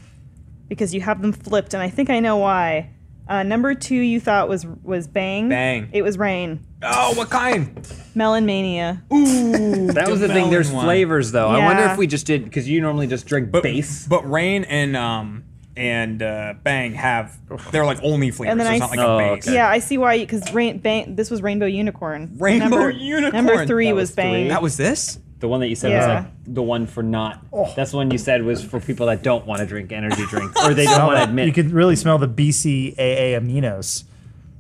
Speaker 1: because you have them flipped, and I think I know why. Uh, number two, you thought was was Bang.
Speaker 5: Bang.
Speaker 1: It was Rain.
Speaker 5: Oh, what kind?
Speaker 1: Melon Mania.
Speaker 2: that was the thing. There's
Speaker 5: melon one.
Speaker 2: flavors though. I wonder
Speaker 1: Yeah.
Speaker 2: if we just did because you normally just drink base.
Speaker 5: But rain and um and uh, Bang have they're like only flavors.
Speaker 1: And then
Speaker 5: There's
Speaker 1: I
Speaker 5: not like
Speaker 1: s-
Speaker 5: a
Speaker 2: Oh,
Speaker 5: base.
Speaker 2: okay.
Speaker 1: Yeah, I see why. Because rain, bang, this was Rainbow Unicorn.
Speaker 5: Rainbow
Speaker 1: number,
Speaker 5: Unicorn.
Speaker 1: Number three
Speaker 2: That
Speaker 1: was,
Speaker 2: was
Speaker 1: Bang.
Speaker 2: three.
Speaker 5: That was this.
Speaker 2: The one that you said
Speaker 1: Yeah.
Speaker 2: was like the one for not.
Speaker 5: Oh.
Speaker 2: That's the one you said was for people that don't want to drink energy drinks or they don't want to admit.
Speaker 3: You could really smell the BCAA aminos.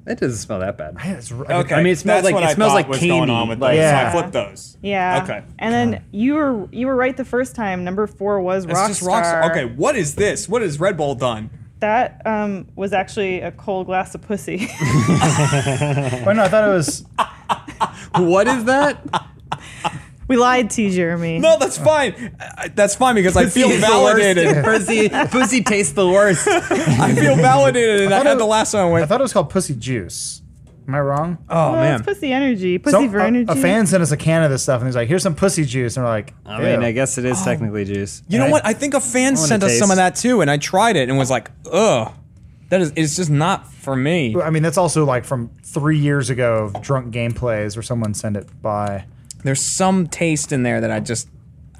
Speaker 2: that doesn't smell that bad.
Speaker 3: Man, it's r- I
Speaker 5: Okay,
Speaker 3: could-
Speaker 2: I mean, it smells
Speaker 5: that's
Speaker 2: like-
Speaker 5: what
Speaker 2: it
Speaker 5: I
Speaker 2: smells
Speaker 5: thought
Speaker 2: like
Speaker 5: was
Speaker 2: candy,
Speaker 5: Going on with
Speaker 2: like-
Speaker 5: those.
Speaker 3: Yeah.
Speaker 5: So I flipped those.
Speaker 1: Yeah.
Speaker 5: Okay.
Speaker 1: And then you were you were right the first time. Number four was
Speaker 5: It's
Speaker 1: Rockstar.
Speaker 5: just Rockstar. Okay, what is this? What has Red Bull done?
Speaker 1: That um, was actually a cold glass of pussy.
Speaker 3: Oh, no, I thought it was.
Speaker 2: what is that?
Speaker 1: we lied to you, Jeremy.
Speaker 5: No, that's fine. Uh, That's fine because I feel validated.
Speaker 2: pussy, pussy tastes the worst.
Speaker 5: I feel validated, and I,
Speaker 3: thought
Speaker 5: had
Speaker 3: it-
Speaker 5: the last one. I
Speaker 3: I
Speaker 5: went,
Speaker 3: thought it was called Pussy Juice. Am I wrong?
Speaker 5: oh
Speaker 1: well,
Speaker 5: man, uh,
Speaker 1: it's pussy energy. Pussy
Speaker 3: Some-
Speaker 1: for
Speaker 3: a-
Speaker 1: energy.
Speaker 3: a, fan sent us a can of this stuff, and he's like, "Here's some pussy juice," and we're like,
Speaker 2: I mean,
Speaker 3: "Ew."
Speaker 2: I guess it is technically juice.
Speaker 5: Oh. you know what? I think a fan
Speaker 2: wanna
Speaker 5: sent us
Speaker 2: taste.
Speaker 5: some of that too, and I tried it and was like, ugh, that is. It's just not for me.
Speaker 3: I mean, that's also like from three years ago of drunk gameplays where someone sent it by.
Speaker 5: There's some taste in there that I just,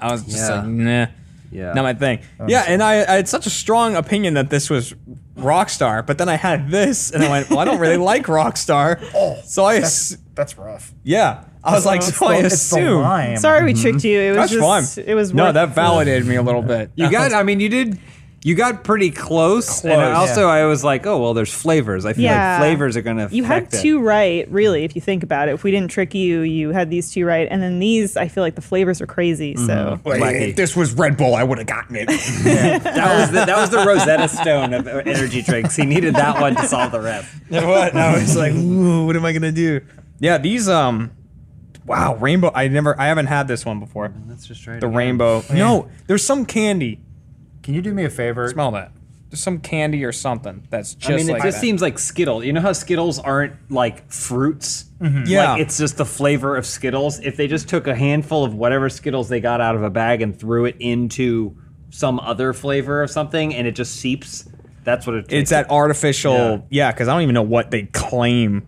Speaker 5: I was just
Speaker 2: Yeah.
Speaker 5: like, nah.
Speaker 2: Yeah.
Speaker 5: Not my thing. Yeah, and I, I had such a strong opinion that this was Rockstar, but then I had this, and I went, "Well, I don't really like Rockstar."
Speaker 3: Oh,
Speaker 5: so I,
Speaker 3: That's,
Speaker 5: ass-
Speaker 3: that's rough.
Speaker 5: yeah, I was like, so I
Speaker 3: It's the- it's the
Speaker 5: assume
Speaker 3: lime.
Speaker 1: Sorry, we tricked you. It was
Speaker 5: That's
Speaker 1: just
Speaker 5: fine.
Speaker 1: it was
Speaker 5: no,
Speaker 1: worth-
Speaker 5: that validated me a little bit.
Speaker 2: You got. I mean, you did. You got pretty close, and
Speaker 5: Close.
Speaker 2: also I was like, oh well, there's flavors. I feel
Speaker 1: Yeah.
Speaker 2: like flavors are gonna.
Speaker 1: You had
Speaker 2: affect it.
Speaker 1: two right, really, if you think about it. If we didn't trick you, you had these two right, and then these. I feel like the flavors are crazy.
Speaker 5: Mm-hmm.
Speaker 1: So
Speaker 2: Lucky.
Speaker 5: this was Red Bull, I would have gotten it.
Speaker 2: That was the, that was the Rosetta Stone of energy drinks. He needed that one to solve the rep.
Speaker 5: what? I was like, ooh, what am I gonna do? Yeah, these um, wow, rainbow. I never, I haven't had this one before.
Speaker 2: Let's just try
Speaker 5: The rainbow. No, there's some candy.
Speaker 3: Can you do me a favor?
Speaker 5: Smell that. There's some candy or something that's just
Speaker 2: I mean, it
Speaker 5: like
Speaker 2: just
Speaker 5: that.
Speaker 2: seems like Skittles. You know how Skittles aren't like fruits?
Speaker 5: Yeah.
Speaker 2: Like, it's just the flavor of Skittles. If they just took a handful of whatever Skittles they got out of a bag and threw it into some other flavor of something and it just seeps, that's what it tastes
Speaker 5: it's that artificial. Yeah, because I don't even know what they claim.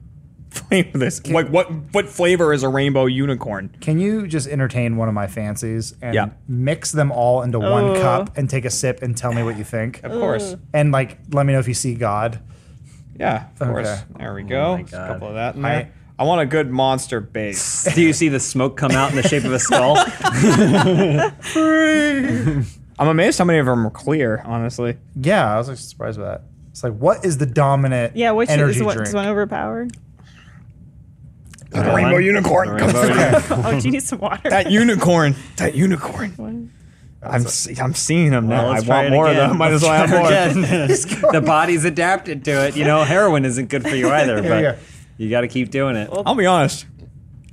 Speaker 5: Flavor this. Like what? What flavor is a rainbow unicorn?
Speaker 3: Can you just entertain one of my fancies and
Speaker 5: Yeah.
Speaker 3: mix them all into one
Speaker 1: Oh.
Speaker 3: cup and take a sip and tell me what you think?
Speaker 5: Of course.
Speaker 3: And like, let me know if you see God.
Speaker 5: Yeah, of
Speaker 3: Okay.
Speaker 5: course. There we go.
Speaker 2: Oh my
Speaker 5: Just a
Speaker 2: God.
Speaker 5: couple of that in
Speaker 3: I-
Speaker 5: there. I want a good monster base.
Speaker 2: Do you see the smoke come out in the shape of a skull?
Speaker 5: I'm amazed how many of them are clear, honestly.
Speaker 3: Yeah, I was like surprised by that. It's like, what is the dominant
Speaker 1: yeah, which
Speaker 3: energy
Speaker 1: is what
Speaker 3: drink?
Speaker 1: is one overpowered?
Speaker 2: The rainbow unicorn.
Speaker 1: oh, do you need some water?
Speaker 5: That unicorn. That unicorn. I'm see- I'm seeing them now.
Speaker 2: Well,
Speaker 5: I
Speaker 2: let's try
Speaker 5: want
Speaker 2: it
Speaker 5: more
Speaker 2: again.
Speaker 5: of them. Might as well have more.
Speaker 2: the body's adapted to it. You know, heroin isn't good for you either, but
Speaker 3: yeah.
Speaker 2: you got to keep doing it.
Speaker 5: I'll be honest.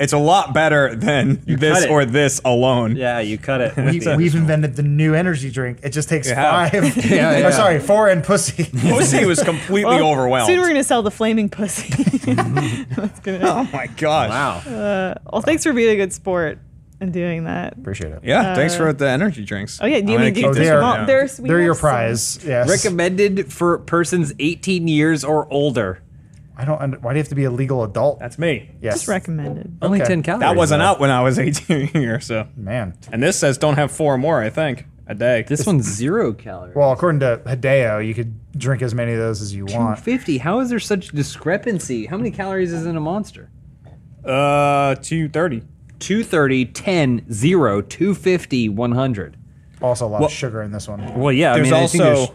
Speaker 5: It's a lot better than this
Speaker 2: cut it.
Speaker 5: or this alone.
Speaker 2: yeah, you cut it. with
Speaker 3: We,
Speaker 2: the-
Speaker 3: have invented the new energy drink. It just takes
Speaker 5: Yeah.
Speaker 3: five.
Speaker 5: Yeah, yeah.
Speaker 3: Or sorry, four and pussy.
Speaker 5: Pussy was completely
Speaker 1: Well,
Speaker 5: overwhelmed.
Speaker 1: Soon we're gonna sell the flaming pussy. That's gonna.
Speaker 5: oh my gosh.
Speaker 2: wow.
Speaker 1: Well, thanks for being a good sport and doing that.
Speaker 3: Appreciate it.
Speaker 5: Yeah, thanks
Speaker 2: Uh,
Speaker 5: for the energy drinks.
Speaker 1: Oh yeah, do you
Speaker 5: I'm
Speaker 1: mean
Speaker 5: gonna keep
Speaker 1: do
Speaker 5: this
Speaker 3: they're-
Speaker 5: one
Speaker 1: well,
Speaker 5: now.
Speaker 1: there's we
Speaker 3: They're
Speaker 1: have
Speaker 3: your
Speaker 1: some-
Speaker 3: prize. Yes.
Speaker 2: Recommended for persons 18 years or older.
Speaker 3: I don't. Under, why do you have to be a legal adult?
Speaker 5: That's me.
Speaker 2: Oh,
Speaker 3: yes.
Speaker 1: Just recommended.
Speaker 2: Only
Speaker 3: Okay.
Speaker 2: 10 calories.
Speaker 5: That wasn't
Speaker 2: though.
Speaker 5: out when I was 18 here, so.
Speaker 3: Man.
Speaker 5: And this says don't have four more, I think, a day.
Speaker 2: This one's zero calories.
Speaker 3: Well, according to Hideo, you could drink as many of those as you want.
Speaker 2: 50. How is there such discrepancy? How many calories is in a monster?
Speaker 5: Uh, 230.
Speaker 2: 230, 10, 0, 250, 100.
Speaker 3: Also, a lot of sugar in this one.
Speaker 2: Well, yeah.
Speaker 5: There's
Speaker 2: I mean, I think
Speaker 5: also
Speaker 2: there's-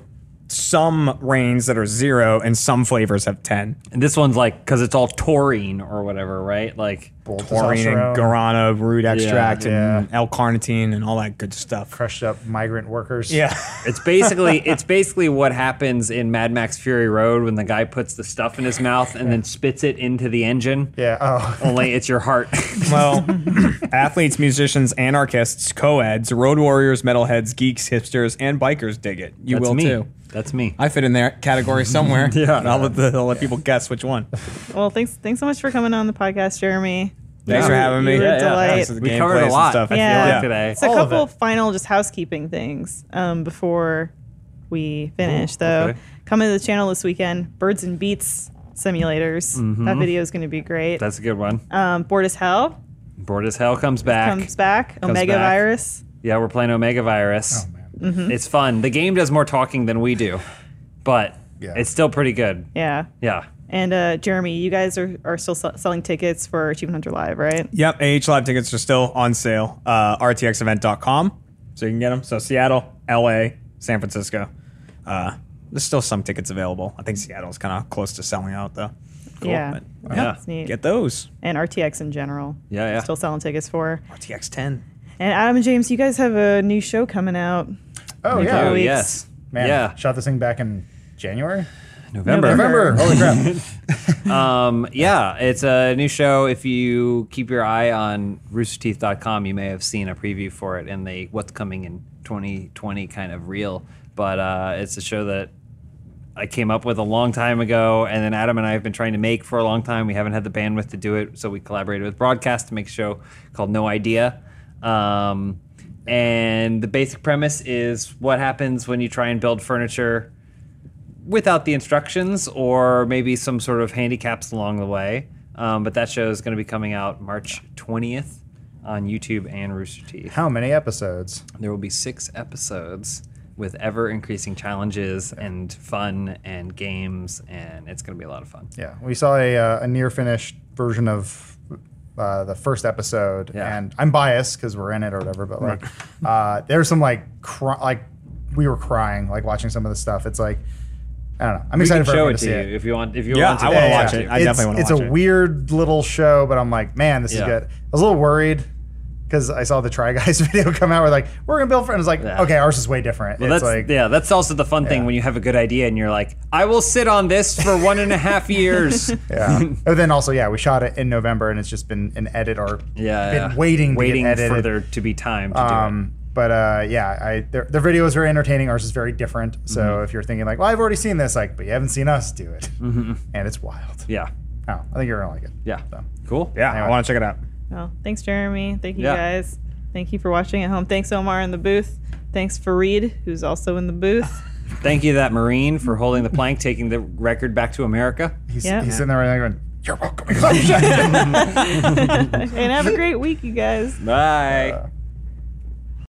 Speaker 5: some rains that are zero and some flavors have 10.
Speaker 2: and this one's like, because it's all taurine or whatever, right? Like,
Speaker 5: Taurine and guarana root extract
Speaker 3: Yeah.
Speaker 5: and L-carnitine and all that good stuff.
Speaker 3: crushed up migrant workers.
Speaker 2: It's basically it's basically what happens in Mad Max Fury Road when the guy puts the stuff in his mouth and then spits it into the engine.
Speaker 3: Yeah. Oh.
Speaker 2: Only it's your heart.
Speaker 5: well, athletes, musicians, anarchists, co-eds, road warriors, metalheads, geeks, hipsters, and bikers dig it. You
Speaker 2: That's
Speaker 5: will
Speaker 2: me.
Speaker 5: too.
Speaker 2: That's me.
Speaker 5: I fit in that category somewhere.
Speaker 2: Yeah.
Speaker 5: And I'll let, the, I'll let people guess which one.
Speaker 1: Well, thanks thanks so much for coming on the podcast, Jeremy.
Speaker 5: Thanks
Speaker 2: Yeah.
Speaker 5: for having me.
Speaker 1: You were a delight.
Speaker 5: This is the
Speaker 2: We covered a
Speaker 5: gameplays and
Speaker 2: lot.
Speaker 5: Stuff, I
Speaker 1: yeah.
Speaker 5: feel like
Speaker 2: today.
Speaker 1: It's a
Speaker 3: All of
Speaker 1: couple
Speaker 3: it.
Speaker 1: final just housekeeping things um, before we finish, though.
Speaker 2: okay.
Speaker 1: Coming to the channel this weekend, Birds and Beats simulators. That video is going to be great.
Speaker 2: That's a good one.
Speaker 1: Um, Bored as Hell
Speaker 2: Bored as hell comes back.
Speaker 1: comes back. Omega
Speaker 2: back.
Speaker 1: Virus. Oh,
Speaker 2: yeah, we're playing Omega Virus.
Speaker 3: man.
Speaker 5: Mm-hmm.
Speaker 2: It's fun. The game does more talking than we do. but
Speaker 7: Yeah.
Speaker 2: it's still pretty good.
Speaker 1: Yeah.
Speaker 2: Yeah.
Speaker 1: And uh, Jeremy, you guys are, are still sell selling tickets for Achievement Hunter Live, right?
Speaker 4: Yep, AH Live tickets are still on sale. Uh, RTXevent.com, so you can get them. So Seattle, LA, San Francisco. Uh, there's still some tickets available. I think Seattle's kind of close to selling out though.
Speaker 1: yeah.
Speaker 4: but-
Speaker 2: Yeah.
Speaker 1: That's neat.
Speaker 4: Get those
Speaker 1: and RTX in general.
Speaker 2: Yeah, yeah.
Speaker 1: Still selling tickets for.
Speaker 4: RTX10.
Speaker 1: And Adam and James, you guys have a new show coming out.
Speaker 3: Oh yeah,
Speaker 2: Oh
Speaker 1: weeks.
Speaker 2: yes.
Speaker 3: man.
Speaker 2: Yeah.
Speaker 3: Shot this thing back in January.
Speaker 2: November.
Speaker 3: November. Holy crap.
Speaker 2: Um, yeah, it's a new show. If you keep your eye on roosterteeth.com, you may have seen a preview for it and the what's coming in 2020 kind of reel. But uh, it's a show that I came up with a long time ago, and then Adam and I have been trying to make for a long time. We haven't had the bandwidth to do it, so we collaborated with Broadcast to make a show called No Idea. Um, and the basic premise is what happens when you try and build furniture without the instructions or maybe some sort of handicaps along the way. Um, but that show is going to be coming out March 20th on YouTube and Rooster Teeth.
Speaker 3: How many episodes?
Speaker 2: There will be six episodes with ever increasing challenges and fun and games, and it's going to be a lot of fun.
Speaker 3: Yeah, we saw a, uh, a near finished version of uh, the first episode,
Speaker 2: Yeah.
Speaker 3: and I'm biased because we're in it or whatever. But like, uh, there's some like cry- like we were crying like watching some of the stuff. It's like I don't know. I'm
Speaker 2: We
Speaker 3: excited
Speaker 2: can
Speaker 3: for
Speaker 2: show
Speaker 3: everyone
Speaker 2: it to
Speaker 3: to see
Speaker 2: you
Speaker 3: it.
Speaker 2: if you want. If you
Speaker 4: Yeah,
Speaker 2: want to,
Speaker 4: I wanna
Speaker 2: Yeah,
Speaker 4: watch
Speaker 2: yeah.
Speaker 4: it. I definitely wanna
Speaker 3: it's
Speaker 4: watch
Speaker 3: It's a
Speaker 4: it.
Speaker 3: weird little show, but I'm like, man, this
Speaker 2: Yeah.
Speaker 3: is good. I was a little worried because I saw the Try Guys video come out. We're like, we're gonna build friends. Like,
Speaker 2: Yeah.
Speaker 3: okay, ours is way different.
Speaker 2: Well,
Speaker 3: it's
Speaker 2: that's
Speaker 3: like,
Speaker 2: yeah. That's also the fun thing
Speaker 3: Yeah.
Speaker 2: when you have a good idea and you're like, I will sit on this for one and a half years.
Speaker 3: Yeah. but then also, yeah, we shot it in November, and it's just been an edit or
Speaker 2: Yeah,
Speaker 3: been
Speaker 2: yeah.
Speaker 3: waiting,
Speaker 2: waiting
Speaker 3: to get edited.
Speaker 2: for there to be time to do it.
Speaker 3: Um, but uh, yeah, I their, their video is very entertaining. Ours is very different. So
Speaker 2: Mm-hmm.
Speaker 3: if you're thinking like, well, I've already seen this, like, but you haven't seen us do it,
Speaker 2: Mm-hmm.
Speaker 3: and it's wild.
Speaker 2: Yeah,
Speaker 3: Oh, I think you're gonna like it.
Speaker 2: yeah,
Speaker 3: So,
Speaker 2: cool.
Speaker 4: Yeah, I
Speaker 3: Anyway.
Speaker 4: want to check it out.
Speaker 1: Well, thanks, Jeremy. Thank you
Speaker 2: Yeah.
Speaker 1: guys. Thank you for watching at home. Thanks, Omar, in the booth. Thanks, Fareed, who's also in the booth.
Speaker 2: Thank you, to that Marine, for holding the plank, taking the record back to America.
Speaker 3: he's,
Speaker 1: Yeah.
Speaker 3: he's sitting there right now going, "You're welcome."
Speaker 1: and have a great week, you guys.
Speaker 2: Bye.
Speaker 3: Uh,